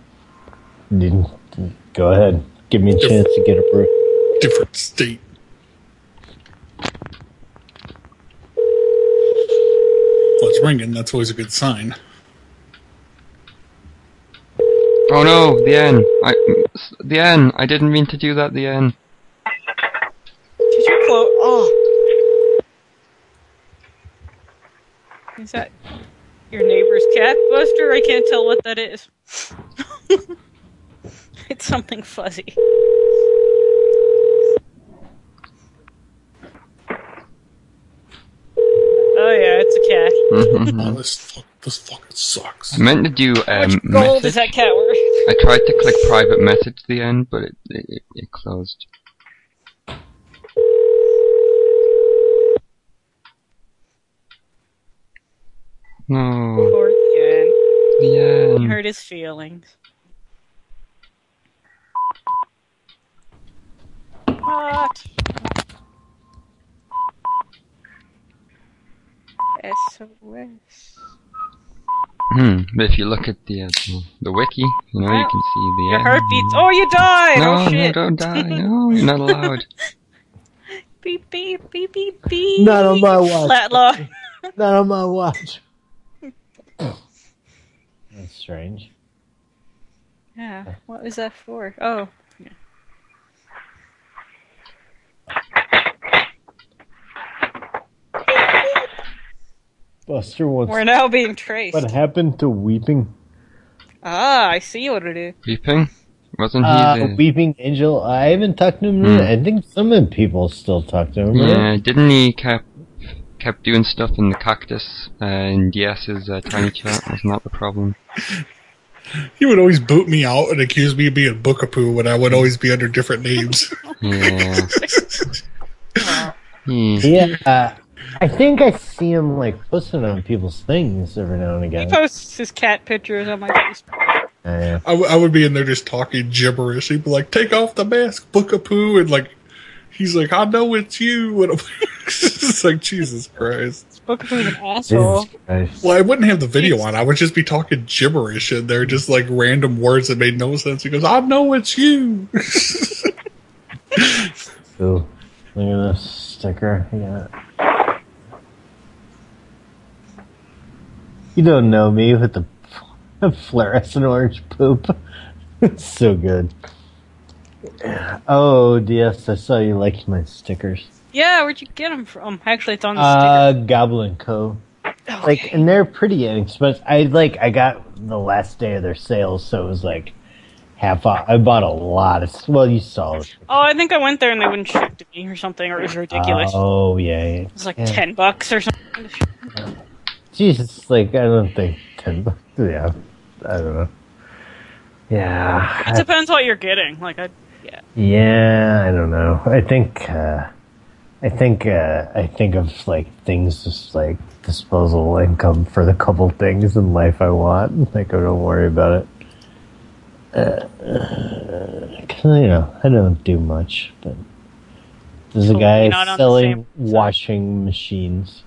Didn't- Go ahead. Give me a chance to get approved. Different state. Well, it's ringing. That's always a good sign. Oh no, the end! I, the end! I didn't mean to do that, the end. Did you quote? Oh. Is that your neighbor's cat, Buster? I can't tell what that is. it's something fuzzy. Oh yeah, it's a cat. Hmm? Oh, this fuck, this fucking sucks. Mm-hmm. I meant to do um, Gold is message. that cat worth? I tried to click private message at the end, but it, it, it closed. No. Poor Ken. Yeah. You hurt his feelings. What? SOS. Hmm. But if you look at the uh, the wiki, you know you can see the Your end. heartbeats. Oh, you died! No, oh, no, shit. don't die. No, you're not allowed. beep, beep, beep, beep, beep. Not on my watch. Flatline. Not on my watch. That's strange. Yeah, what was that for? Oh. Yeah. Buster wants. We're now being traced. What happened to weeping? Ah, I see what it is. Weeping? Wasn't he Uh, the... weeping angel. I haven't talked to him. Hmm. I think some of the people still talk to him. right? Yeah, didn't he kept kept doing stuff in the cactus uh, in DS's uh, tiny chat? Wasn't that the problem? He would always boot me out and accuse me of being Bookapoo when I would always be under different names. Yeah. Yeah, uh, I think I see him like posting on people's things every now and He again. posts his cat pictures on my Facebook. I, w- I would be in there just talking gibberish. He'd be like, "Take off the mask, Bookapoo," and like, he's like, "I know it's you." And I'm it's like, Jesus Christ! Bookapoo's an asshole. Well, I wouldn't have the video on. I would just be talking gibberish in there, just like random words that made no sense. He goes, "I know it's you." Ooh, look at this sticker. I got it. You don't know me with the fluorescent orange poop. it's so good. Oh, DS, I saw you liking my stickers. Yeah, where'd you get him from? Actually, it's on the Uh, Goblin Co. Like, and they're pretty inexpensive. I like, I got the last day of their sales, so it was like half off. I bought a lot of. Well, you saw it. Oh, I think I went there and they wouldn't ship to me or something, or it was ridiculous. Oh yeah, yeah. it was like yeah. ten bucks or something. Jesus, like I don't think ten bucks. Yeah, I don't know. Yeah, It depends what you're getting. Like, I, yeah, yeah, I don't know. I think, uh, I think, uh, I think of like things just like disposable income for the couple things in life I want. Like I don't worry about it. Uh, 'cause, you know, I don't do much, but there's a So guy you're not on the selling same washing machines.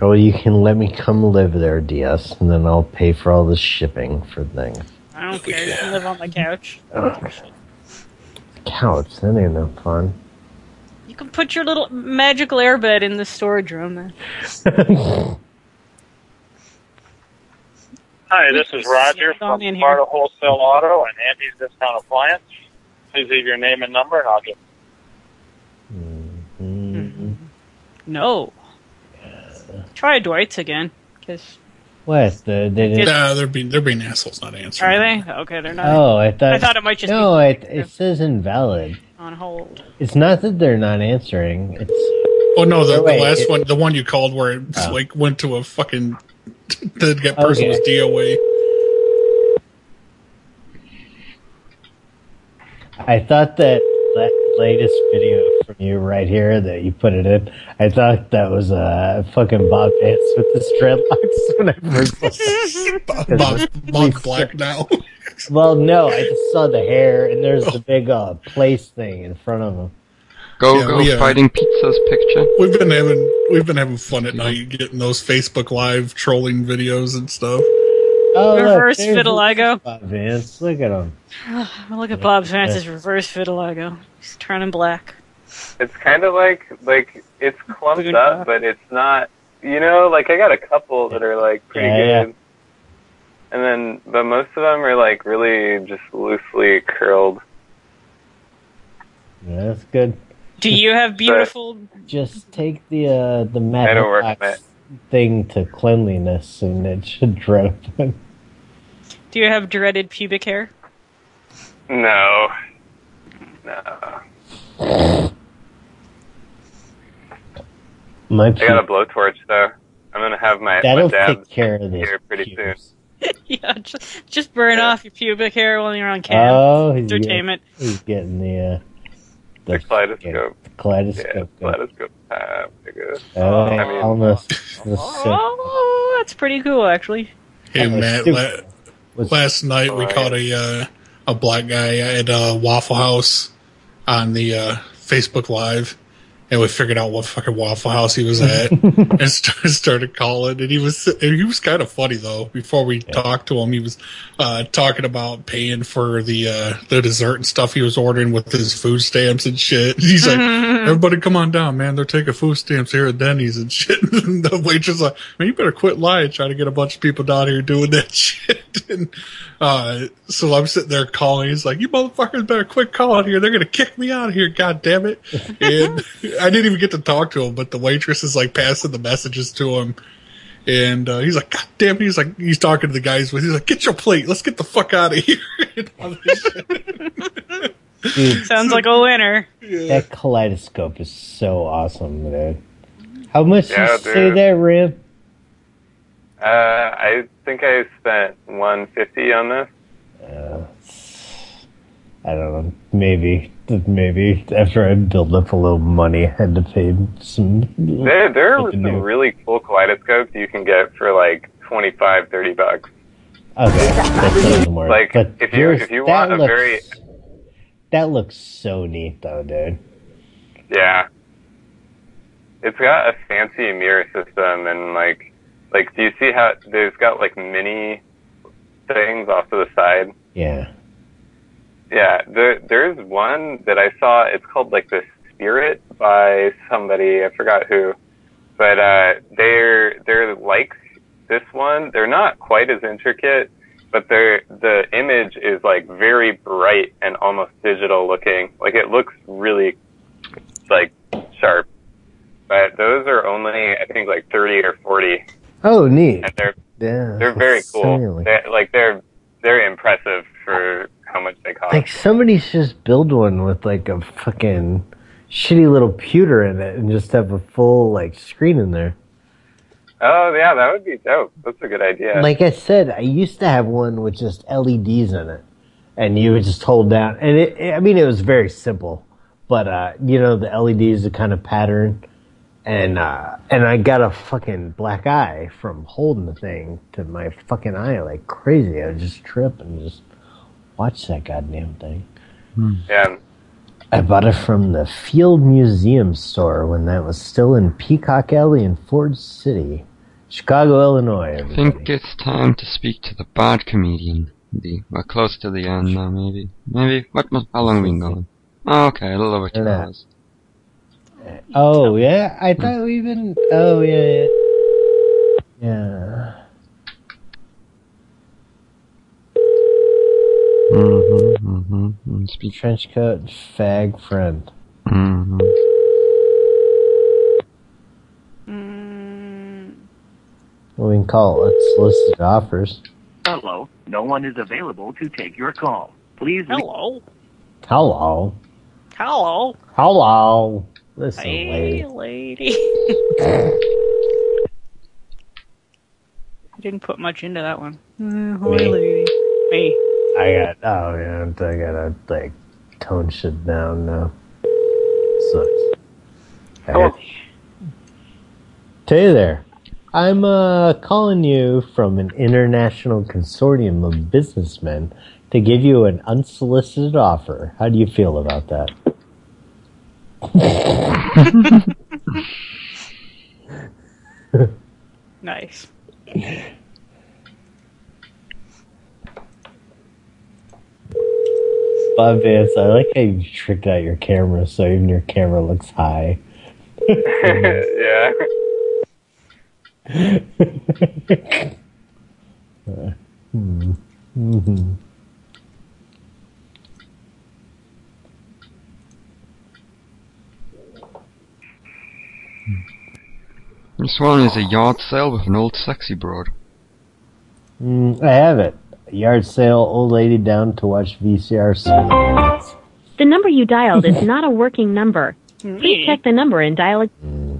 Oh, you can let me come live there, DS, and then I'll pay for all the shipping for things. I don't care. You can live on the couch. Ugh. Couch, that ain't no fun. You can put your little magical airbed in the storage room. Then. Hi, this is Roger from Sparta Wholesale Auto and Andy's Discount Appliance. Please leave your name and number, and I'll get. No. Try Dwight's again, because What? The, they didn't- Nah, they're being they're being assholes, not answering. are they okay? They're not. Oh, I thought. I thought it might just no. be it, it says invalid. on hold. It's not that they're not answering. It's Oh no, the, Or wait, the last it- one, the one you called where it like went to a fucking that Oh, that person was Okay. DOA. I thought that that latest video from you right here that you put it in. I thought that was uh, fucking Bob Vance with his dreadlocks when I first. Bob, Bob, Bob Black now. Oh. Well, no, I just saw the hair and there's the big uh, place thing in front of him. Go go uh, fighting pizzas picture. We've been having we've been having fun at night getting those Facebook Live trolling videos and stuff. Oh, look, Reverse there's vitiligo. Bob Vance, look at him. Look at Bob Vance's reverse vitiligo. He's turning black. It's kind of like like it's clumped up, but it's not. You know, like I got a couple that are like pretty Yeah, good, and then but most of them are like really just loosely curled. Yeah, that's good. Do you have beautiful? Just take the uh, the Matt I don't work Hancock on it. thing to cleanliness and it should drop. Do you have dreaded pubic hair? No, no. My I got a blowtorch though. I'm gonna have my, my That'll dabs take care of this. here pretty soon. yeah, just, just burn off your pubic hair while you're on cam. Oh, he's Entertainment. Getting, he's getting the uh, the, kaleidoscope. kaleidoscope. Yeah, kaleidoscope. time, nigga. Oh, I I mean- almost. the sick- Oh, that's pretty cool, actually. Hey was Matt, stupid. la- last night we caught a uh, a black guy at uh, Waffle House on the uh, Facebook Live, and we figured out what fucking Waffle House he was at, and st- started calling. And he was and he was kind of funny though. Before we talked to him, he was uh, talking about paying for the uh, the dessert and stuff he was ordering with his food stamps and shit. He's like, Mm-hmm. "Everybody, come on down, man. They're taking food stamps here at Denny's and shit." And the waitress is like, "Man, you better quit lying, trying to get a bunch of people down here doing that shit." And uh, so I'm sitting there calling. He's like, "You motherfuckers better quit calling here. They're gonna kick me out of here. God damn it!" And I didn't even get to talk to him, but the waitress is like passing the messages to him. And uh, he's like, God damn it. He's like, he's talking to the guys with, he's like, get your plate. Let's get the fuck out of here. And all this shit. dude, Sounds like a winner. that kaleidoscope is so awesome, dude. How much Yeah, you say dude. that, Rim? Uh, I think I spent 150 on this. Uh, I don't know. Maybe, maybe after I build up a little money, I had to pay some. There, there are Something new. some really cool kaleidoscopes you can get for like 25, 30 bucks. Okay, that doesn't work. Like, but if you yours- if you that want a looks- very that looks so neat though, dude. yeah, it's got a fancy mirror system and like like do you see how there's got like mini things off to the side? Yeah. Yeah, there, there's one that I saw. It's called like the Spirit by somebody. I forgot who, but uh, they're they're like this one. They're not quite as intricate, but they're the image is like very bright and almost digital looking. Like it looks really like sharp. But those are only I think like thirty or forty, Oh, neat. and they're Yeah, they're very cool. silly. They're, like they're they're impressive for how much they cost. Like somebody's just build one with like a fucking shitty little pewter in it and just have a full like screen in there. Oh yeah, that would be dope. That's a good idea. Like I said, I used to have one with just LEDs in it, and you would just hold down. And it, it- I mean, it was very simple, but uh, you know, the LEDs, the kind of pattern, and uh, and I got a fucking black eye from holding the thing to my fucking eye like crazy. I would just trip and just watch that goddamn thing. Hmm. yeah, I bought it from the Field Museum store when that was still in Peacock Alley in Ford City. Chicago, Illinois. I everybody. think it's time to speak to the bad comedian. The, we're close to the end now, maybe. Maybe. What? mu- How long have we been going? Oh, okay, a little over two hours. Oh yeah, I thought we even. Oh yeah, yeah. Yeah. Mm-hmm. Mm-hmm. Speak trench coat, fag friend. Mm-hmm. Well, Mm. we can call it unsolicited offers. Hello. No one is available to take your call. Please. Hello. Hello, Hello. hello. Listen, Hey, lady. lady. I didn't put much into that one. Me. lady. Me. I got. Oh man, I gotta like tone shit down now. Sucks. Hello. Hey there. I'm uh, calling you from an international consortium of businessmen to give you an unsolicited offer. How do you feel about that? Nice. Bob Vance, I like how you tricked out your camera so even your camera looks high. yeah. Hmm. Uh, hmm. Mhm. This one is a yard sale with an old sexy broad. Mm, I have it. Yard sale, old lady down to watch VCR. scenes. The number you dialed is not a working number. Please check the number and dial it. Hmm.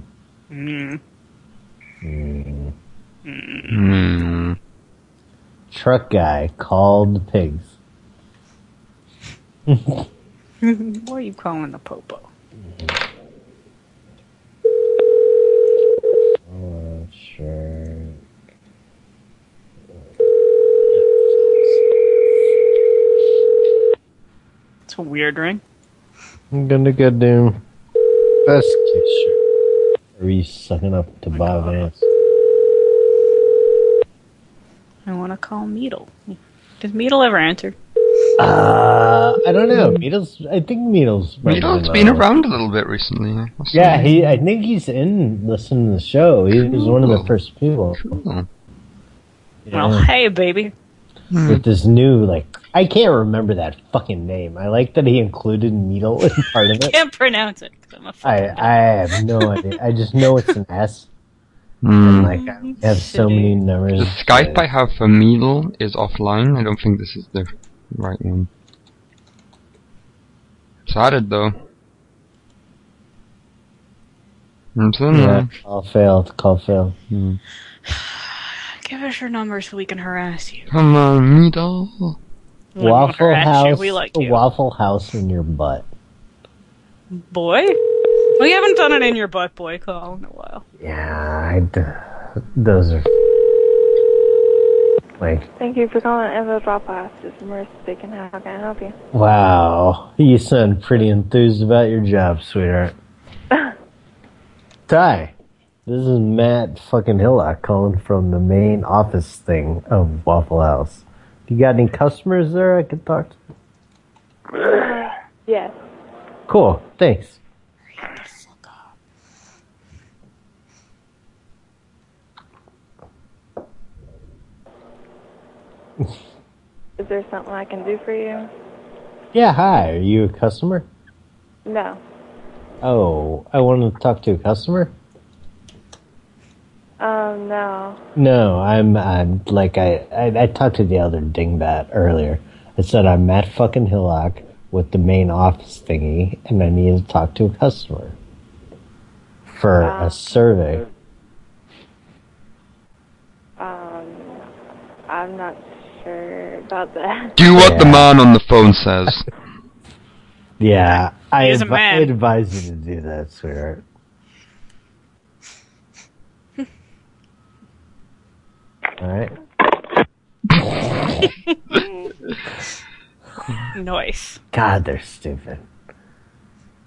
Hmm. Hmm. Mm. Truck guy called the pigs. what are you calling the popo? Uh, sure. It's a weird ring. I'm gonna go do best kiss shirt. Are you sucking up to Bob Vance? I want to call Meadle. Does Meadle ever answer? Uh, I don't know. Beatles. I think Beatles. might Mito has be been another one. around a little bit recently. eh? What's Yeah, the- he. I think he's in. Listen to the show. He was one of the first people. Well, Yeah. hey, baby. With Hmm. this new, like, I can't remember that fucking name. I like that he included needle in part of it. Can't pronounce it. 'cause I'm a f- I I have no idea. I just know it's an S. Mm. Like I have so many numbers. The Skype I have for Meadle is offline. I don't think this is the right one. It's added though. It's in Yeah, there. call failed. Call Hmm. failed. Give us your number so we can harass you. Come on, Meadle. We wanna Waffle harass you, House. we like you. Waffle House in your butt. Boy? We haven't done it in your butt boy call in a while. Yeah, I d- those are like Thank you for calling Evo Drop Off. This is Marissa speaking. How can I help you? wow. You sound pretty enthused about your job, sweetheart. Ty, this is Matt fucking Hillock calling from the main office thing of Waffle House. You got any customers there I could talk to? Yes. Cool, thanks. Is there something I can do for you? Yeah, hi. Are you a customer? No. Oh, I wanted to talk to a customer. Um, no. No, I'm, I'm like I, I I talked to the other dingbat earlier. I said I'm Matt fucking Hillock with the main office thingy, and I needed to talk to a customer for Ah. a survey. Um, I'm not sure about that. Do what the Yeah. man on the phone says. Yeah, I, He's a advi- man. I advise you to do that, sweetheart. All right. Noise. God, they're stupid.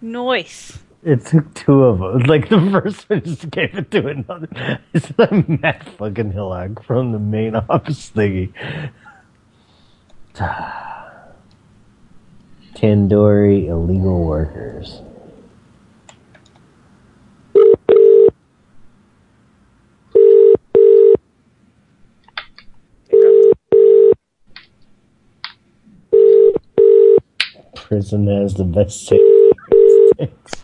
Noise. It took two of them. Like the first one just gave it to another. It's the Matt fucking Hillock from the main office thingy. Tandoori illegal workers. Prison has the best sex.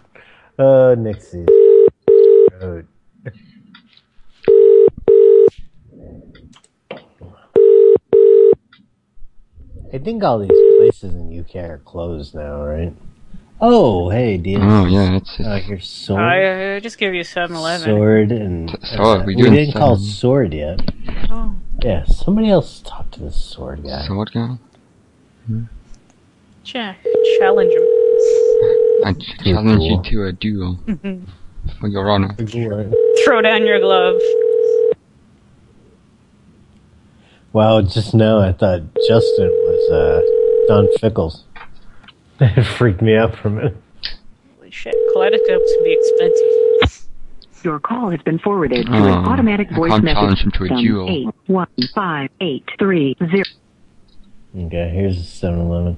Uh, Nixie's road. I think all these places in UK are closed now, right? Oh, hey, dude. Oh, yeah, it's- it's- Oh, here's sword, I, I just gave you 7-Eleven. sword, and uh, Sword, we we doing didn't call Sword. sword yet. Oh. Yeah, somebody else talk to this sword guy. Sword guy. Check. Challenge him. I ch- challenge you to a duel Mhm. for your honor. Throw down your glove. Wow, just now I thought Justin was uh, Don Fickles. It freaked me out for a minute. Holy shit. Kaleidoscopes can be expensive. Your call has been forwarded to Oh, an automatic I voice can't message challenge him to a system. duel. Eight one five eight three zero. Okay, here's a 7 Eleven.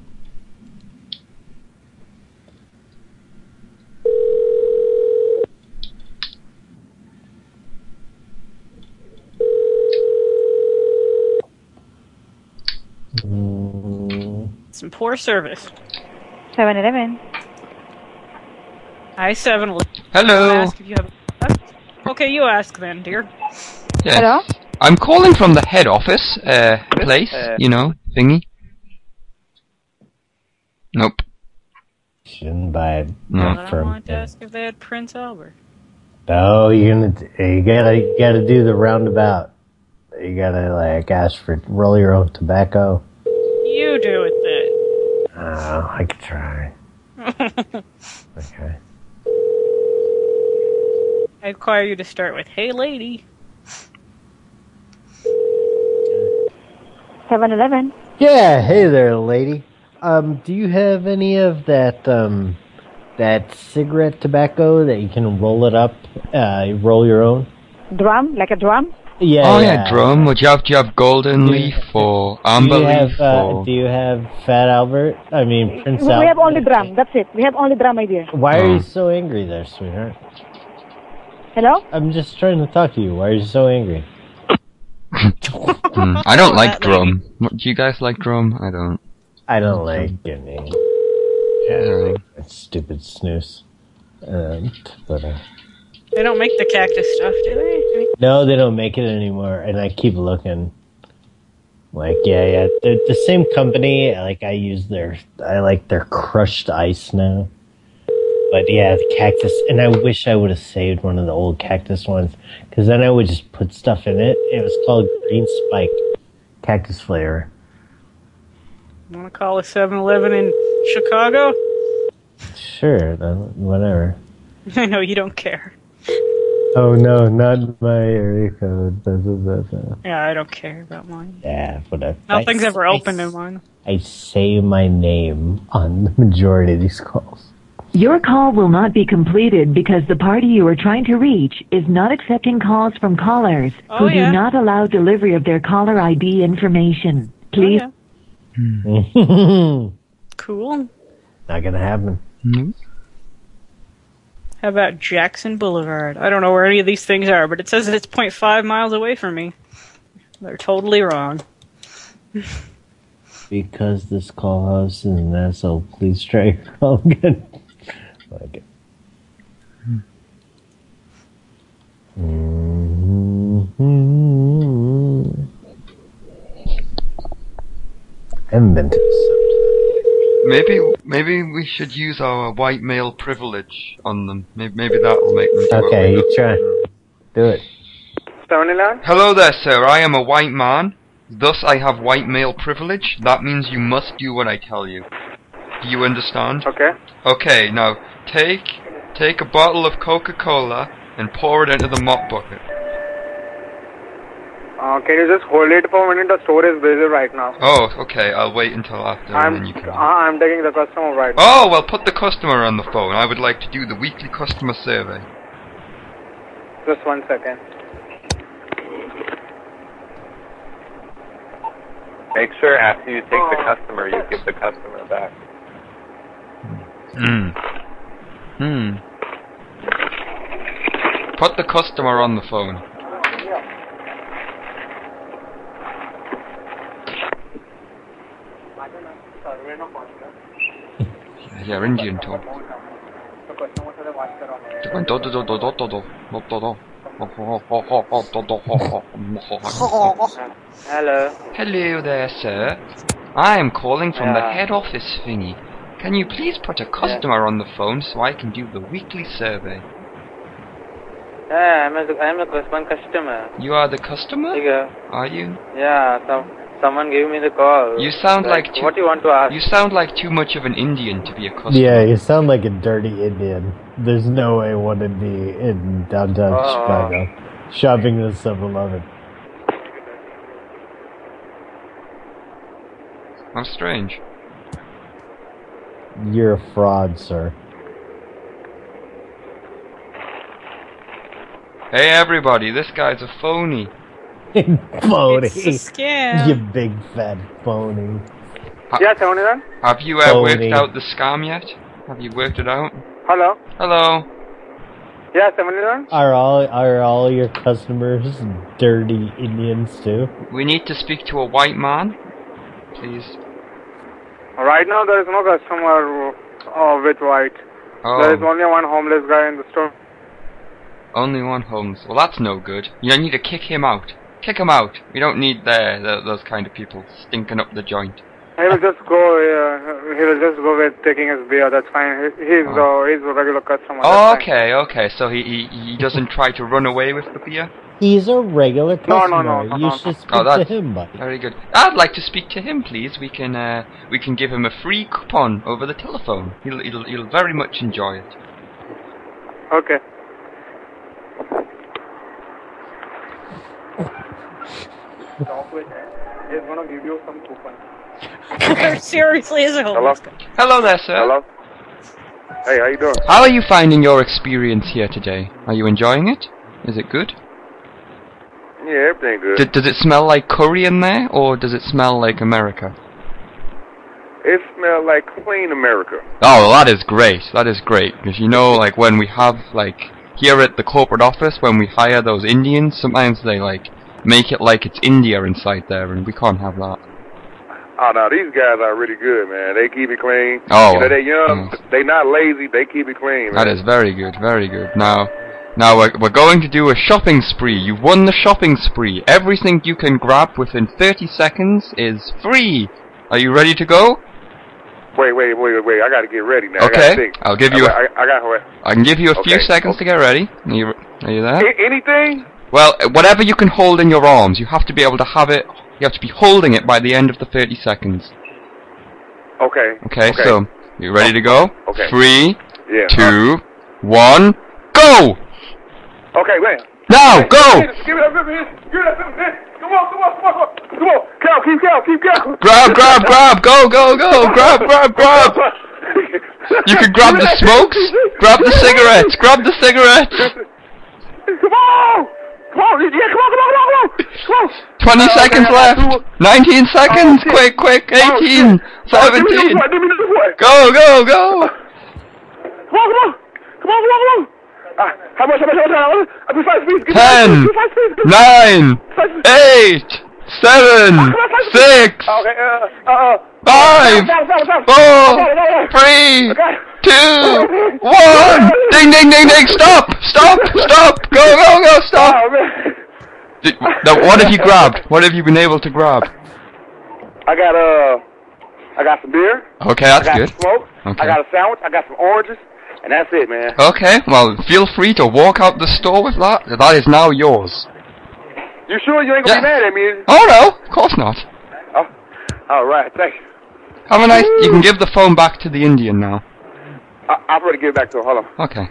Mm, Some poor service. 7-Eleven. Hi, 7-Eleven. Hello. Don't ask if you have... Okay, you ask then, dear. Yes. I'm calling from the head office uh, place, Uh, you know, thingy. Nope. Shouldn't buy it But I for wanted to ask if they had Prince Albert. Oh, you're gonna you gotta you gotta do the roundabout. You gotta like ask for roll your own tobacco. You do it then. Oh, I could try. Okay. I require you to start with, hey lady. 7-Eleven. Yeah, hey there, lady. Um, do you have any of that um that cigarette tobacco that you can roll it up, uh, roll your own? Drum, like a drum. Yeah. oh yeah, drum. Would you have? Do you have golden leaf or amber do you have, leaf uh, or? do you have Fat Albert? I mean Prince we have Albert. only drum. That's it. We have only drum, my dear. Oh. Why Um, are you so angry there, sweetheart? Hello? I'm just trying to talk to you. Why are you so angry? Hmm, I don't like drum. What- Do you guys like drum? I don't. I don't like any. Yeah, that stupid snooze. Um, but, uh, They don't make the cactus stuff, do they? no, they don't make it anymore, and I keep looking. Like, yeah, yeah, the, the same company. Like, I use their, I like their crushed ice now. But yeah, the cactus, and I wish I would have saved one of the old cactus ones, because then I would just put stuff in it. It was called Green Spike Cactus Flavor. Want to call a 7-Eleven in Chicago? Sure, then, whatever. I know you don't care. Oh no, not my area code. Blah, blah, blah, blah. Yeah, I don't care about mine. Yeah, whatever. Nothing's I, ever opened in mine. I say my name on the majority of these calls. Your call will not be completed because the party you are trying to reach is not accepting calls from callers Oh, who yeah. do not allow delivery of their caller ID Oh, information. Please. Mm-hmm. Cool. Not gonna happen. How about Jackson Boulevard? I don't know where any of these things are, but it says that it's 0.5 miles away from me. They're totally wrong. Because this call host is an asshole, please try your call again. like it. Mm-hmm. Mhm. I haven't been to Maybe maybe we should use our white male privilege on them. Maybe, maybe that will make them do what Okay, we you do. try. Do it. Stoneland? Hello there, sir. I am a white man. Thus, I have white male privilege. That means you must do what I tell you. Do you understand? Okay. Okay. Now take take a bottle of Coca-Cola and pour it into the mop bucket. Uh, can you just hold it for a minute? The store is busy right now. Oh, okay. I'll wait until after, and then you can. Uh, I'm taking the customer right now. Oh well, put the customer on the phone. I would like to do the weekly customer survey. Just one second. Make sure after you take the customer, you give the customer back. Hmm. Hmm. Put the customer on the phone. Yeah, Indian talk. Do do do do do do do do do do. Hello. Hello there, sir. I am calling from the Yeah. head office thingy. Can you please put a customer on the phone so I can do the weekly survey? Yeah, Uh, I'm a, I'm a cus- one customer. You are the customer? Yeah. Are you? Yeah, some, someone gave me the call. You sound like, too, What do you want to ask? You sound like too much of an Indian to be a customer. Yeah, you sound like a dirty Indian. There's no way one would be in downtown Oh. Chicago shopping the 7-Eleven. How strange. You're a fraud, sir. Hey everybody, this guy's a phony. phony. It's a scam. You big fat phony. Uh, Yeah, Savanidhan? Have you uh, Phony. worked out the scam yet? Have you worked it out? Hello? Hello. Yeah, Savanidhan? Are all are all your customers dirty Indians too? We need to speak to a white man, please. Right now, there is no customer uh, with white. Oh. There is only one homeless guy in the store. Only one Holmes. Well, that's no good. You need to kick him out. Kick him out. We don't need there th those kind of people stinking up the joint. He will just go. Uh, he will just go with taking his beer. That's fine. He, he's uh, he's a regular customer. Oh, that's fine. okay, okay. So he, he he doesn't try to run away with the beer. He's a regular No, customer. no, no, no, you no, should no. speak Oh, to that's- him, buddy. Very good. I'd like to speak to him, please. We can uh, we can give him a free coupon over the telephone. He'll he'll, he'll very much enjoy it. Okay. Talk with him. He's gonna give you some coupon. there seriously is a Hello. homeless guy. Hello there, sir. Hello. Hey, how you doing? How are you finding your experience here today? Are you enjoying it? Is it good? Yeah, everything good. D- does it smell like curry in there, or does it smell like America? It smells like clean America. Oh, well, that is great. That is great because you know, like when we have like here at the corporate office, when we hire those Indians, sometimes they like make it like it's India inside there, and we can't have that. Oh no, these guys are really good, man. They keep it clean. Oh. you know, they young. They not lazy. They keep it clean. That man. is very good, very good. Now, now we're, we're going to do a shopping spree. You've won the shopping spree. Everything you can grab within 30 seconds is free. Are you ready to go? Wait, wait, wait, wait, wait. I got to get ready now. I Okay, gotta think. I'll give you a- I, I, I got what? I can give you a few Okay. Eh. seconds to get ready. Are you, are you there? A- anything? Well, uh, whatever you can hold in your arms, you have to be able to have it. You have to be holding it by the end of the 30 seconds. Okay. Okay, so you ready to go? Okay. Three, Yeah. two, one, go! Okay, wait. Now, go! Give it up, give it up, give it up, give it up. Come on, come on, come on, come on. Come on, keep going, keep going. Grab, grab, grab, go, go, go, grab, grab, grab. You can grab the smokes, grab the cigarettes, grab the cigarettes. Come on! Come on, yeah, come on, come on, come on, come on! Oh, 20 seconds left, 19 seconds, quick, quick, 18, 17. Go, go, Come go. on, come on! Come on, come on, come on! Ah, how much, how much, how much, how much? Uh, Precise, please, give me five, 10, give me five, please, give me- 9, five, please. 8, 7, 6, Okay, uh, uh, uh, Five, down, down, down. four, Down, down, down. three, Okay. two, one. Ding, ding, ding, ding. Stop, stop, stop. Go, go, go. Stop. Did- Now, what have you grabbed? What have you been able to grab? I got uh, I got some beer. Okay, I that's got good. Some smoke. Okay. I got a sandwich. I got some oranges, and that's it, man. Okay, well, feel free to walk out the store with that. That is now yours. You sure you ain't gonna be mad at me? Oh no, of course not. Oh. All right, thank you. Have a nice. You can give the phone back to the Indian now. I, I'm ready to get back to it. Hold on. Okay.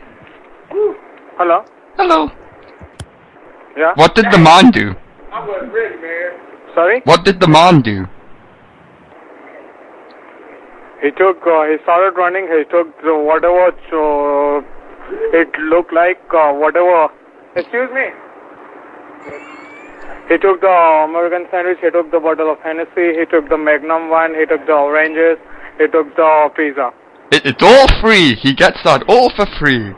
Hello. Hello. Yeah. What did the man do? I was rich, man. Sorry? What did the man do? He took, uh, he started running, he took the whatever uh, it looked like, uh, whatever. Excuse me? He took the uh, American sandwich, he took the bottle of Hennessy, he took the Magnum one, he took the oranges, he took the pizza. It, it's all free. He gets that all for free.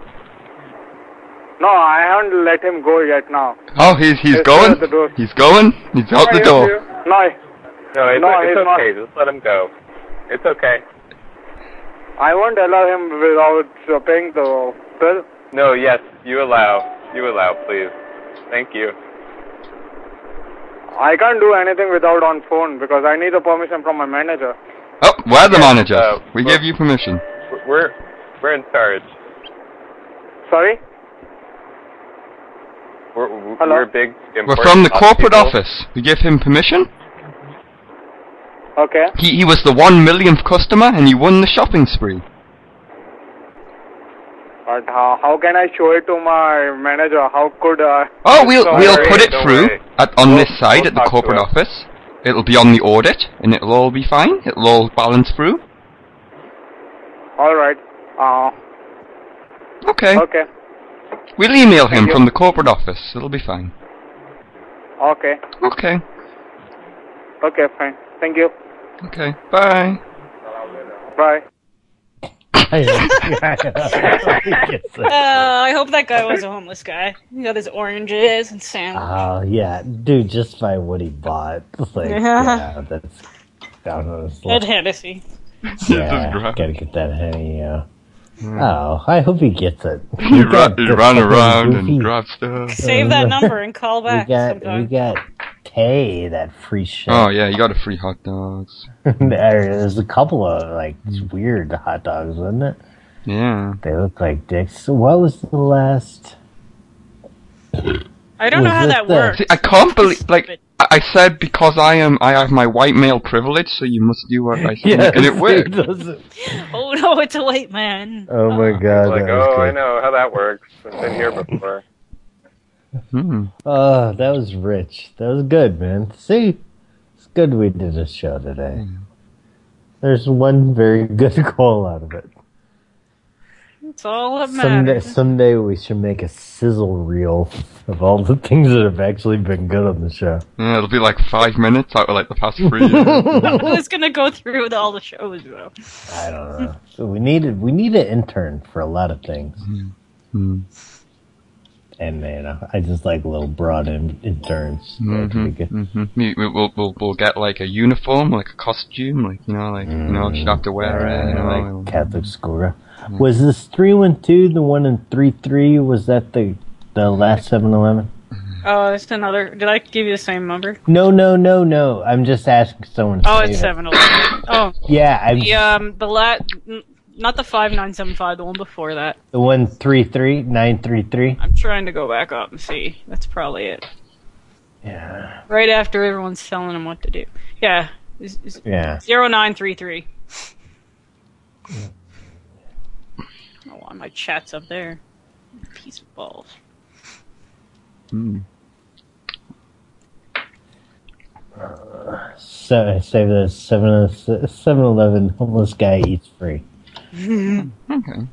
No, I haven't let him go yet now. Oh, he's he's He's going. out the door. He's going. He's out the Yes, door. you- No, No, it's, No, it's he's not. okay. Just let him go. It's okay. I won't allow him without uh, paying the bill. No, yes, you allow. You allow, please. Thank you. I can't do anything without on phone because I need the permission from my manager. Oh, we're the Yes, manager. uh, we well- give you permission. We're- We're we're in charge. Sorry? We're we're Hello? we're big. We're important from the top corporate people. office. We give him permission. Okay. He he was the one millionth customer, and he won the shopping spree. But how, how can I show it to my manager? How could I? Oh, we'll Don't we'll worry, put it don't through worry. at, on We'll- this side we'll at the talk to corporate him. office. It'll be on the audit, and it'll all be fine. It'll all balance through. All right. Uh, okay. Okay. We'll email him Thank you. from the corporate office. It'll be fine. Okay. Okay. Okay. Fine. Thank you. Okay. Bye. Bye. Oh, I hope that guy was a homeless guy. He got his oranges and sandwich. Oh yeah, dude, just buy what he bought. It's Like, yeah, that's down on his And luck. Hennessy. Yeah, gotta get that henny. Yeah. Hmm. Oh, I hope he gets it. He, ru- he the ran fucking around goofy- and grabbed stuff. Save that number and call back We got we sometime. got Tay that free shit. Oh yeah, you got a free hot dogs. There's a couple of like weird hot dogs, wasn't it? Yeah. They look like dicks. So what was the last? I don't know Was how this that the- works. See, I can't believe like I I said because I am I have my white male privilege, so you must do what I say, Yes, and it worked. it doesn't- Oh no, it's a white man. Oh my god! Like, that was oh, good. I know how that works. I've been here before. Oh, that was rich. That was good, man. See, it's good we did a show today. There's one very good call out of it. It's all that Someday, matters. someday we should make a sizzle reel of all the things that have actually been good on the show. Yeah, it'll be like five minutes out of like the past three years. Who's gonna go through with all the shows though? I don't know. So we needed we need an intern for a lot of things. And man, I- I just like little broad in- interns. hmm We, we, we'll, we'll, we'll get like a uniform, like a costume, like you know, like you know, she'd have to wear it. You know, Mm, Mm. like Catholic school. right? Was this three one two the one in three three? Was that the the last seven eleven? Oh, it's another. Did I give you the same number? No, no, no, no. I'm just asking someone. to Oh, say it's it. seven eleven. Oh, Yeah, I'm the um, the la- n- not the five nine seven five, the one before that. the one three three nine three three. I'm trying to go back up and see. That's probably it. Yeah. Right after everyone's telling them what to do. Yeah. Is- is- Yeah. Zero nine three three. Oh, why my chat's up there. Piece of balls. So save the seven oh seven eleven homeless guy eats free. okay.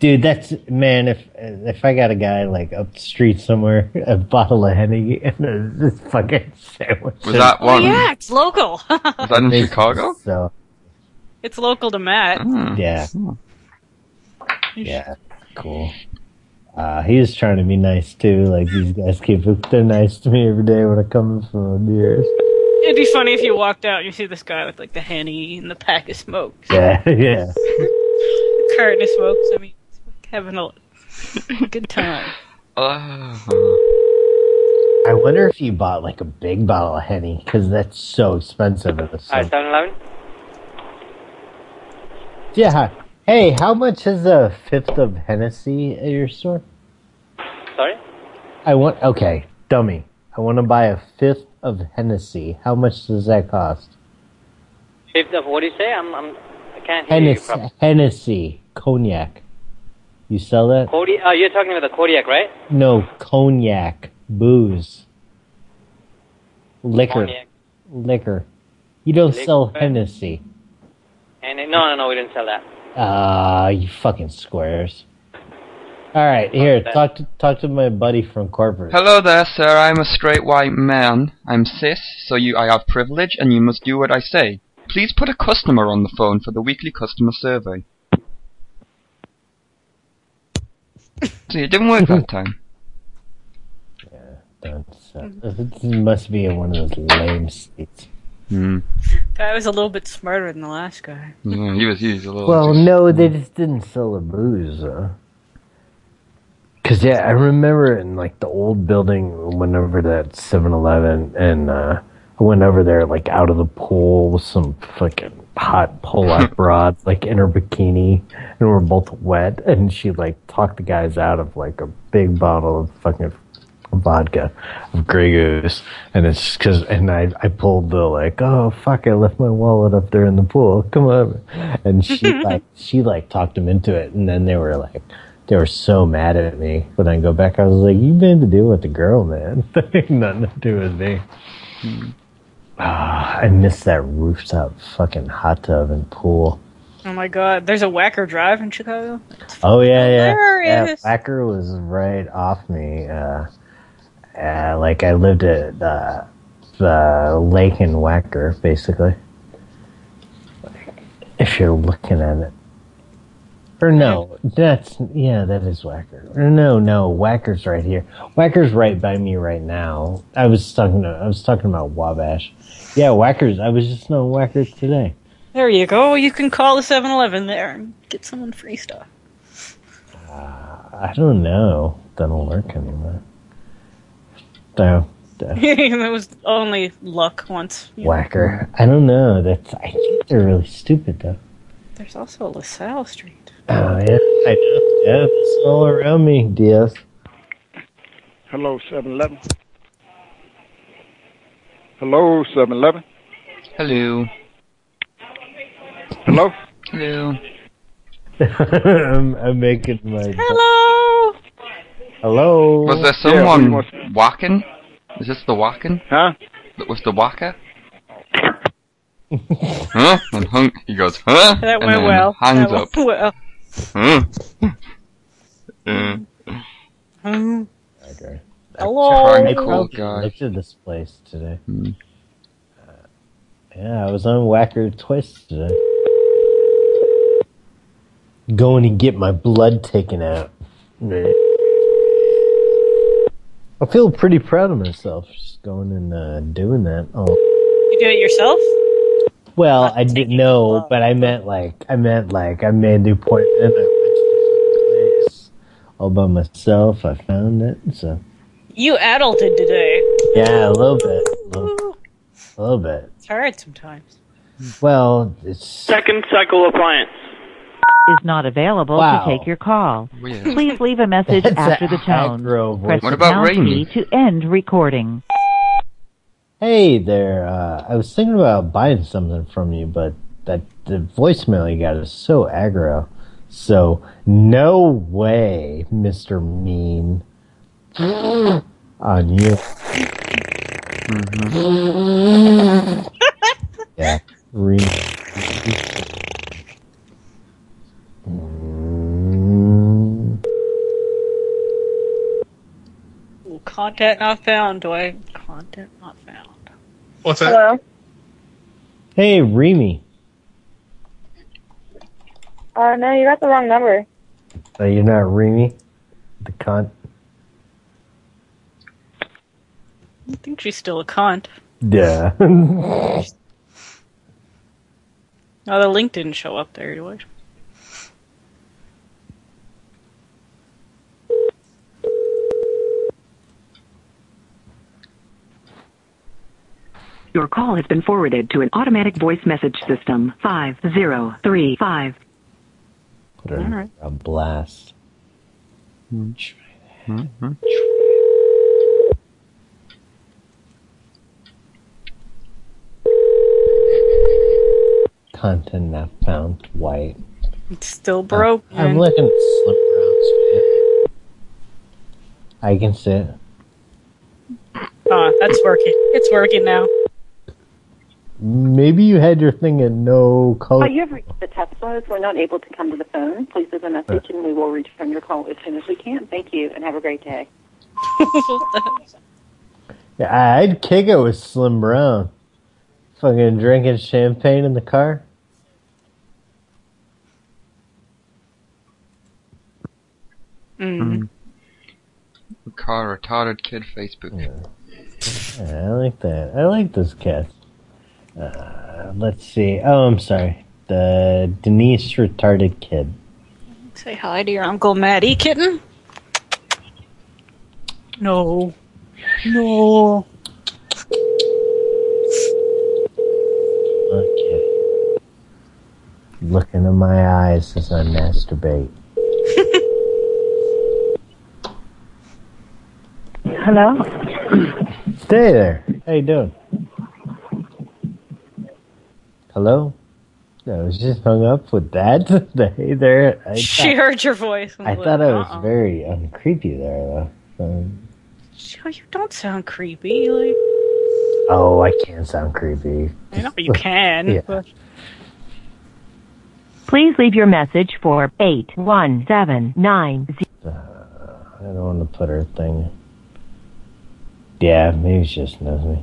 Dude, that's man. If if I got a guy like up the street somewhere, a bottle of henny and a, this fucking sandwich. Was that Oh one? yeah, it's local. Was that in Chicago? Hmm. So it's local to Matt. yeah, yeah, cool. Uh, he was trying to be nice too. Like these guys keep they're nice to me every day when I come in from the years. It'd be funny if you walked out and you see this guy with like the henny and the pack of smokes, Yeah, yeah. the carton of smokes. I mean, it's like having a good time. I wonder if you bought like a big bottle of henny because that's so expensive in the summer. seven eleven. Yeah. Hey, how much is a fifth of Hennessy at your store? Sorry. I want okay, dummy. I want to buy a fifth of Hennessy. How much does that cost? Fifth of what do you say? I'm, I'm I can't hear you Hennessy, properly. Hennessy cognac. You sell that? Kodi- uh, you're talking about the Kodiak, right? No, cognac booze. Liquor. Cognac. Liquor. You don't sell Liquor. Hennessy. And it- no, no, no, we didn't sell that. Ah, you fucking squares. All right, here, Okay. talk to talk to my buddy from corporate. Hello there, sir. I'm a straight white man. I'm cis, so you, I have privilege, and you must do what I say. Please put a customer on the phone for the weekly customer survey. See, it didn't work that time. Don't sell- This must be one of those lame states. Hmm. Guy was a little bit smarter than the last guy. Yeah, he was, he was a little. Well, no, they just didn't sell the booze. Though. Cause yeah, I remember in like the old building, went over that 7-Eleven, and uh, I went over there like out of the pool with some fucking hot Polack broad like in her bikini, and we're both wet, and she like talked the guys out of like a big bottle of fucking vodka of Grey Goose, and it's just cause, and I I pulled the like oh fuck I left my wallet up there in the pool, come on, and she like she like talked him into it, and then they were like they were so mad at me. But then go back, I was like, "You've been to deal with the girl, man. Nothing to do with me." Ah, I miss that rooftop fucking hot tub and pool. Oh my god, there's a Wacker Drive in Chicago. Oh yeah, yeah. yeah Hilarious. Whacker was right off me. Uh, uh, like I lived at uh, the lake in uh, Whacker, basically. If you're looking at it, or no, that's yeah, that is Whacker. Or no, no, Whacker's right here. Whacker's right by me right now. I was talking. To, I was talking about Wabash. Yeah, Whackers. I was just on Whackers today. There you go. You can call the 7 Eleven there and get someone free stuff. I don't know. Doesn't work anymore. So, uh, that was only luck once. you know. Whacker. I don't know. That's. I think they're really stupid though. There's also a LaSalle Street. Oh yeah, I know. Yeah, it's all around me, DS. Hello, 7-Eleven. Hello, 7-Eleven. Hello. Hello. Hello. I'm, I'm making my. Hello. Hello. Was there someone walking? Is this the walking? Huh? Was the walker? huh? And hung. He goes, huh? That and went then well. Hangs that up. Went well. Huh? Uh, Hmm. Okay. I Hello. probably looked at this place today. Hmm. Uh, yeah, I was on Whacker twice today. Going to get my blood taken out. I feel pretty proud of myself just going and uh, doing that. Oh. You do it yourself? Well, I didn't know, but I meant like I meant like I made the appointment. I went to the place all by myself. I found it. So You adulted today. yeah, a little bit, a little, a little bit. It's hard sometimes. Well, it's Second cycle appliance. Is not available Wow. to take your call. Weird. Please leave a message That's after a the tone. aggro voice. Press What the about pound Raimi? key to end recording. hey there. Uh, I was thinking about buying something from you, but that the voicemail you got is so aggro. So no way, Mister Mean, on you. Mm-hmm. Yeah. Re- Mm. Content not found, Dwayne. Content not found. What's that? Hey, Remy. Uh, no, you got the wrong number. Oh, you're not Remy? The cunt? I think she's still a cunt. Yeah. Mm. Oh, the link didn't show up there, Dwayne. Your call has been forwarded to an automatic voice message system. 5035. Put her in Alright. a blast. Try that. Content not found. White. It's still broke. I'm looking at Slim Brown's fit. I can see it. Uh, That's working. It's working now. Maybe you had your thing in no color. Uh, you have reached the test service. We're not able to come to the phone. Please leave a message and we will return your call as soon as we can. Thank you and have a great day. Yeah, I'd kick it with Slim Brown. Fucking drinking champagne in the car. Mm. Car retarded kid Facebook. Yeah, I like that. I like this cat. Uh, let's see. Oh, I'm sorry. The Denise retarded kid. Say hi to your Uncle Matty, kitten. No. No. Okay. Look into my eyes as I masturbate. Hello? Stay there. How you doing? Hello? I was just hung up with that. hey there. I She thought- heard your voice. and I was thought I like, was uh-uh. very uncreepy there, though. Um, Oh, You don't sound creepy. Like, oh, I can sound creepy. I know you can. Yeah. but- Please leave your message for 8179. Uh, I don't want to put her thing. Yeah, maybe she just knows me.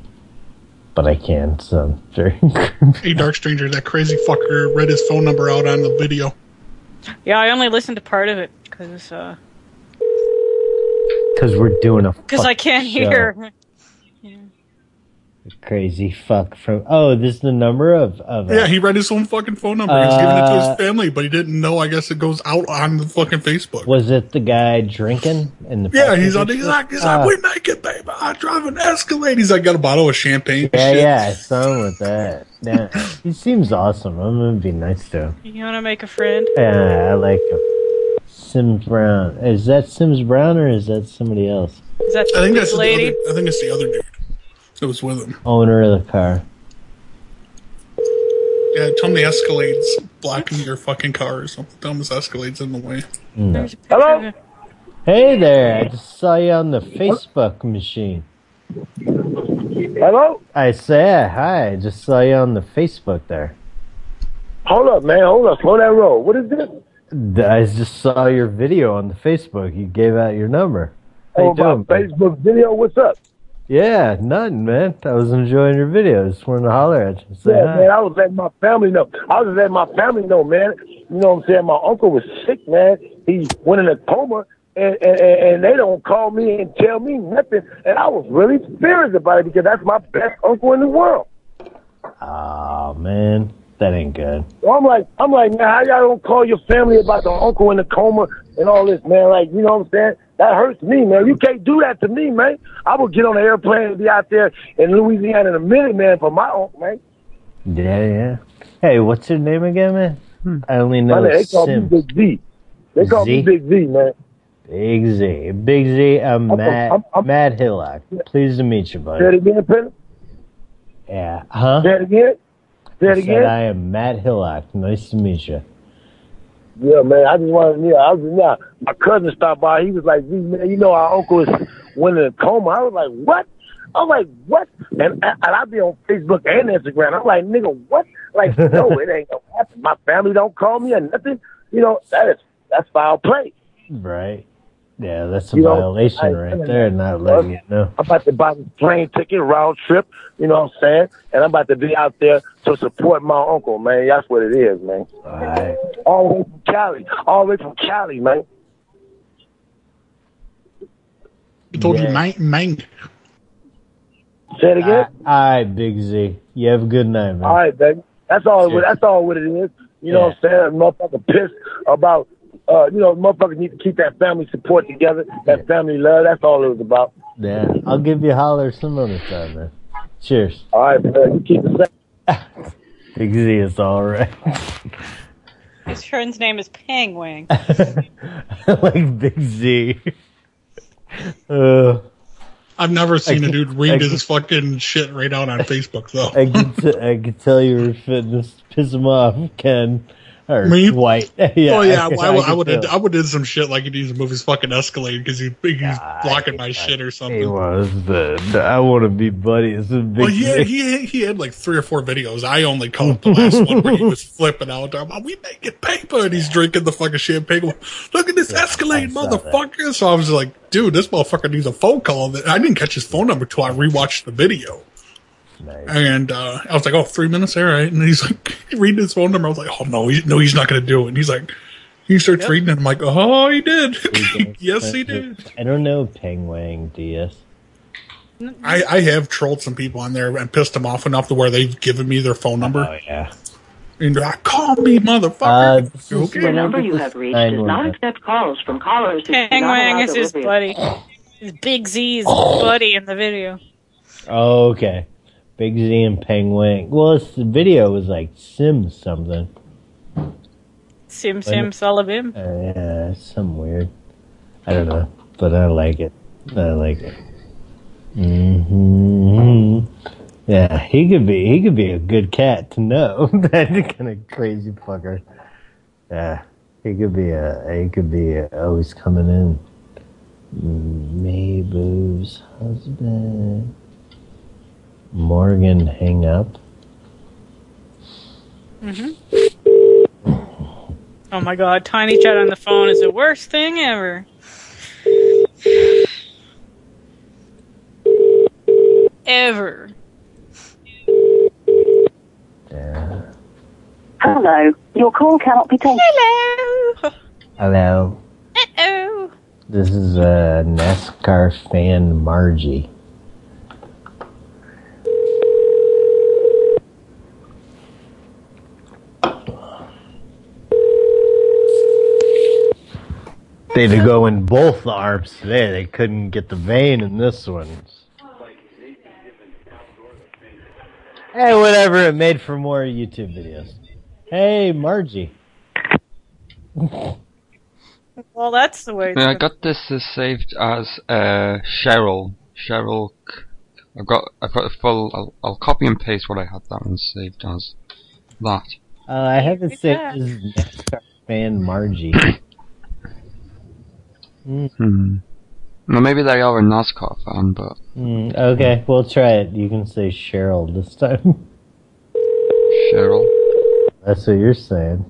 But I can sound very Hey, Dark Stranger, that crazy fucker read his phone number out on the video. Yeah, I only listened to part of it because uh, Because we're doing a cause I fuck can't show. hear. Crazy fuck from. Oh, this is the number of. of Yeah, he read his own fucking phone number. He's giving it to Uh, his family, but he didn't know. I guess it goes out on the fucking Facebook. Was it the guy drinking in the. Yeah, he's on. passenger He's seat? like, he's like, Ah, we make it, baby. I drive an Escalade. He's like, got a bottle of champagne. yeah, shit. yeah, son with that. Yeah, he seems awesome. I'm gonna be nice to him. You want to make a friend? Yeah, I like him. Sims Brown. Is that Sims Brown or is that somebody else? Is that I think the that's lady? The other, I think it's the other dude that was with him. Owner of the car. Yeah, tell him the Escalade's blocking your fucking car or something. Tell him this Escalade's in the way. No. Hello. Hey there, I just saw you on the Facebook machine. Hello? I say hi, I just saw you on the Facebook there. Hold up, man. Hold up. Slow that roll. What is this? Th- I just saw your video on the Facebook. You gave out your number. How Oh, you doing? my man? Facebook video. What's up? Yeah, nothing, man. I was enjoying your video. Just wanted to holler at you. and Say Yeah, hi. man. I was letting my family know. I was letting my family know, man. You know what I'm saying? My uncle was sick, man. He went in a coma, and, and, and and they don't call me and tell me nothing. And I was really furious about it because that's my best uncle in the world. Oh man, that ain't good. So I'm like, I'm like, man, how y'all don't call your family about the uncle in the coma and all this, man? Like, you know what I'm saying? That hurts me, man. You can't do that to me, man. I would get on an airplane and be out there in Louisiana in a minute, man, for my uncle, man. Yeah, yeah. Hey, what's your name again, man? I only know Hmm. My name- they it's call me Sim. Big Z. They call me Z? Big Z, man. Big Z. Big Z, I'm I'm- Matt, I'm- Matt Hillock. Pleased to meet Say you, it buddy. again, Penn. Yeah. Huh? Say it again. Say it I said again. I am Matt Hillock. Nice to meet you. Yeah, man. I just wanted to. Yeah, I was yeah. My cousin stopped by. He was like, "Z, "Man, you know our uncle is went in a coma." I was like, "What?" I'm like, "What?" And and I be on Facebook and Instagram. I'm like, "Nigga, what?" Like, no, it ain't gonna happen. My family don't call me or nothing. You know that is that's foul play. Right. Yeah, that's a You know, violation I- right there, not letting you know. I'm about to buy this plane ticket, round trip. You know what I'm saying? And I'm about to be out there to support my uncle, man. That's what it is, man. All right. All the way from Cali. All the way from Cali, man. He told Yeah. you, man, man. Say it again. All right, Big Z. You have a good night, man. All right, baby. That's all. What, that's all. What it is. You know what I'm saying? Motherfucker pissed about. Uh, you know, motherfuckers need to keep that family support together. That family love. That's all it was about. Yeah, I'll give you a holler some other time, man. Cheers. All right, man. You keep it safe. Big Z is all right. His friend's name is Pang Wang. like Big Z. Uh, I've never seen I a can- dude I read can- his fucking shit right out on Facebook, though. I could t- I could tell you were fitting to piss him off, Ken. Or Dwight. oh yeah, well, I, can would- I would feel have I would did some shit like he needs to move his fucking Escalade because he, he's blocking my shit or something. He was the, the- I want to be buddies. with Big Well, he had, Nick. he, he had like three or four videos. I only caught the last one where he was flipping out. talking about, we making paper, and he's drinking the fucking champagne. Look at this Escalade, motherfucker! So I was like, dude, this motherfucker needs a phone call. I didn't catch his phone number till I rewatched the video. And uh, I was like, oh, three minutes, all right. And he's like, reading his phone number. I was like, oh no, he, no, he's not going to do it. And he's like, he starts Yep. reading it. I'm like, oh, he did. yes, he did. I don't know Peng Wang DS. I, I have trolled some people on there and pissed them off enough to where they've given me their phone number. Oh yeah. And they're like, call me, motherfucker. Okay. Uh, The number you have reached does not accept calls from callers who do Peng not Wang allow is his delivery. buddy. His Big Z's buddy in the video. Oh, okay. Big Z and Peng Wang. Well, this video was like Sims something. Sim Sim Sullivan. Uh, yeah, it's some weird. I don't know, but I like it. I like it. hmm Yeah, he could be. He could be a good cat to know. that kind of crazy fucker. Yeah, he could be a. He could be a, always coming in. Mayboo's husband. Morgan, hang up. hmm Oh my god, tiny chat on the phone is the worst thing ever. Ever. Hello. Your call cannot be taken. Hello. Hello. Uh-oh. This is a NASCAR fan, Margie. They'd go in both arms today. They couldn't get the vein in this one. Hey, whatever. It made for more YouTube videos. Hey, Margie. Well, that's the way. It's Yeah, I gonna- got this as saved as uh, Cheryl. Cheryl. C- I've got. I've got a full. I'll, I'll copy and paste what I had that one saved as. That. Uh, I haven't said this is NASCAR fan, Margie. Hmm. Well, maybe they are a NASCAR fan, but Mm, okay, we'll try it. You can say Cheryl this time. Cheryl. That's what you're saying.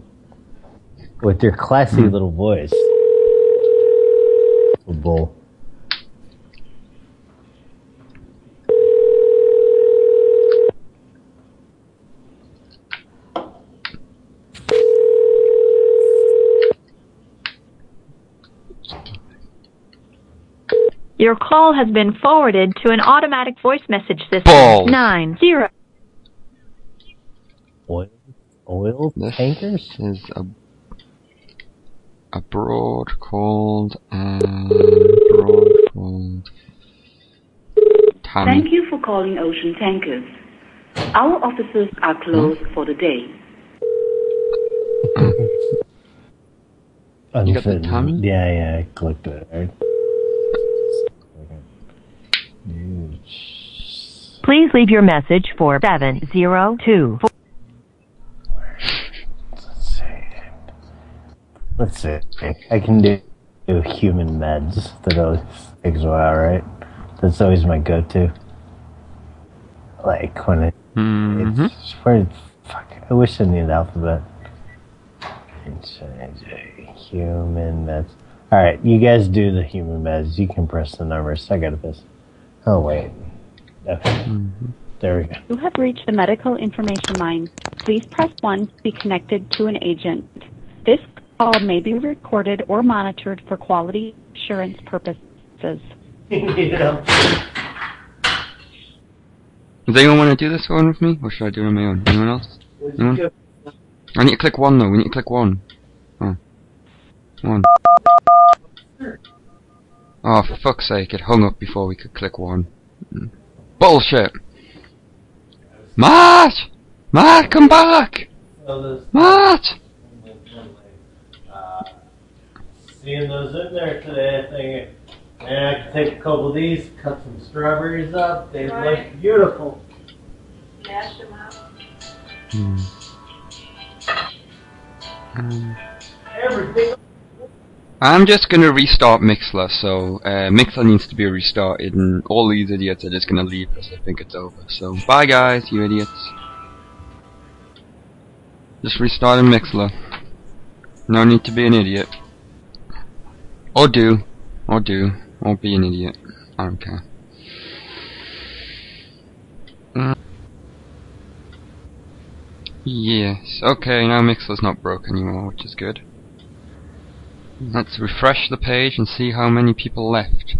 With your classy little voice. Little bull. Your call has been forwarded to an automatic voice message system. Balls. Nine zero. oil, oil tankers is a abroad called and abroad called. Tammy. Thank you for calling Ocean Tankers. Our offices are closed for the day. You got the Yeah, yeah, I clicked it. Right? Please leave your message for seven zero two. Let's see. I can do, do human meds. That always takes a while, right? That's always my go-to. Like when it, it's where the fuck. I wish I knew the alphabet. It's, uh, Human meds. All right, you guys do the human meds. You can press the numbers. I gotta piss. Oh wait. Okay. There we go. You have reached the medical information line. Please press 1 to be connected to an agent. This call may be recorded or monitored for quality assurance purposes. Does anyone want to do this one with me, or should I do it on my own? Anyone else? Anyone? I need to click one though. We need to click one. Oh. One. Oh, for fuck's sake! It hung up before we could click one. Mm. Bullshit. Matt, Matt, come back! Matt. Seeing those in there today, I think, and I can take a couple of these, cut some strawberries up. They look beautiful. Hmm. Mm. I'm just gonna restart Mixler, so uh, Mixler needs to be restarted, and all these idiots are just gonna leave because they think it's over. So bye, guys, you idiots. Just restarting Mixler. No need to be an idiot. Or do, or do, or be an idiot. I don't care. Mm. Yes. Okay. Now Mixler's not broke anymore, which is good. Let's refresh the page and see how many people left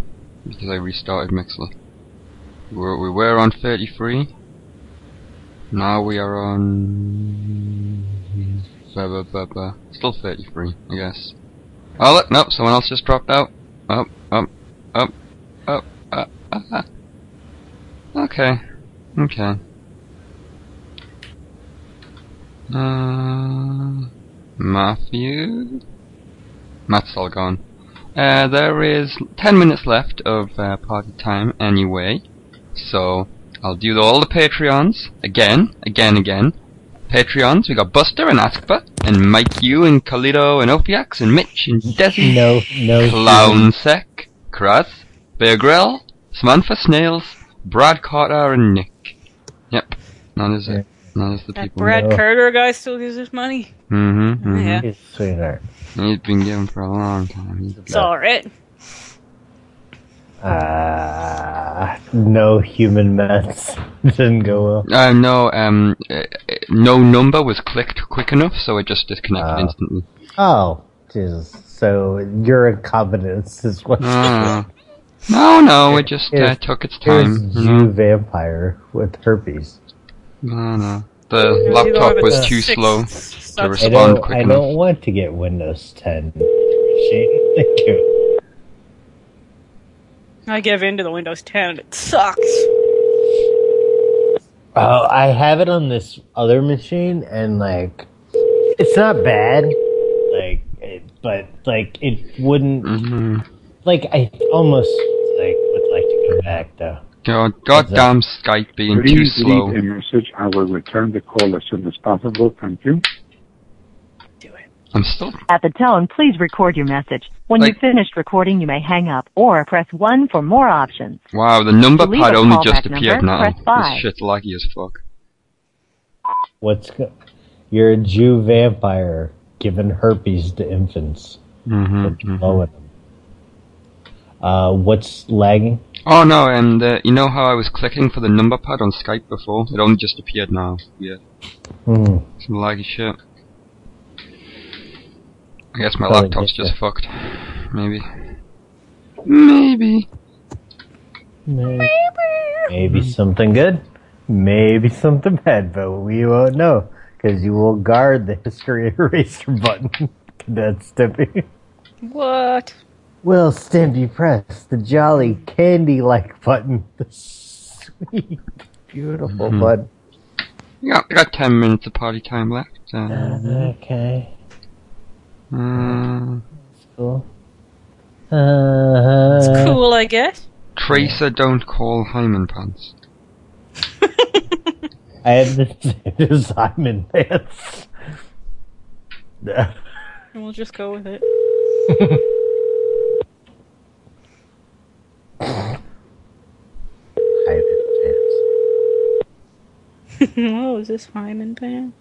because I restarted Mixler. We were, we were on 33. Now we are on. Blah, blah, blah, blah. Still 33, I guess. Oh, look, nope, someone else just dropped out. Oh, Up, up, up, up, up, up. up. ah, Okay, okay. Uh, Matthew? Matt's all gone. Uh, there is 10 minutes left of uh, party time anyway, so I'll do all the Patreons again, again, again. Patreons, we got Buster and Asper, and Mike U, and Kalido, and Opiax, and Mitch, and Desi, No, no. Clown Sec, Kraz, Bear Grill, Samantha Snails, Brad Carter, and Nick. Yep, that is it. That is the people. Brad Carter guy still uses money. Mm-hmm. mm-hmm. Yeah. He's a sweetheart. He's been given for a long time. He's It's all right. Ah, Uh, no human mess. Didn't go well. Uh, no, um, uh, uh, no number was clicked quick enough, so it just disconnected instantly. Oh, Jesus. So your incompetence is what. Ah. No, no, it just uh, Here's- took its here's time. You vampire with herpes. No, no. The laptop was too slow to I respond don't, quick I enough. don't want to get Windows 10. Shane, thank you. I give in to the Windows 10 and it sucks. Oh, I have it on this other machine, and like, it's not bad. Like, it, but like, it wouldn't. Mm-hmm. Like, I almost like would like to go back though. God, goddamn Skype being too Please slow. leave a message. I will return the call as soon as possible. Thank you. I'm still. At the tone, please record your message. When you've finished recording, you may hang up or press 1 for more options. Wow, the number To leave pad a only callback just number, appeared now. press five. This shit's laggy as fuck. What's go- you're a Jew vampire giving herpes to infants? Mm-hmm, Uh, what's lagging? Oh no, and uh, you know how I was clicking for the number pad on Skype before? It only just appeared now. Yeah. Hmm. Some laggy shit. I guess my Probably laptop's just just a- fucked. Maybe. Maybe. Maybe. Maybe something good, maybe something bad, but we won't know because you will guard the history eraser button. Cadet Stimpy. What? Will Stimpy press the jolly candy like button? The sweet, beautiful Mm-hmm. Mhm. button. You got, you got 10 minutes of party time left. Uh, okay. Mm. Uh, cool. Uh, It's cool, I guess. Tracer, don't call Hyman Pants. I have the this I'm in pants. And we'll just go with it. oh, is this Hyman Pan?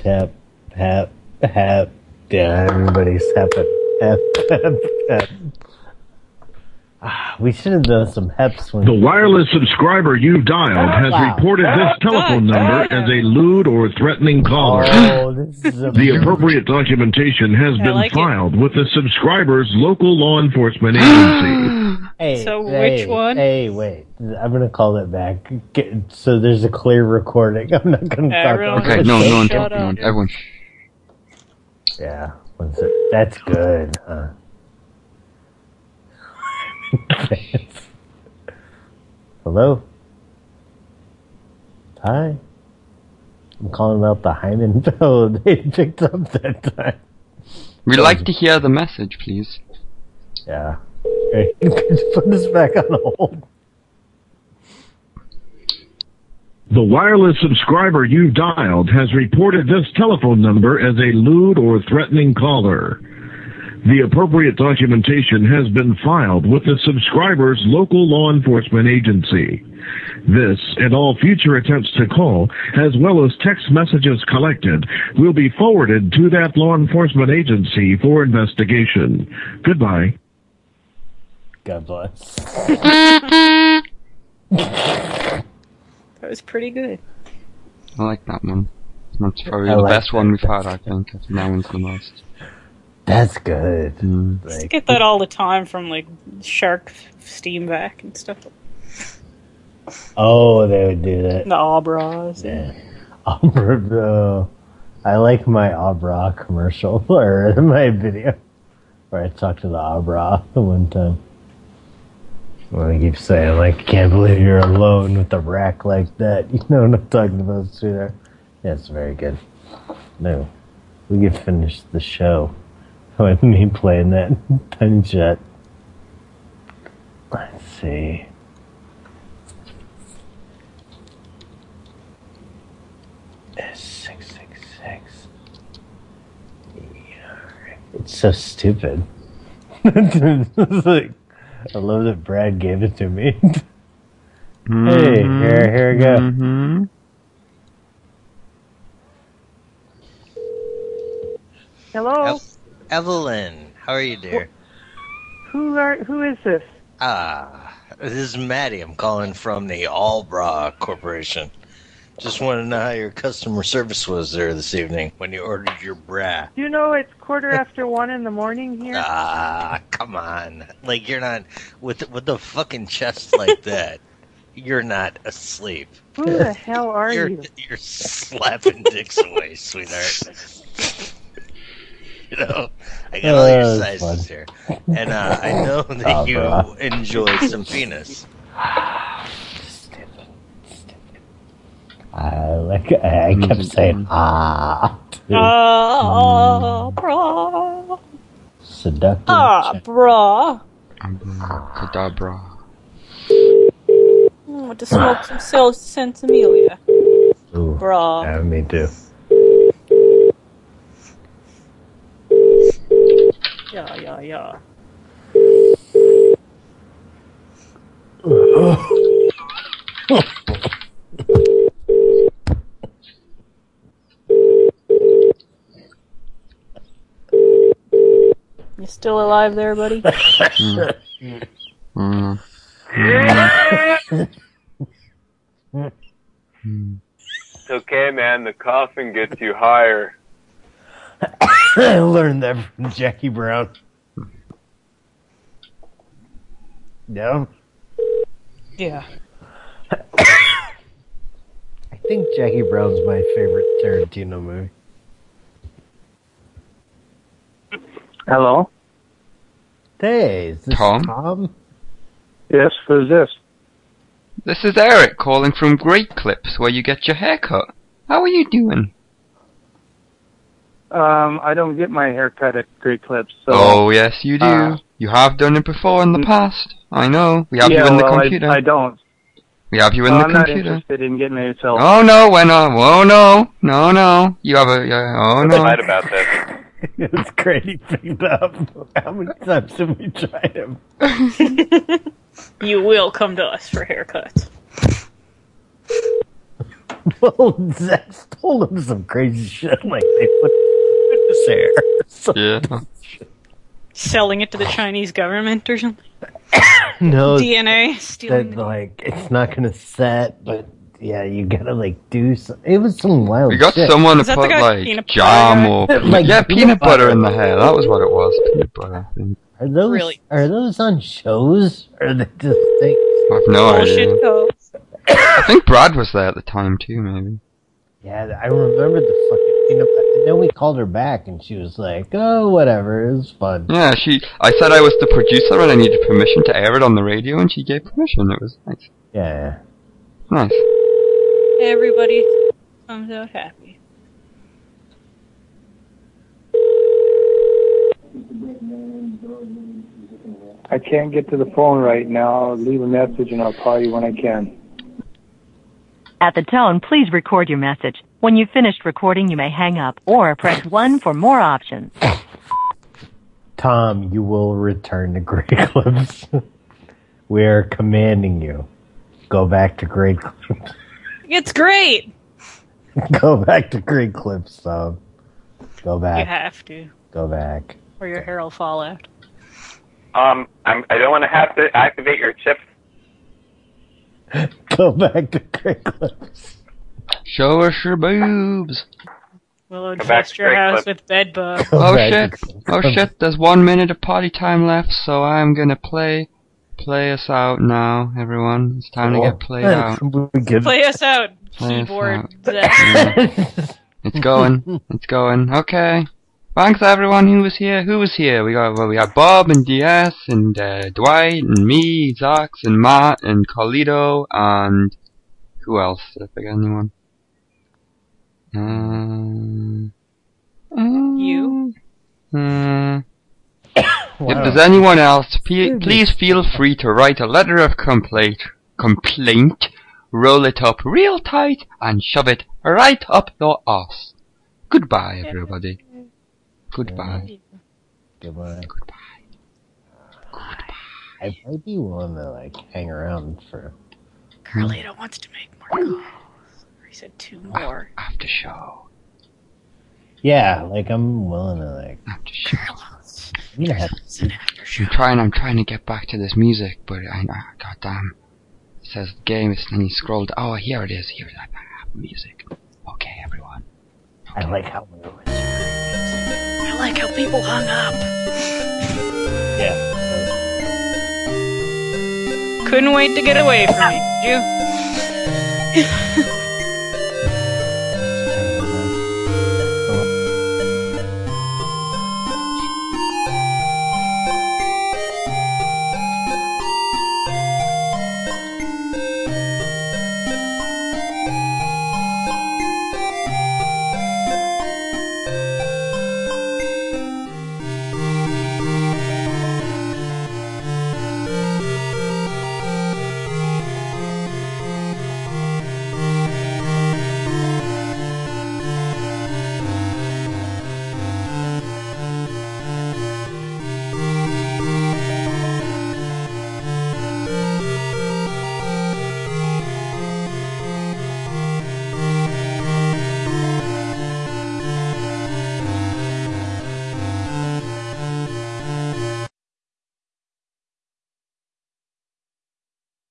Tap, tap, tap. Yeah, everybody's tapping. Tap, tap, tap. Ah, we should have done some heps when The wireless subscriber you've dialed has Oh, Wow. reported this Oh, telephone number as a lewd or threatening caller. Oh, this is a The appropriate documentation has I been like it. filed with the subscriber's local law enforcement agency. Hey, So hey, which one? Hey, wait. I'm gonna call it back. Get- so there's a clear recording. I'm not gonna talk. Everyone over Okay, it. no, no one talk, no one. Everyone. Yeah, what's it- that's good. Huh? Hello. Hi. I'm calling out the Hyman Bill. They picked up that time. We'd like to hear the message, please. Yeah. Okay. Put this back on hold. The wireless subscriber you've dialed has reported this telephone number as a lewd or threatening caller. The appropriate documentation has been filed with the subscriber's local law enforcement agency. This and all future attempts to call, as well as text messages collected, will be forwarded to that law enforcement agency for investigation. Goodbye. God bless. that was pretty good. I like that one. That's probably I the like best one we've had, I think. I think that one's the most. That's good. Hmm. I get that all the time from like Shark Steam back and stuff. Oh, they would do that. The Abras. Yeah. Opera, though. I like my Abra commercial or my video where I talked to the Abra the one time. When I keep saying, like, I can't believe you're alone with a rack like that. You know what I'm talking about, sweetheart? Yeah, it's very good. No, we could finish the show with me playing that tiny jet. Let's see. Six six six. It's so stupid. It's like- I love that Brad gave it to me. Mm-hmm. Hey, here, here we go. Hello. Evelyn, how are you, dear? Who are? Who is this? Ah, this is Maddie. I'm calling from the Allbra Corporation. Just want to know how your customer service was there this evening when you ordered your bra. Do you know it's quarter after one in the morning here? Ah, come on. Like you're not with with the fucking chest like that. You're not asleep. Who the hell are you're, you? You're slapping dicks away, sweetheart. you know, I got all your Oh, that's sizes here, and uh, I know that Oh, you bro. enjoy some penis. I like. I kept Mm-hmm. saying ah. too. Ah, Abra. Seductive. Abra. Cadabra. I want to Oh, smoke some Sil- Sensimilia. Ooh, Bra. yeah, me too. Yeah, yeah, yeah. You still alive there, buddy? Mm. Mm. It's okay, man. The coughing gets you higher. I learned that from Jackie Brown. Yeah, yeah. I think Jackie Brown's my favorite Tarantino movie. Hello. Hey, is this Tom? Tom? Yes, who's this? This is Eric calling from Great Clips, where you get your haircut. How are you doing? Um, I don't get my hair cut at Great Clips. So, oh, yes, you do. uh, Mm. you have done it before in the past. I know. We have yeah, you in the well, I- computer. I, don't. we have you in Well, the I'm computer. not interested in getting it. So, Oh no, we're not. Oh no, no, no. You have a. Yeah, oh We're no. right about this. it's great he picked up. How many times have we tried him? You will come to us for haircuts. Well, Zach told him some crazy shit like they put in his hair. Yeah. Selling it to the Chinese government or something? No, DNA? Stealing that like it's not gonna set, but yeah, you gotta like do some. It was some wild. We got Oh, shit. someone to put like jam or Like yeah, peanut butter in the hair. That was what it was. Peanut butter. I think. Are those are those on shows? Or are they just things? I've no idea. I think Brad was there at the time too, maybe. Yeah, I remember the fucking peanut butter. And then we called her back, and she was like, "Oh, whatever, it was fun." Yeah, she. I said I was the producer and I needed permission to air it on the radio, and she gave permission. It was nice. Yeah. Nice. Everybody comes out happy. I can't get to the phone right now. Leave a message and I'll call you when I can. At the tone, please record your message. When you've finished recording, you may hang up or press 1 for more options. Tom, you will return to Great Clips. we are commanding you. Go back to Great Clips. It's great. Go back to Great Clips, Tom. Go You back. have to, Go back. or your hair will fall out. Um, I'm, I don't want to have to activate your chip. Go back to Great Clips. Show us your boobs. We'll back infest to your Great house Clip. with bed bugs. Oh shit! Oh shit! There's one minute of party time left, so I'm gonna play play us out now, everyone. It's time to Cool. get played out. We get- Play us out, Play us keyboard. out. Yeah. it's going. It's going. Okay. Thanks everyone who was here. Who was here? We got well, we got Bob and DS and uh, Dwight and me, Zox and Matt and Colito and who else? Did I forget anyone? Um, You. uh, Wow. If there's anyone else, pe- Ruby. please feel free to write a letter of complaint, complaint, roll it up real tight, and shove it right up your ass. Goodbye, everybody. Goodbye. Goodbye. Goodbye. I might be willing to like hang around for. Carlito wants to make more calls. Or He said two more. After show. Yeah, like I'm willing to like. Carlos. You know, have- I'm trying. I'm trying to get back to this music, but I, I goddamn, it says game. It's and he scrolled. Oh, here it is. Here it is. Music. Okay, everyone. I like how. I like how people hung up. Yeah. Couldn't wait to get away from you.